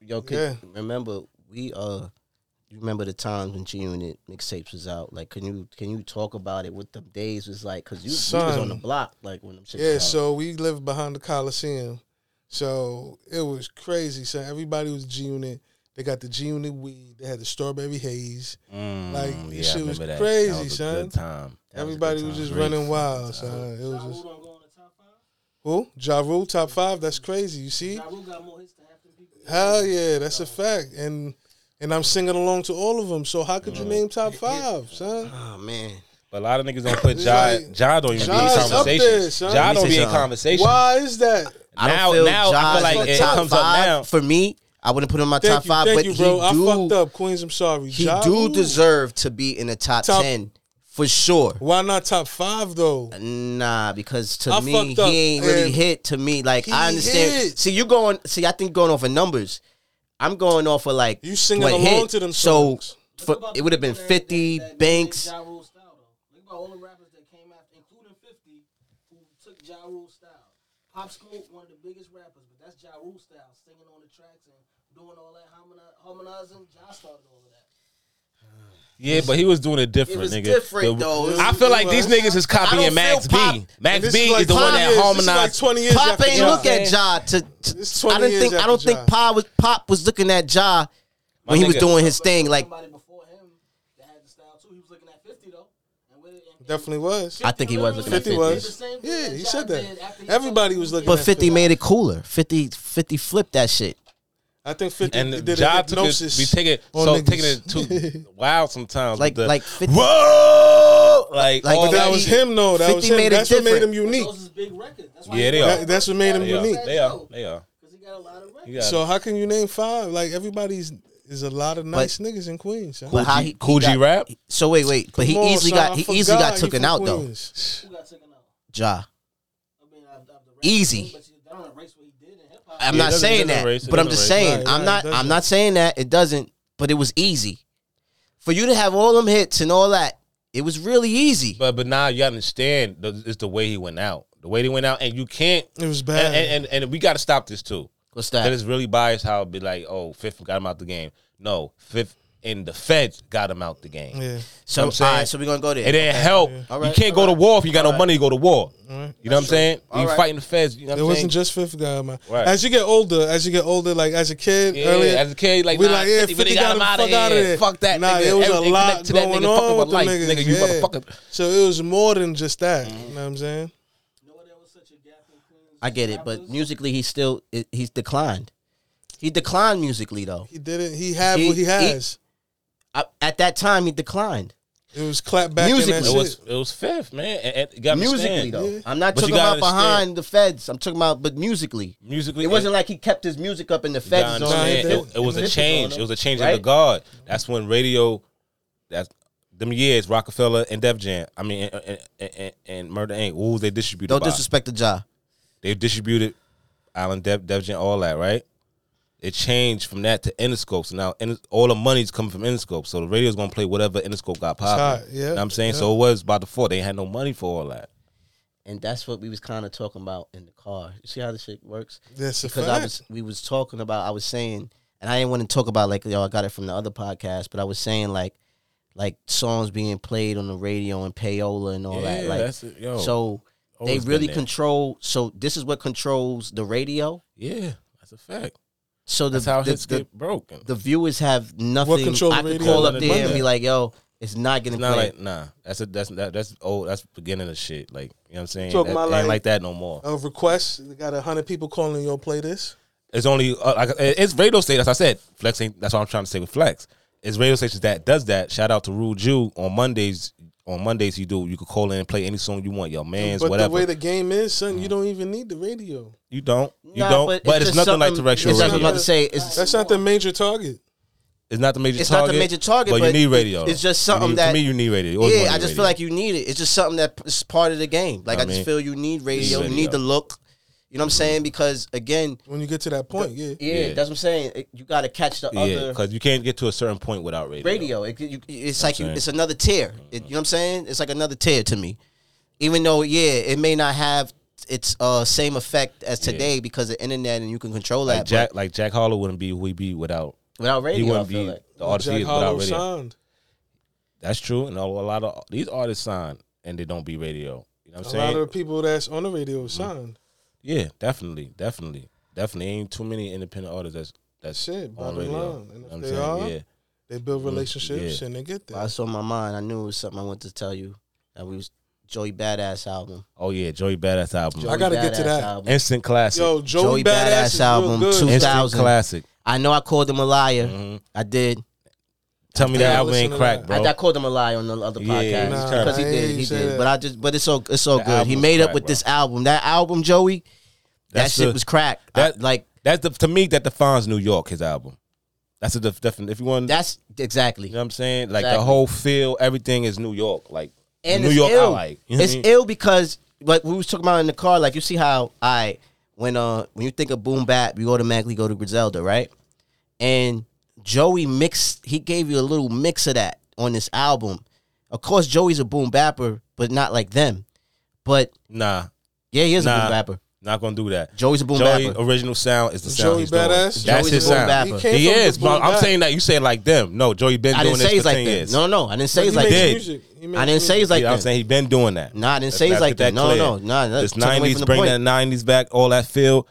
C: yo, could,
D: Yeah.
C: remember we uh, you remember the times when G Unit mixtapes was out? Like, can you can you talk about it? What the days was like? Cause you, you was
D: Son.
C: on the block like when them shit.
D: Yeah,
C: was out.
D: so we lived behind the Coliseum. So it was crazy. So everybody was G Unit. They got the G Unit weed. They had the strawberry haze.
E: Mm,
D: Like,
E: yeah,
D: this
E: I
D: shit was
E: remember that.
D: crazy,
E: that was a
D: son.
E: Good time. That was a
D: everybody
E: good
D: was,
E: time.
D: just
E: Great
D: running
E: fucking
D: wild.
E: time.
D: Son. It was
F: Who
D: just
F: don't go in the top five?
D: who? Ja Rule top five. That's crazy. You see?
F: Ja Rule got more hits than half the people.
D: Hell yeah, that's a fact. And and I'm singing along to all of them. So how could you name top five, son?
E: Ah.
C: Oh man,
E: But a lot of niggas don't put
D: It's
E: John.
D: like,
E: John don't even be
D: Ja's
E: in
D: up there,
E: conversation.
D: son.
E: John
C: Let me
E: don't
C: say
E: be in
C: something.
E: conversation.
D: Why is that?
C: I
E: Now-
C: don't feel
E: now I feel
C: Ja's
E: like
C: in the
E: it
C: top
E: comes up
C: five.
E: now.
C: For me, I wouldn't put him in my
D: Thank
C: top
D: you,
C: five,
D: thank
C: but
D: you, bro.
C: he do
D: I fucked up, Queens. I'm sorry.
C: he
D: Ja
C: do
D: Rule.
C: deserve to be in the top,
D: Top-
C: ten for sure.
D: Why not top five though?
C: Nah, because to
D: I
C: me
D: fucked
C: he
D: up,
C: ain't really
D: and
C: hit. To me, like
D: he
C: I understand.
D: hit.
C: See, you going. See, I think going off of numbers. I'm going off of like
D: You singing
C: what
D: along
C: hit.
D: to them
C: So
D: songs.
C: for, it would have been Fifty Banks.
F: Ja Rule style, though. Think about all the rappers that came after, including 50, who took Ja Rule style. Pop Smoke, one of the biggest rappers, but that's Ja Rule style, singing on the tracks and doing all that harmoni- harmonizing. Ja started all of that.
E: Yeah, but he was doing it different,
C: It was
E: nigga.
C: different,
E: The-
C: though.
E: I feel like these niggas is
C: I don't
E: copying Max
C: feel pop.
E: B. Max
D: This
E: B is,
D: like
E: the one
D: 20
E: that
D: years- this is like
E: harmonized.
D: twenty years.
C: Pop
D: after
C: ain't
D: Ja.
C: look at Ja. To, to-
D: It's
C: I
D: 20
C: didn't
D: years
C: think. I
D: after
C: don't think
D: Ja.
C: Pop was Pop was looking at Ja when he was
E: nigga-
C: doing his thing. Like
F: Somebody before him that had the style too. He was looking at 50 though. And with it, and,
D: Definitely was.
C: I think he was looking at
D: 50
C: 50.
D: was. Yeah, he said that. Everybody was looking.
C: But
D: at
C: 50 made it cooler. 50, 50 flipped that shit.
D: I think 50
E: And
D: did
E: Ja
D: a
E: took it.
D: hypnosis.
E: We take it.
D: on
E: So
D: niggas.
E: taking it too wild sometimes.
C: Like-
E: with the,
C: like 50
E: Whoa, like
C: Like
E: all
D: But that
E: that
D: was
E: shit.
D: him, though. That
C: 50
D: was him.
C: made it
D: That's what made him
C: different.
D: unique.
F: Those is big records. That's why
E: Yeah, they are.
D: That- that's what made him
E: They are.
D: unique.
E: They are. They are.
F: Because he got a lot of records.
E: You got
D: So how can you name five? Like everybody's is a lot of nice niggas in Queens. huh?
C: But how he, he
E: Cool G
C: got-
E: rap?
C: So wait, wait. But he
D: Come on,
C: easily
D: son,
C: got
D: I
C: he easily
D: forgot
C: got
D: you
C: taken
D: from
C: out though.
D: Queens.
F: Who got taken out?
C: Ja.
F: I mean, I, I, the rap
C: Easy.
F: thing, But you that don't erase what he did in hip hop.
C: I'm
E: Yeah, it
C: not
E: doesn't-
C: saying
E: it doesn't
C: that.
E: erase- it
C: but I'm
E: doesn't
C: just
E: erase.
C: saying
D: Right,
C: I'm
D: right,
C: not
D: it
C: I'm
D: doesn't.
C: not saying that it doesn't, but it was easy. For you to have all them hits and all that, it was really easy.
E: But but now you understand the, it's the way he went out. The way he went out, and you can't.
D: It was
E: And
D: bad.
E: and, and, and we got to stop this too.
C: What's
E: That
C: that?
E: is really biased. How it'd be like, oh, fifth got him out the game. No, fifth in the feds got him out the game.
D: yeah.
C: So
E: I'm saying-
C: all right, so we're gonna go there.
E: It didn't help.
C: Alright,
E: you can't go to war if you got no money to go to war. You know what I'm saying? You
C: Alright.
E: fighting the feds. You
D: It
E: know what I'm saying?
D: wasn't just fifth guy, man.
E: Right.
D: As you get older, as you get older, like as a kid,
E: Yeah,
D: earlier,
E: as a kid, like,
D: we
E: nah,
D: like, yeah,
E: 50
D: 50,
E: really got
D: got
E: him
D: him
E: outta
D: fuck outta
E: here.
D: there.
E: Fuck that,
D: Nah,
E: nigga.
D: it was a
E: Everything
D: lot
E: connected to that
D: going
E: nigga. Fuck
D: on
E: up
D: with
E: my
D: the
E: life,
D: niggas.
E: nigga. You
D: yeah.
E: motherfucker.
D: So it was more than just that. You know what I'm saying?
F: You know why Oh, there was such a gap in Queens?
C: I get it, but musically he still it, he's declined. He declined musically though.
D: He didn't. He had
C: He-
D: what he
C: he-
D: has.
C: I, at that time he declined.
D: it was clap back in
C: Musically.
D: that
E: It
D: shit.
E: was it was fifth, man. And, and you gotta
C: Musically
E: understand.
C: though. I'm not
E: But you
C: talking about
E: gotta understand-
C: behind the feds. I'm talking about but musically.
E: Musically,
C: It wasn't like he kept his music up in the
E: You
C: feds.
E: gotta
C: is on
E: understand,
D: Nah,
C: it.
E: it, it was a
C: Music
E: change.
C: on
E: It was a change
C: Right?
E: in the guard. That's when radio. That's them years Rockefeller and Def Jam. I mean, and, and, and, and Murder Inc. Who was they distributed?
C: Don't
E: by?
C: disrespect the job.
E: They distributed Island Def, Def Jam, all that, right? It changed from that to Interscope. So now Inter- all the money's coming from Interscope. So the radio's gonna play whatever Interscope got
D: hot,
E: popping.
D: yeah,
E: You know what I'm saying? So it was by default. They had no money for all that.
C: and that's what we was kind of talking about in the car. You see how this shit works?
D: That's a
C: because I
D: fact.
C: was we was talking about I was saying, and I didn't want to talk about like yo I got it from the other podcast, but I was saying like like songs being played on the radio and payola and all that.
E: Yeah,
C: Like
E: that's it, yo.
C: so they
E: Always been
C: really
E: there.
C: control. So this is what controls the radio.
E: Yeah, that's a fact.
C: So the
E: That's how
C: the,
E: hits
C: the,
E: get broken.
C: the viewers have nothing.
D: control
C: I
D: the
C: could
D: radio?
C: call up
E: None
C: there and
E: of
C: be
E: that.
C: like yo, it's not getting
E: It's not
C: played.
E: like nah. That's a that's that, that's old. That's beginning of shit. Like you know what I'm saying.
D: Took
E: That,
D: my
E: it
D: life.
E: ain't like that no more.
D: A request. Uh, They got a hundred people calling your play this.
E: It's only uh, like it's radio stations. I said flex ain't. That's what I'm trying to say with flex. It's radio stations that does that. Shout out to Rule Jew on Mondays. On Mondays you do. You could call in and play any song you want. Your man's
D: but
E: whatever. Mm-hmm.
D: the way the game is, son, you don't even need the radio.
E: you don't. You
C: Nah,
E: don't.
C: but
E: But,
C: it's
E: it's,
C: just
E: nothing like
C: something-
E: directional
C: it's
E: radio.
C: not about to say it's
D: That's not the major target.
E: it's not the major.
C: It's not the
E: target,
C: major target,
E: But,
C: but
E: you need radio.
C: it's just
E: You
C: something
E: need-
C: that-
E: to me you need radio. You always
C: Yeah,
E: gonna
C: I
E: need
C: just
E: radio.
C: feel like you need it. It's just something that is part of the game. Like I,
E: I
C: just
E: mean,
C: feel you need radio. You
E: radio.
C: need the look. You know what I'm saying? Because again,
D: When you get to that point, yeah.
C: yeah,
E: Yeah.
C: that's what I'm saying. It- you got to catch the
E: yeah,
C: other
E: because you can't get to a certain point without radio.
C: radio. It- you- it's like you,
E: saying.
C: it's another tier. It- you know what I'm saying? It's like another tier to me. Even though, yeah, it may not have its uh, same effect as today because of internet and you can control that.
E: Like Jack, like Jack Harlow wouldn't be who he be without
C: but without radio,
E: he wouldn't
C: I feel
E: be
C: like.
E: the artist he
D: Jack
E: is without
D: Harlow
E: radio.
D: sound.
E: That's true, and a lot of these artists sign and they don't be radio. You know what I'm
D: A
E: saying? Mm-hmm.
D: lot of the people that's on the radio signed.
E: yeah, definitely, definitely, definitely. Ain't too many independent artists that's that's
D: Shit,
E: on
D: bottom
E: radio.
D: line. And
E: You know
D: if
E: what I'm
D: they
E: saying?
D: are,
E: yeah,
D: They build relationships
E: Mm-hmm. yeah.
D: and they get
C: While I
D: there.
C: saw my mind. I knew it was something I wanted to tell you. That we was Joey Badass album.
E: oh yeah, Joey Badass album,
D: I gotta get to
C: Badass
D: that.
C: album.
E: instant classic,
D: Yo,
C: Joey
D: Joey,
C: Badass
D: Badass, is
C: album,
D: real
C: too.
D: good.
E: instant
C: 2000.
E: classic.
C: I know I called him a liar. I did.
E: Tell me
D: Yeah,
E: that album
D: listen
E: ain't
D: to
E: crack,
D: that.
E: Mm-hmm. bro.
C: I, I called him a lie on the other
E: Yeah,
C: podcast
E: nah,
C: because he
D: I
C: did,
D: ain't
C: he
D: say
C: did.
D: that.
C: But I just, but it's all, it's all
E: That
C: good. He
E: album's
C: made up
E: crack,
C: with
E: bro.
C: this album. That album, Joey, that
E: That's
C: shit
E: the-
C: was crack. I-
E: that-
C: like
E: that's the to me that defines New York. His album. That's a def- definite. If you want,
C: that's exactly.
E: you know what I'm saying, like
C: Exactly.
E: the whole feel, everything is New York. Like
C: and
E: New
C: it's
E: York
C: ill.
E: ally, you know what
C: it's
E: I mean?
C: ill because like we was talking about in the car, like you see how I when uh when you think of boom bap, you automatically go to Griselda, right? And Joey mixed he gave you a little mix of that on this album. Of course, Joey's a boom bapper, but not like them. But
E: Nah,
C: yeah, he is
E: Nah.
C: a boom bapper.
E: not gonna do that.
C: Joey's a boom
E: Joey
C: bapper.
E: original sound is the sound.
D: Joey
E: he's doing.
D: Badass?
E: That's
C: Joey's
E: his
C: a boom
E: sound.
C: bapper.
D: came
E: He
D: from
E: is,
D: the boom
E: but I'm
D: bap.
E: saying that you say like them. No, Joey been
C: I
E: doing
C: didn't
E: this
C: say he's
E: for
C: like
E: ten
C: that.
E: years.
C: No, no, no. I didn't say
D: He
C: he's like
D: makes
E: did.
C: that.
D: music. He makes
C: I didn't say
D: music.
C: he's like
E: Yeah, I'm
C: that.
E: saying he been doing that.
C: Nah, I didn't
E: Let's
C: say he's
E: not
C: like
E: get
C: that. No,
E: clear.
C: no, no. Nah,
E: This
C: took away from
E: nineties,
C: the
E: bring
C: point.
E: that nineties back, all that feel.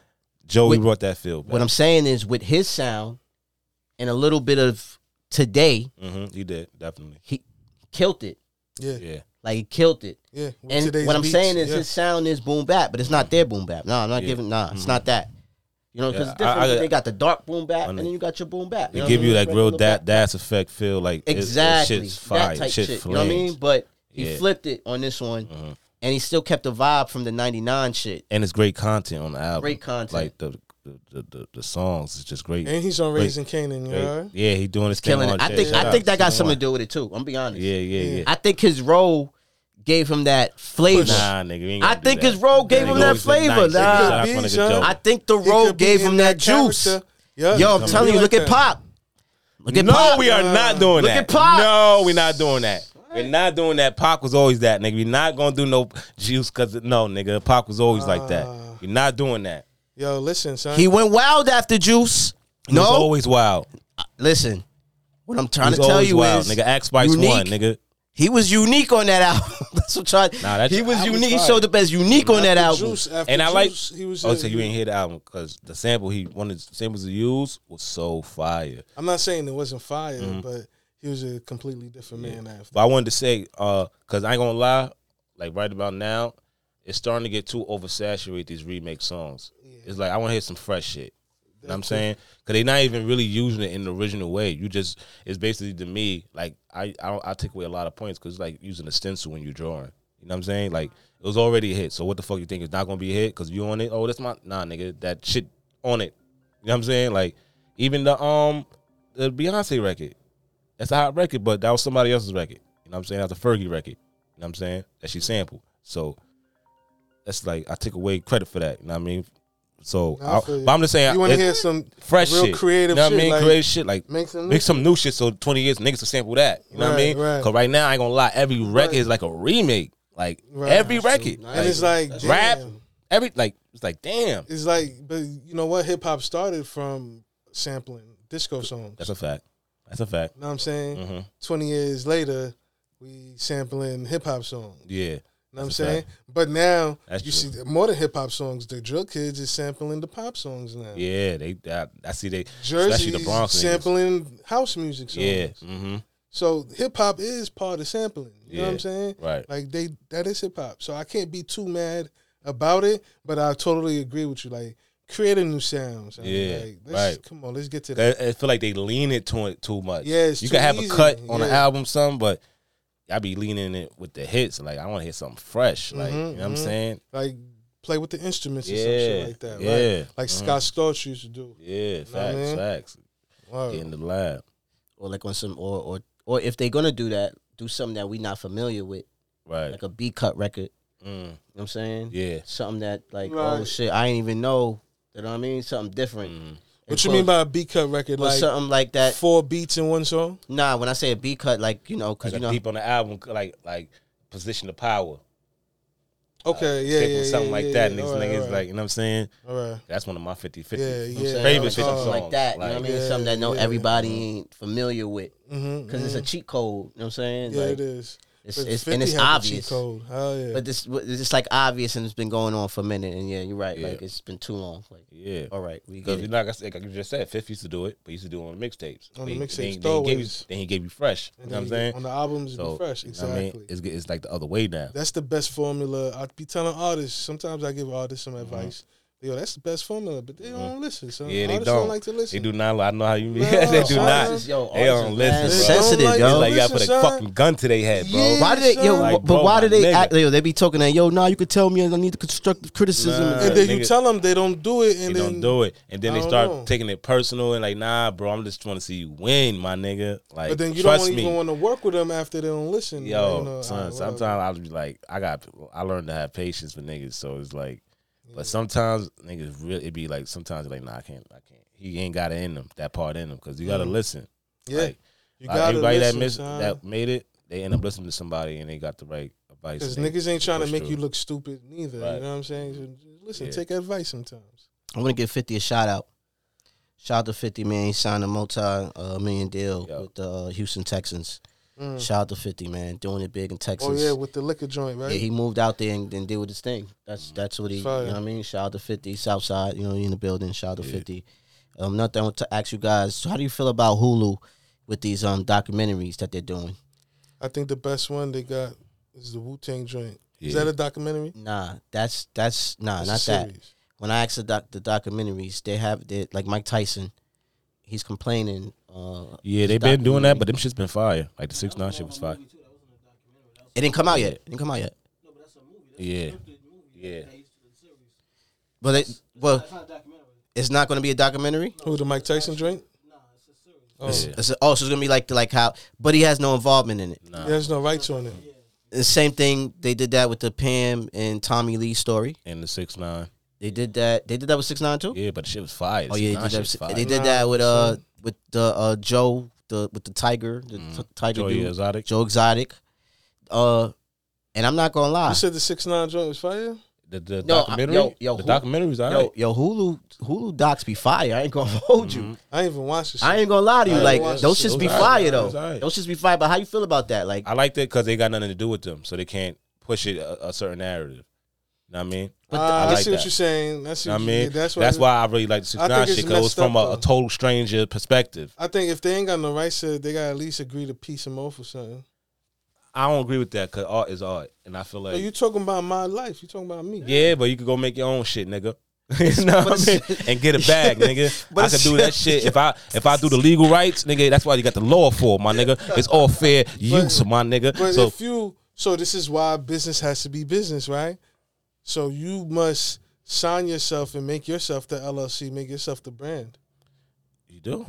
E: Joey
C: With-
E: brought that feel. Back.
C: What I'm saying is, with his sound and a little bit of today,
E: Mhm, he did definitely.
C: he killed it.
D: Yeah,
E: Yeah,
C: Like he killed it.
D: yeah. with
C: And
D: today's
C: what I'm
D: beats,
C: saying is,
D: yeah.
C: his sound is boom bap, but it's not their boom bap. No, I'm not
E: Yeah. Mm-hmm.
C: giving. Nah, it's not that. You know, because
E: Yeah,
C: it's different.
E: I- I-
C: they got the dark boom bap, and
E: know.
C: then you got your boom bap.
E: they
C: know
E: give
C: what I
E: you
C: mean?
E: that real
C: Regular
E: that
C: bap.
E: that's effect feel. Like it- it-
C: exactly
E: shit's fire.
C: that type
E: shit,
C: shit. You know what I
E: flames.
C: mean? But he
E: Yeah. Mm-hmm.
C: flipped it on this one, and he still kept the vibe from the '99 shit.
E: And it's great content on the album.
C: Great content.
E: Like the the the, the, the songs is just great.
D: and he's on
E: Great-
D: Raising Canaan. You
E: great-
D: alright?
E: Yeah, he doing his
C: Killing
E: thing.
C: it.
E: on
C: I think.
E: Jay.
C: I think that got
E: Shout out.
C: something to do with it too. I'm be honest.
E: Yeah, yeah, yeah.
C: I think his role gave him that flavor.
E: Nah, nigga. we ain't
C: I
E: gonna do
C: think
E: that.
C: his role gave
E: Nigga
C: him that
E: always been
C: flavor,
E: nice.
C: nah.
E: Shout out
D: It
E: my
D: could be,
E: nigga
D: son.
E: Joe.
C: I think the
D: It
C: road
D: could be
C: gave
D: in
C: him that, juice.
D: character. Yeah,
C: Yo, I'm
D: it
C: telling
D: could
C: you,
D: be
C: look
D: like
C: at
D: that.
C: Pop. Look at
E: no,
C: Pop.
E: we are not doing
C: Look
E: that.
C: at Pac.
E: No, we're not doing that. We're not doing that. Pac was always that, nigga. We're not gonna do no juice because no, nigga. Pac was always like that.
C: Uh.
E: We're not doing that.
D: Yo, listen, son.
C: He went wild after Juice.
E: He was
C: No,
E: always wild.
C: listen. What I'm
E: He
C: trying
E: was
C: to tell
E: always
C: you
E: wild,
C: is,
E: nigga. Axe Spice
C: unique.
E: one, nigga.
C: he was unique on that album. That's what I'm trying.
E: Nah, that's-
C: he was
E: I was
C: unique. He
E: fire. uh,
C: showed up as unique on that
D: After
C: album.
D: Juice, after
E: And I like.
D: Juice, he was.
E: oh,
D: uh,
E: so you ain't hear the album because the sample he one of the samples he used was so fire.
D: I'm not saying it wasn't fire,
E: Mm-hmm.
D: but he was a completely different man after.
E: But I wanted to say, uh, cause I ain't gonna lie, like right about now, it's starting to get too oversaturated. These remake songs. It's like I want to hear some fresh shit. You know what I'm saying? Cause they not even really using it in the original way. You just it's basically to me like I I, don't, I take away a lot of points because it's like using a stencil when you're drawing. You know what I'm saying? Like it was already a hit. So what the fuck you think it's not gonna be a hit? Cause you on it? Oh, that's my nah, nigga. That shit on it. You know what I'm saying? Like even the um the Beyonce record. That's a hot record, but that was somebody else's record. You know what I'm saying? That was a Fergie record. You know what I'm saying? That she sampled. So that's like I take away credit for that. You know what I mean? So
D: I
E: I-
D: feel you.
E: but I'm just saying
D: You want to
E: it's
D: hear some
E: fresh
D: real
E: shit.
D: creative
E: you know what
D: shit?
E: I mean?
D: like,
E: creative shit. Like
D: make some new
E: make some new shit so 20 years niggas will sample that. You know what I
D: Right,
E: mean?
D: right.
E: Cause right now I ain't gonna lie, every record is like a remake. Like
D: Right.
E: every
D: That's
E: record.
D: And it's like damn.
E: rap, every like it's like damn.
D: It's like, but you know what? Hip hop started from sampling disco songs.
E: That's a fact. That's a fact.
D: You know what I'm saying?
E: Mhm.
D: Twenty years later, we sampling hip hop songs.
E: Yeah.
D: You know what I'm
E: That's a
D: saying? But now
E: That's
D: you
E: true.
D: see more than hip hop songs. The drill kids is sampling the pop songs now.
E: Yeah, they I, I see they
D: Jersey
E: especially the Bronx niggas.
D: sampling house music songs.
E: Yeah. Mm-hmm.
D: So hip hop is part of sampling. You know what
E: Yeah,
D: I'm saying?
E: right.
D: Like they that is hip hop. So I can't be too mad about it, but I totally agree with you. Like create a new sound. son.
E: Yeah,
D: Like, let's-
E: right.
D: Come on, let's get to that.
E: I I feel like they lean it to it too much.
D: Yeah, it's
E: you
D: too
E: can have
D: easy.
E: a cut on an
D: Yeah.
E: album, some, but I be leaning it with the hits. Like I want to hear something fresh. Like
D: Mm-hmm,
E: you know what I'm saying?
D: Like play with the instruments or some
E: Yeah,
D: shit like that.
E: yeah. Uh-huh.
D: Right? Like Scott Storch used to do.
E: Yeah,
D: what I
E: facts,
D: mean?
E: facts.
D: Wow.
E: Get in the lab.
C: Or like on some, or or or if they're gonna do that, do something that we not familiar with,
E: Right.
C: like a B cut record.
E: Mm,
C: You know what I'm saying?
E: yeah.
C: Something that like, oh
D: Right.
C: shit, I ain't even know. You know what I mean? Something different.
E: Mm.
D: What you mean by a B cut record?
C: Or
D: Like
C: something like that?
D: four beats in one song?
C: Nah, when I say a B cut, like you know, because
E: Like
C: you
E: a
C: know,
E: peep on the album, like like position of power.
D: Okay, yeah,
E: Sample
D: yeah,
E: Uh, something
D: yeah,
E: like
D: yeah,
E: that.
D: yeah.
E: Niggas,
D: All right,
E: niggas
D: all right,
E: like, you know what I'm saying?
D: all right.
E: That's one of my 50 50
D: Yeah, yeah.
E: favorite
D: Like
E: 50
D: something
E: songs.
D: song.
C: like that. you know what I mean?
D: Yeah,
C: Something that no
D: yeah.
C: everybody ain't familiar with
D: Mhm,
C: because it's a cheat code. You know what I'm saying?
D: mm-hmm. Yeah,
C: like,
D: it is.
C: It's,
D: But
C: it's, and
D: 50
C: it's
D: had the cheat
C: obvious,
D: Code. Hell yeah.
C: but this it's just like obvious, and it's been going on for a minute. And yeah, you're right.
E: Yeah.
C: Like it's been too long. Like,
E: Yeah.
C: all right, we get
E: Because
C: it.
E: like I said, like you just said, Fifth used to do it, but he used to do it on the mixtapes.
D: On the
E: Then-
D: mixtapes,
E: then he- then he gave you-
D: throwaways.
E: Then he gave you fresh. You
D: And
E: know what I'm
D: then
E: saying?
D: On the albums, it'd be
E: So,
D: fresh.
E: you know what I mean?
D: Exactly.
E: It's, g- it's like the other way now.
D: That's the best formula. I be telling artists. Sometimes I give artists some advice. Yo, that's the best formula, but they don't listen. So
E: Mm-hmm. Yeah, they
D: artists
E: don't.
D: like to listen.
E: They do not. I know how you mean.
D: No,
E: they do
D: son.
E: not.
D: Artists,
C: yo,
E: they don't
C: artists
E: listen.
C: is
E: bro.
C: mad sensitive,
D: Don't
C: yo.
E: It's like you gotta
D: listen,
E: put a
D: son.
E: fucking gun to their head, bro.
D: Yeah.
C: Why do they? Yo,
E: Like,
C: but
E: bro,
C: why do
E: my
C: they?
E: nigga.
C: Act, yo, they be talking that. Yo, nah, you could tell me I need the constructive criticism.
E: Nah.
D: And then you
E: Nigga.
D: tell them they don't do it, and
E: They
D: then
E: don't do it, and then
D: I
E: they
D: don't
E: start
D: know.
E: taking it personal and like, nah, bro, I'm just trying to see you win, my nigga. Like,
D: But then you
E: trust
D: don't
E: me,
D: even want to work with them after they don't listen.
E: yo,
D: you know,
E: son.
D: alright,
E: sometimes
D: whatever.
E: I'll be like, I got, I learned to have patience with niggas, so it's like, but sometimes niggas really it be like, sometimes like, nah, I can't, I can't. He ain't got it in them, that part in them, because you gotta listen.
D: yeah,
E: like,
D: you
E: Like,
D: gotta
E: everybody
D: listen,
E: that missed
D: son.
E: that made it, they end up listening to somebody and they got the right advice.
D: Because
E: and they-
D: niggas ain't trying to
E: push
D: make you
E: through.
D: look stupid neither. You
E: Right.
D: know what I'm saying? So just Listen,
E: Yeah.
D: take advice sometimes.
C: I'm gonna give Fifty a shout out. Shout out to Fifty man, he signed a multi uh, million deal
E: Yo.
C: with the uh, Houston Texans.
D: Mm.
C: Shout out to Fifty man, doing it big in Texas.
D: Oh yeah, with the liquor joint, right?
C: Yeah, he moved out there and then did with his thing. That's
E: Mm-hmm.
C: that's what he.
D: Fire.
C: You know what I mean? Shout out to Fifty Southside. You know, he in the building. Shout out to Fifty. Um, nothing I want to ask you guys. So how do you feel about Hulu with these um documentaries that they're doing?
D: I think the best one they got is the Wu Tang joint. Is
E: Yeah.
D: that a documentary?
C: Nah, that's that's nah,
D: It's a
C: not that.
D: series.
C: When I asked the doc, the documentaries, they have they like Mike Tyson. He's complaining. Uh, it's
E: Yeah,
C: a
E: they've been doing
C: documentary.
E: that, but them shit's been fire. Like the six nine shit was fire.
C: It didn't come out yet. It didn't come out yet.
F: No, but that's a movie. That's
E: Yeah,
F: a scripted movie.
E: Yeah.
F: They used to do the series.
C: But it, well,
F: That's not a documentary.
C: it's not going to be a documentary.
D: Who the Mike Tyson joint?
F: Nah, it's a series.
D: Oh,
E: Yeah.
C: It's a, oh, so it's going to be like like how, but he has no involvement in it.
E: nah.
D: there's no rights on it.
C: The same thing they did that with the Pam and Tommy Lee story.
E: And the six nine.
C: They did that. They did that with Six Nine too.
E: Yeah, but the shit was fire.
C: oh yeah,
E: Nah,
C: they did,
E: shit's
C: that,
E: fire.
C: they did that with uh with the uh Joe the with the tiger the t- tiger
E: Joey
C: dude,
E: Mm-hmm. Exotic.
C: Joe Exotic. Uh, and I'm not gonna lie.
D: You said the six nine joint was fire.
E: The, the
C: No, I-
E: documentary.
C: yo, yo,
E: the
C: who-
E: documentary's all
C: Yo,
E: right.
C: yo, Hulu, Hulu docs be fire. I ain't gonna hold
E: Mm-hmm.
C: you.
D: I ain't even watched this.
C: I ain't gonna lie to you.
D: I
C: Like
D: watched
C: those
D: it.
C: shits
D: It
C: be
E: was all
C: fire
E: right. It
C: though.
E: was all right.
C: Those shits be fire. But how you feel about that? Like
E: I liked it because they got nothing to do with them, so they can't push it a, a certain narrative. Know what I mean?
D: Uh,
E: I
D: I,
E: like
D: see
E: that.
D: what you're saying. I see
E: Know
D: what
E: what I
D: you-
E: mean?
D: yeah,
E: That's,
D: That's why.
E: why I really like the
D: I
E: six
D: think
E: nine
D: it's
E: shit because it was
D: messed
E: from a,
D: up, though.
E: a total stranger perspective.
D: I think if they ain't got no rights to it, they gotta at least agree to piece them off or something.
E: I don't agree with that because art is art, and I feel like
D: But you talking about my life? You talking about me?
E: yeah, but you could go make your own shit, nigga. you know what I mean? And get a bag, nigga.
C: But
E: I could
C: it's-
E: do that shit if I if I do the legal rights, nigga. That's why you got the law for my nigga. It's all fair use, my nigga.
D: But
E: So
D: if you, so this is why business has to be business, right? So you must sign yourself and make yourself the LLC, make yourself the brand.
E: you do.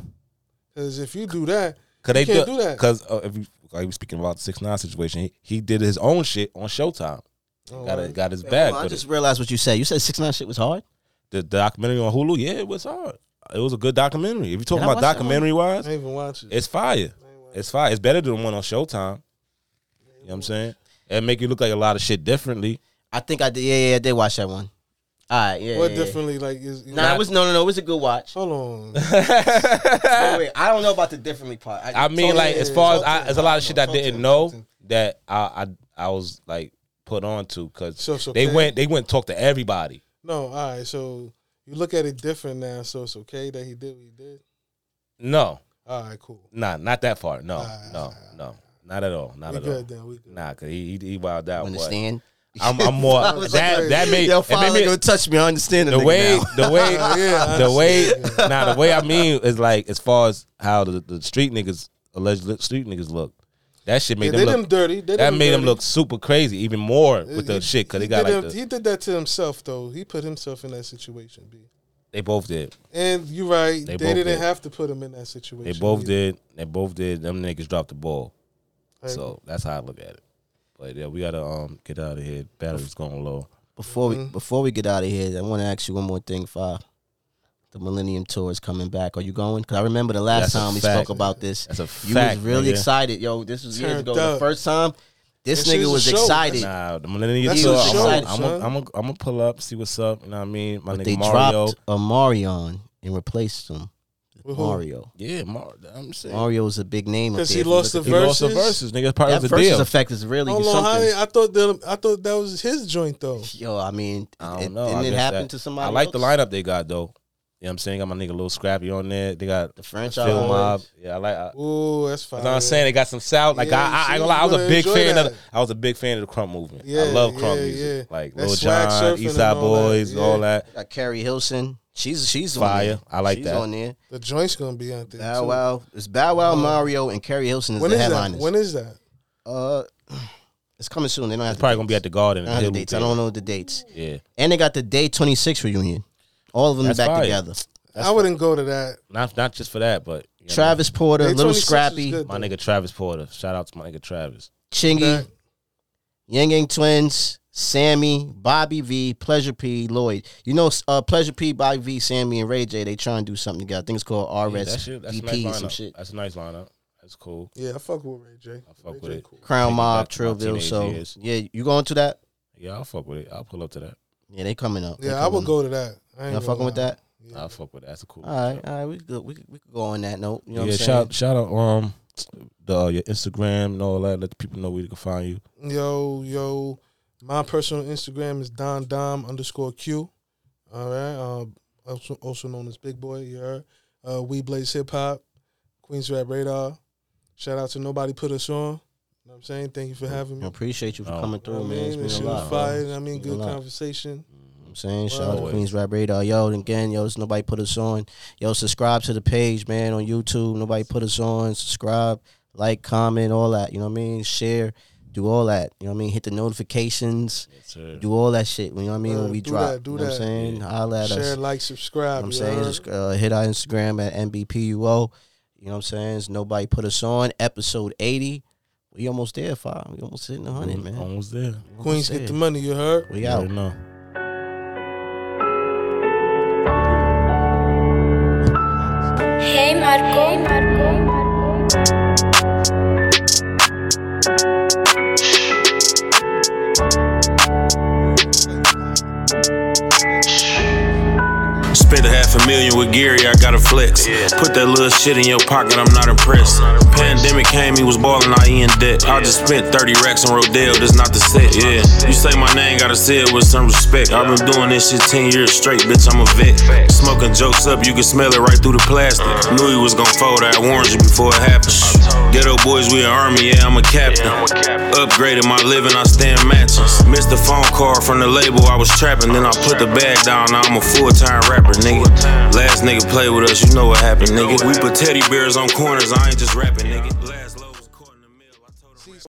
D: Because if you do that,
E: Cause
D: you
E: they
D: can't do that.
E: Cause uh, if you, like, we speaking about the six nine situation, he, he did his own shit on Showtime.
D: Oh,
E: got a,
D: right.
E: got his
C: Hold
E: bag.
C: on, I
E: with
C: just
E: it.
C: realized what you said. You said Six Nine shit was hard.
E: The documentary on Hulu, yeah, it was hard. It was a good documentary. If you talking
C: And I
E: about
C: watched that
E: documentary
D: I
E: wise,
D: didn't even watch it.
E: it's fire. It's fire. It's better than the one on Showtime. You know what I'm saying? It make you look like a lot of shit differently.
C: I think I did. Yeah, yeah, I did watch that one. All right, yeah.
D: What
C: yeah, yeah.
D: differently? Like, is,
C: Nah, it was no, no, no. It was a good watch.
D: Hold on.
C: Wait, wait, I don't know about the differently part.
E: I mean,
D: Talk
E: like
D: to
E: as
D: him.
E: far as
D: Talk to
E: I,
D: him.
E: there's a lot of shit I
D: Talk to
E: didn't
D: him.
E: know
D: Talk to him.
E: that I I, I was like put on to because
D: So it's
E: they
D: okay.
E: went they went and talked to everybody.
D: no, all right. So you look at it different now. So it's okay that he did what he did.
E: No,
D: All right, cool.
E: Nah, not that far. No,
D: Ah.
E: no, no, not at all. Not
D: We
E: at
D: good
E: all.
D: then. We good.
E: Nah, cause he he, he wowed out. boy.
C: understand.
E: I'm, I'm more
C: I
E: that
C: was like,
E: that made,
C: Yo,
E: it made
C: finally
E: me-
C: gonna touch me. I understand the,
E: the
C: nigga
E: way
C: now.
E: the way
D: yeah,
E: the way nah the way I mean is like as far as how the, the street niggas alleged look- street niggas look. That shit
D: Yeah,
E: made
D: they
E: them
D: them
E: look.
D: dirty. They
E: that
D: done
E: made them
D: dirty.
E: look super crazy, even more with the
D: He-
E: shit. Cause they
D: he
E: got
D: did
E: like
D: him-
E: the,
D: he did that to himself though. He put himself in that situation. B.
E: they both did.
D: And you're right. They,
E: They both
D: didn't
E: did.
D: have to put him in that situation.
E: They both
D: either.
E: did. They both did. Them niggas dropped the ball.
D: Right.
E: So that's how I look at it. But yeah, we gotta um get out of here. Battery's going low.
C: Before we before we get out of here, I want to ask you one more thing, Five. The Millennium Tour is coming back. Are you going? Because I remember the last
E: That's a
C: time we
E: fact.
C: spoke about this.
E: That's a
C: you
E: fact,
C: was really
E: nigga.
C: excited, yo. This was years
D: Turned
C: ago. The
D: up.
C: first time, this
D: This is
C: nigga
D: a
C: was
D: show.
C: excited.
E: Nah, the Millennium
D: That's
E: Tour.
D: a show,
E: I'm gonna I'm
D: son.
E: gonna I'm gonna pull up, see what's up. You know what I mean? My
C: but
E: nigga
C: they
E: Mario.
C: dropped Amarion and replaced him.
D: With who?
C: Mario.
E: Yeah, Mar- I'm saying
C: Mario was a big name. up
D: 'Cause
C: there.
D: he
C: If you
D: lost
C: look
E: he
D: the
C: at
E: lost the
D: versus?
E: verses, nigga. Part
C: that
E: of the
C: versus
E: deal.
C: effect is really
D: Hold on,
C: something.
D: honey. I thought that I thought that was his joint though.
C: Yo, I mean, it,
E: I don't know. I
C: didn't it
E: guess
C: happen
E: that-
C: to somebody?
E: I like
C: else?
E: the lineup they got though. You know what I'm saying? Got my nigga Lil Scrappy on there. They got
C: The French
E: Phil
C: Islands.
E: Mob. Yeah, I like. I,
D: Ooh, that's fine.
E: you know what I'm saying? They got some South. Like
D: Yeah,
E: I, I, I ain't
D: you
E: gonna lie, I was a
D: gonna
E: big
D: enjoy
E: fan
D: that.
E: of. The, I was a big fan of the crump movement.
D: Yeah,
E: I love crump
D: yeah,
E: music.
D: yeah.
E: Like
D: That
E: Lil
D: swag
E: John,
D: surfing
E: East Side
D: and all that,
E: Boys,
D: yeah.
E: all that.
C: Got Carrie Hilson. She's she's
E: Fire.
C: On there.
E: I like
C: she's
E: that.
C: on there.
D: The joint's gonna be out there.
C: Bow
D: too.
C: Wow. It's Bow Wow, Mario, and Carrie Hilson is
D: When
C: the
D: is that?
C: headliners.
D: When is that?
C: uh, it's coming soon. They don't have
E: It's probably gonna be at the Garden.
C: I don't, have
E: Hill
C: the dates. I don't know the dates.
E: Yeah,
C: And they got the day 26 reunion. All of them
E: That's
C: back
E: fire.
C: together.
D: I wouldn't go to that.
E: not not just for that, but you know,
C: Travis Porter,
D: Day
C: Little
D: 26 is
C: Scrappy,
D: good,
E: My
D: though.
E: nigga Travis Porter. Shout out to my nigga Travis.
C: Chingy,
D: Okay.
C: Yang Yang Twins, Sammy, Bobby V, Pleasure P, Lloyd. You know, uh, Pleasure P, Bobby V, Sammy, and Ray J. They trying to do something together. I think it's called
E: Yeah, that shit- that's a nice
C: RSVP,
E: lineup.
C: some shit.
E: That's a nice lineup. That's cool.
D: Yeah, I fuck with Ray J. I
E: fuck with it.
D: Cool.
C: Crown
E: Take it
C: Mob,
E: back to my
C: Trillville.
E: teenage
C: So
E: years.
C: yeah, you going to that?
E: Yeah, I'll fuck with it. I'll pull up to that.
C: Yeah, they coming up. They
D: Yeah, I
C: coming.
D: would go to that. I ain't
C: Y'all
D: gonna
C: fucking with
D: lie.
C: that?
D: Yeah.
E: I'll fuck with it. That's a cool.
C: All right,
E: shout.
C: all right, we could we could, we could go on that note. You know what
E: yeah,
C: I'm saying?
E: shout shout out um the uh, your Instagram and all that. Let the people know where they can find you.
D: Yo, yo. My personal Instagram is Don Dom underscore Q. All right. Um, also, also known as Big Boy. You heard? Uh, we Blaze Hip Hop, Queens Rap Radar. Shout out to Nobody Put Us On. You know what I'm saying? Thank you for having
C: I
D: me.
C: appreciate you for
E: Oh.
C: coming
D: You know
C: through,
D: what
C: man.
D: I
C: It's
D: mean,
C: been
D: This
C: a
D: shit
C: lot.
D: was
C: bro.
D: fire. I mean,
C: It's been a
D: good
C: lot.
D: conversation.
C: I'm saying, shout out to
E: Always.
C: Queens Rap Radar, yo. And again, yo, it's nobody put us on. Yo, subscribe to the page, man, on YouTube. Nobody put us on. Subscribe, like, comment, all that. You know what I mean? Share, do all that. You know what I mean? Hit the notifications,
E: Yes, sir.
C: do all that shit. You know what I mean?
D: Uh,
C: when we
D: do
C: drop,
D: that, do
C: you know what
D: that.
C: I'm saying? Holla at us.
D: Share, like, subscribe.
C: You
D: you
C: know what I'm saying?
D: heard?
C: Just, uh, hit our Instagram at NBPUO. You know what I'm saying? It's nobody put us on. Episode 80. We almost there, five. We almost hitting
D: Mm,
C: 100, man.
E: Almost there.
C: Almost
D: Queens
C: there.
D: get the money. You heard?
C: We
E: You
C: out.
E: already know.
G: Hey Marco. Hey Marco.
H: Spent a half a million with Gary, I gotta flex. Put that little shit in your pocket, I'm not impressed. Pandemic came, he was ballin', I in debt. I just spent 30 racks on Rodell, that's not the set. Yeah, you say my name, gotta say it with some respect. I've been doing this shit 10 years straight, bitch, I'm a vet. Smoking jokes up, you can smell it right through the plastic. Knew he was gonna fold, I warned you before it happened. Ghetto boys, we an army, yeah, I'm a captain. Upgraded my living, I stand matches. Missed the phone call from the label, I was trapping. Then I put the bag down, now I'm a full time rapper, nigga. Last nigga played with us, you know what happened, nigga. We put teddy bears on corners, I ain't just rapping, nigga. Last-